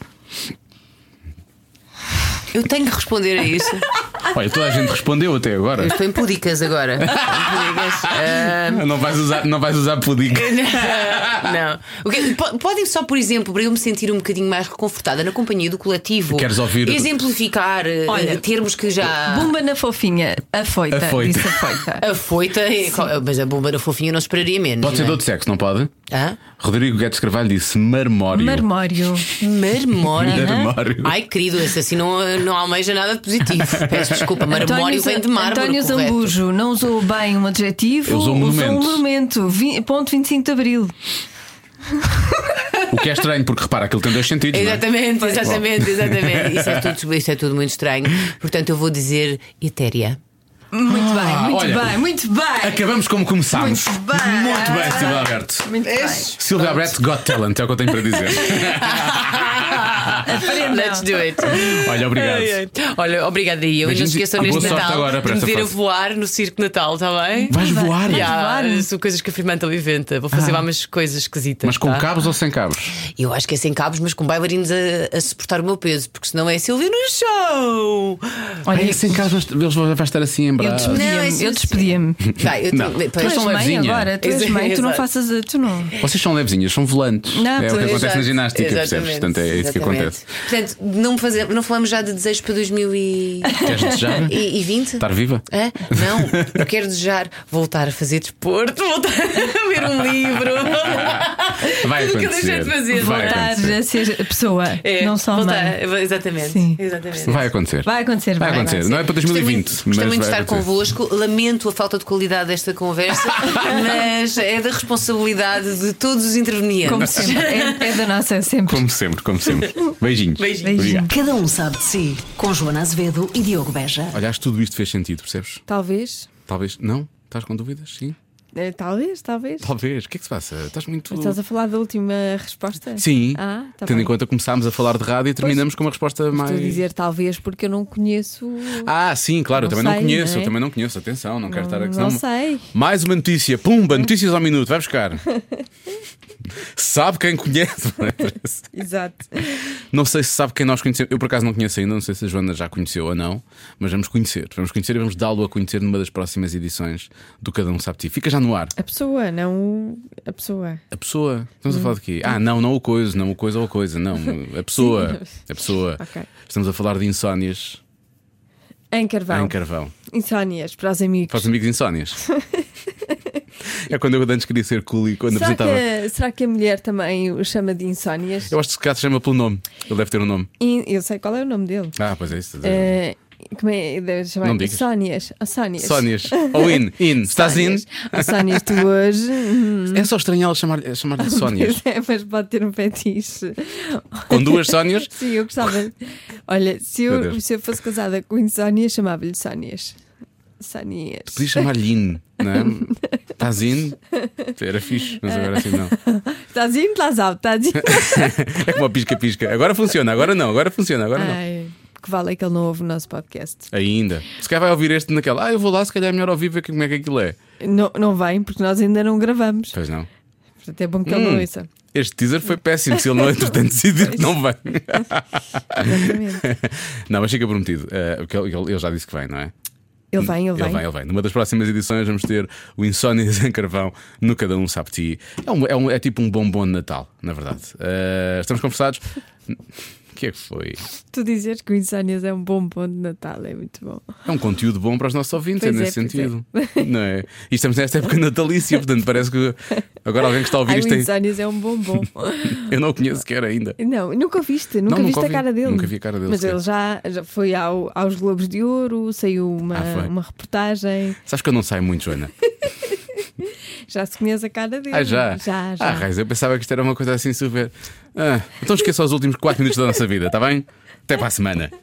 Speaker 5: Eu tenho que responder a isso.
Speaker 2: Olha, toda a gente respondeu até
Speaker 5: Eu
Speaker 2: agora.
Speaker 5: estou em púdicas agora. Estou em púdicas. Ah,
Speaker 2: Não vais usar, não vais usar pudim.
Speaker 5: não. O que- po- podem só, por exemplo, para eu me sentir um bocadinho mais reconfortada na companhia do coletivo.
Speaker 2: Queres ouvir-
Speaker 5: Exemplificar eh,
Speaker 3: Olha,
Speaker 5: termos que já.
Speaker 3: Bumba na fofinha, afoita.
Speaker 2: Ah. Afoita.
Speaker 3: Disse afoita.
Speaker 5: A foita, é- mas a bomba da fofinha não esperaria menos.
Speaker 2: Pode ser de
Speaker 5: não é?
Speaker 2: outro sexo, não pode?
Speaker 5: Hã?
Speaker 2: Rodrigo Guedes Carvalho disse marmório.
Speaker 3: Marmório.
Speaker 5: Marmório.
Speaker 2: Marmório.
Speaker 5: né? Ai, querido, esse assim não, não almeja nada de positivo. Peço desculpa, marmório vem de mármore.
Speaker 3: António
Speaker 5: correto.
Speaker 3: Zambujo não usou bem um adjetivo,
Speaker 2: Eu usou um monumento.
Speaker 3: monumento. Vi- ponto 25 de Abril.
Speaker 2: O que é estranho, porque repara, aquilo tem dois sentidos. não é?
Speaker 5: Exatamente, exatamente, exatamente. Isso é, tudo, isso é tudo muito estranho. Portanto, eu vou dizer etérea.
Speaker 3: Muito bem, muito
Speaker 2: Ah, olha.
Speaker 3: bem, muito bem.
Speaker 2: Acabamos como começámos.
Speaker 3: Muito bem.
Speaker 2: Muito bem, Silvia Alberto.
Speaker 3: Muito bem.
Speaker 2: Silvia Alberto Got Talent, é o que eu tenho para dizer.
Speaker 5: Let's do it.
Speaker 2: Olha, obrigado.
Speaker 5: Ai, ai. Olha, obrigada aí. Eu não
Speaker 2: Beijinhos
Speaker 5: esqueçam
Speaker 2: e ah,
Speaker 5: neste
Speaker 2: boa sorte
Speaker 5: Natal
Speaker 2: agora para
Speaker 5: de me
Speaker 2: esta
Speaker 5: vir a
Speaker 2: fase.
Speaker 5: voar no circo de Natal, está bem?
Speaker 2: Vais voar?
Speaker 5: Já,
Speaker 3: voar?
Speaker 5: são coisas que a Firmanta inventa. Vou fazer lá umas coisas esquisitas.
Speaker 2: Mas com
Speaker 5: tá?
Speaker 2: cabos ou sem cabos?
Speaker 5: Eu acho que é sem cabos, mas com bailarinos a, a suportar o meu peso, porque senão é Silvia no show.
Speaker 3: Olha,
Speaker 2: Ai, sem cabos, eles vão vai estar assim em
Speaker 3: eu
Speaker 2: braço.
Speaker 5: Não,
Speaker 3: despedia-me,
Speaker 5: isso é
Speaker 3: eu
Speaker 5: sim.
Speaker 3: despedia-me. Tu
Speaker 5: Vai, eu
Speaker 2: Não.
Speaker 5: pois-
Speaker 2: Tu és
Speaker 3: és
Speaker 2: são
Speaker 3: mãe
Speaker 2: levezinha.
Speaker 3: agora, tu és
Speaker 5: Exato,
Speaker 3: mãe, tu não
Speaker 5: exato.
Speaker 3: faças. Tu não.
Speaker 2: Vocês são levezinhas, são volantes.
Speaker 3: Não,
Speaker 2: é o que
Speaker 3: pois,
Speaker 2: acontece na
Speaker 5: Exato,
Speaker 2: ginástica, percebes?
Speaker 5: exatamente,
Speaker 2: Portanto, é isso que
Speaker 5: exatamente.
Speaker 2: acontece.
Speaker 5: Portanto, não, fazer, não falamos já de desejos para 2020?
Speaker 2: Queres desejar? Estar viva?
Speaker 6: É.
Speaker 5: Hã? Não, eu quero desejar voltar a fazer desporto, voltar a ler um livro.
Speaker 2: Vai
Speaker 5: Tudo o que eu
Speaker 2: acontecer.
Speaker 5: deixei de fazer.
Speaker 2: Vai
Speaker 3: Voltar
Speaker 2: acontecer.
Speaker 3: a ser pessoa,
Speaker 5: É,
Speaker 3: não só
Speaker 5: voltar,
Speaker 3: mãe.
Speaker 5: Exatamente.
Speaker 3: Sim.
Speaker 5: exatamente.
Speaker 2: Vai acontecer.
Speaker 3: Vai acontecer,
Speaker 2: Vai
Speaker 3: vai.
Speaker 2: acontecer. Não é para 2020.
Speaker 5: Gostei muito, gostei
Speaker 2: mas
Speaker 5: muito de
Speaker 2: vai
Speaker 5: estar
Speaker 2: acontecer.
Speaker 5: convosco. Lamento a falta de qualidade desta conversa, mas é da responsabilidade de todos os intervenientes.
Speaker 3: Como sempre, é, é da nossa sempre.
Speaker 2: Como sempre, como sempre. Beijinhos.
Speaker 5: Beijinhos.
Speaker 2: Obrigado.
Speaker 1: Cada um sabe de si. Com Joana Azevedo e Diogo Beja.
Speaker 2: Olha, acho que tudo isto fez sentido, percebes?
Speaker 6: Talvez.
Speaker 2: Talvez. Não? Estás com dúvidas? Sim.
Speaker 6: Eh, Talvez, talvez.
Speaker 2: Talvez. O que é que se passa? Estás muito.
Speaker 6: Estás a falar da última resposta?
Speaker 2: Sim.
Speaker 6: Ah, tá
Speaker 2: Tendo
Speaker 6: bem.
Speaker 2: em conta que começámos a falar de rádio e terminamos com uma resposta mais.
Speaker 6: Estou a dizer talvez porque eu não conheço.
Speaker 2: Ah, sim, claro, eu
Speaker 6: Não
Speaker 2: também não
Speaker 6: sei,
Speaker 2: conheço,
Speaker 6: não é?
Speaker 2: eu também não conheço, atenção, não, quero estar a
Speaker 6: não sei.
Speaker 2: Mais uma notícia, pumba, notícias ao minuto, vai buscar. sabe quem conhece, não é? Parece.
Speaker 6: Exato.
Speaker 2: Não sei se sabe quem nós conhecemos. Eu por acaso não conheço ainda, não sei se a Joana já conheceu ou não, mas vamos conhecer. Vamos conhecer e vamos dá-lo a conhecer numa das próximas edições do Cada Um Sabe de Ti. Fica já no ar.
Speaker 6: A pessoa, não a pessoa.
Speaker 2: A pessoa. Estamos a falar de quê? Ah, não, não o coisa, não o coisa ou a coisa, não. A pessoa. A pessoa.
Speaker 6: Ok.
Speaker 2: Estamos a falar de insónias
Speaker 6: Em carvão.
Speaker 2: em carvão.
Speaker 6: Insónias para os amigos.
Speaker 2: Faz amigos insónias. é quando eu antes queria ser cool e quando
Speaker 6: Será que,
Speaker 2: apresentava.
Speaker 6: a, será que a mulher também o chama de insónias?
Speaker 2: Eu acho que se calhar se chama pelo nome. Ele deve ter um nome.
Speaker 6: In- Eu sei qual é o nome dele.
Speaker 2: Ah, pois é isso.
Speaker 6: Eh, como é? Deve chamar
Speaker 2: Não digas.
Speaker 6: Sónias. Oh, Sónias.
Speaker 2: Sónias. Ou in, in. Estás in?
Speaker 6: Sónias. Oh, Sónias, tu hoje. hum,
Speaker 2: É só estranhar ele chamar-lhe chamar Sónias.
Speaker 6: pois é, mas pode ter um fetiche.
Speaker 2: Com duas Sónias.
Speaker 6: Sim, eu gostava. Olha, se
Speaker 2: Meu
Speaker 6: eu,
Speaker 2: Deus.
Speaker 6: se eu fosse casada com insónias, chamava-lhe Sónias. Sónias.
Speaker 2: Podias chamar-lhe in, não é? Estás in? Era fixe, mas
Speaker 6: É.
Speaker 2: agora assim não.
Speaker 6: Estás indo, Lazal? Estás indo?
Speaker 2: É como a pisca-pisca. Agora funciona, agora não, agora funciona, agora não.
Speaker 6: Ai, que vale é que ele não ouve o nosso podcast.
Speaker 2: Ainda. Se calhar vai ouvir este naquela. Ah, eu vou lá, se calhar é melhor ouvir ver como é que aquilo é.
Speaker 6: Não, não vem, porque nós ainda não gravamos.
Speaker 2: Pois não.
Speaker 6: Portanto, é bom que ele
Speaker 2: Hum.
Speaker 6: não ouça.
Speaker 2: Este teaser foi péssimo. Se ele não entretanto decidir que não vai.
Speaker 6: Exatamente.
Speaker 2: Não, mas fica prometido. eh, porque ele, ele- ele já disse que vem, não é?
Speaker 6: Ele vem, ele
Speaker 2: Ele
Speaker 6: vem.
Speaker 2: vem, ele vem. Numa das próximas edições vamos ter o Insónias em Carvão no Cada Um Sabe Ti. É, um- é um- é tipo um bombom de Natal, na verdade. Eh, estamos conversados. O que é que foi?
Speaker 6: Tu dizes que o Insónias é um bom ponto de Natal, é muito bom.
Speaker 2: É um conteúdo bom para os nossos ouvintes,
Speaker 6: Pois
Speaker 2: é
Speaker 6: é,
Speaker 2: nesse
Speaker 6: pois
Speaker 2: sentido. Não é? E estamos nesta época natalícia, portanto, parece que agora alguém que está a ouvir
Speaker 6: Ai,
Speaker 2: isto
Speaker 6: o
Speaker 2: tem.
Speaker 6: Insónias é um bombom.
Speaker 2: Eu não o conheço sequer ainda.
Speaker 6: Não, nunca viste, nunca
Speaker 2: nunca
Speaker 6: viste
Speaker 2: ouvi.
Speaker 6: a cara dele.
Speaker 2: Nunca vi a cara dele,
Speaker 6: Mas
Speaker 2: sequer.
Speaker 6: ele já, já foi ao- aos Globos de Ouro, saiu uma,
Speaker 2: Ah, foi.
Speaker 6: uma reportagem,
Speaker 2: Sabes que eu não saio muito, Joana?
Speaker 6: já se conhece a cara dele.
Speaker 2: Ah, já?
Speaker 6: Já, já.
Speaker 2: Ah, raiz, eu pensava que isto era uma coisa assim super. Ah, então esqueça os últimos 4 minutos da nossa vida, está bem? tá Até para a semana.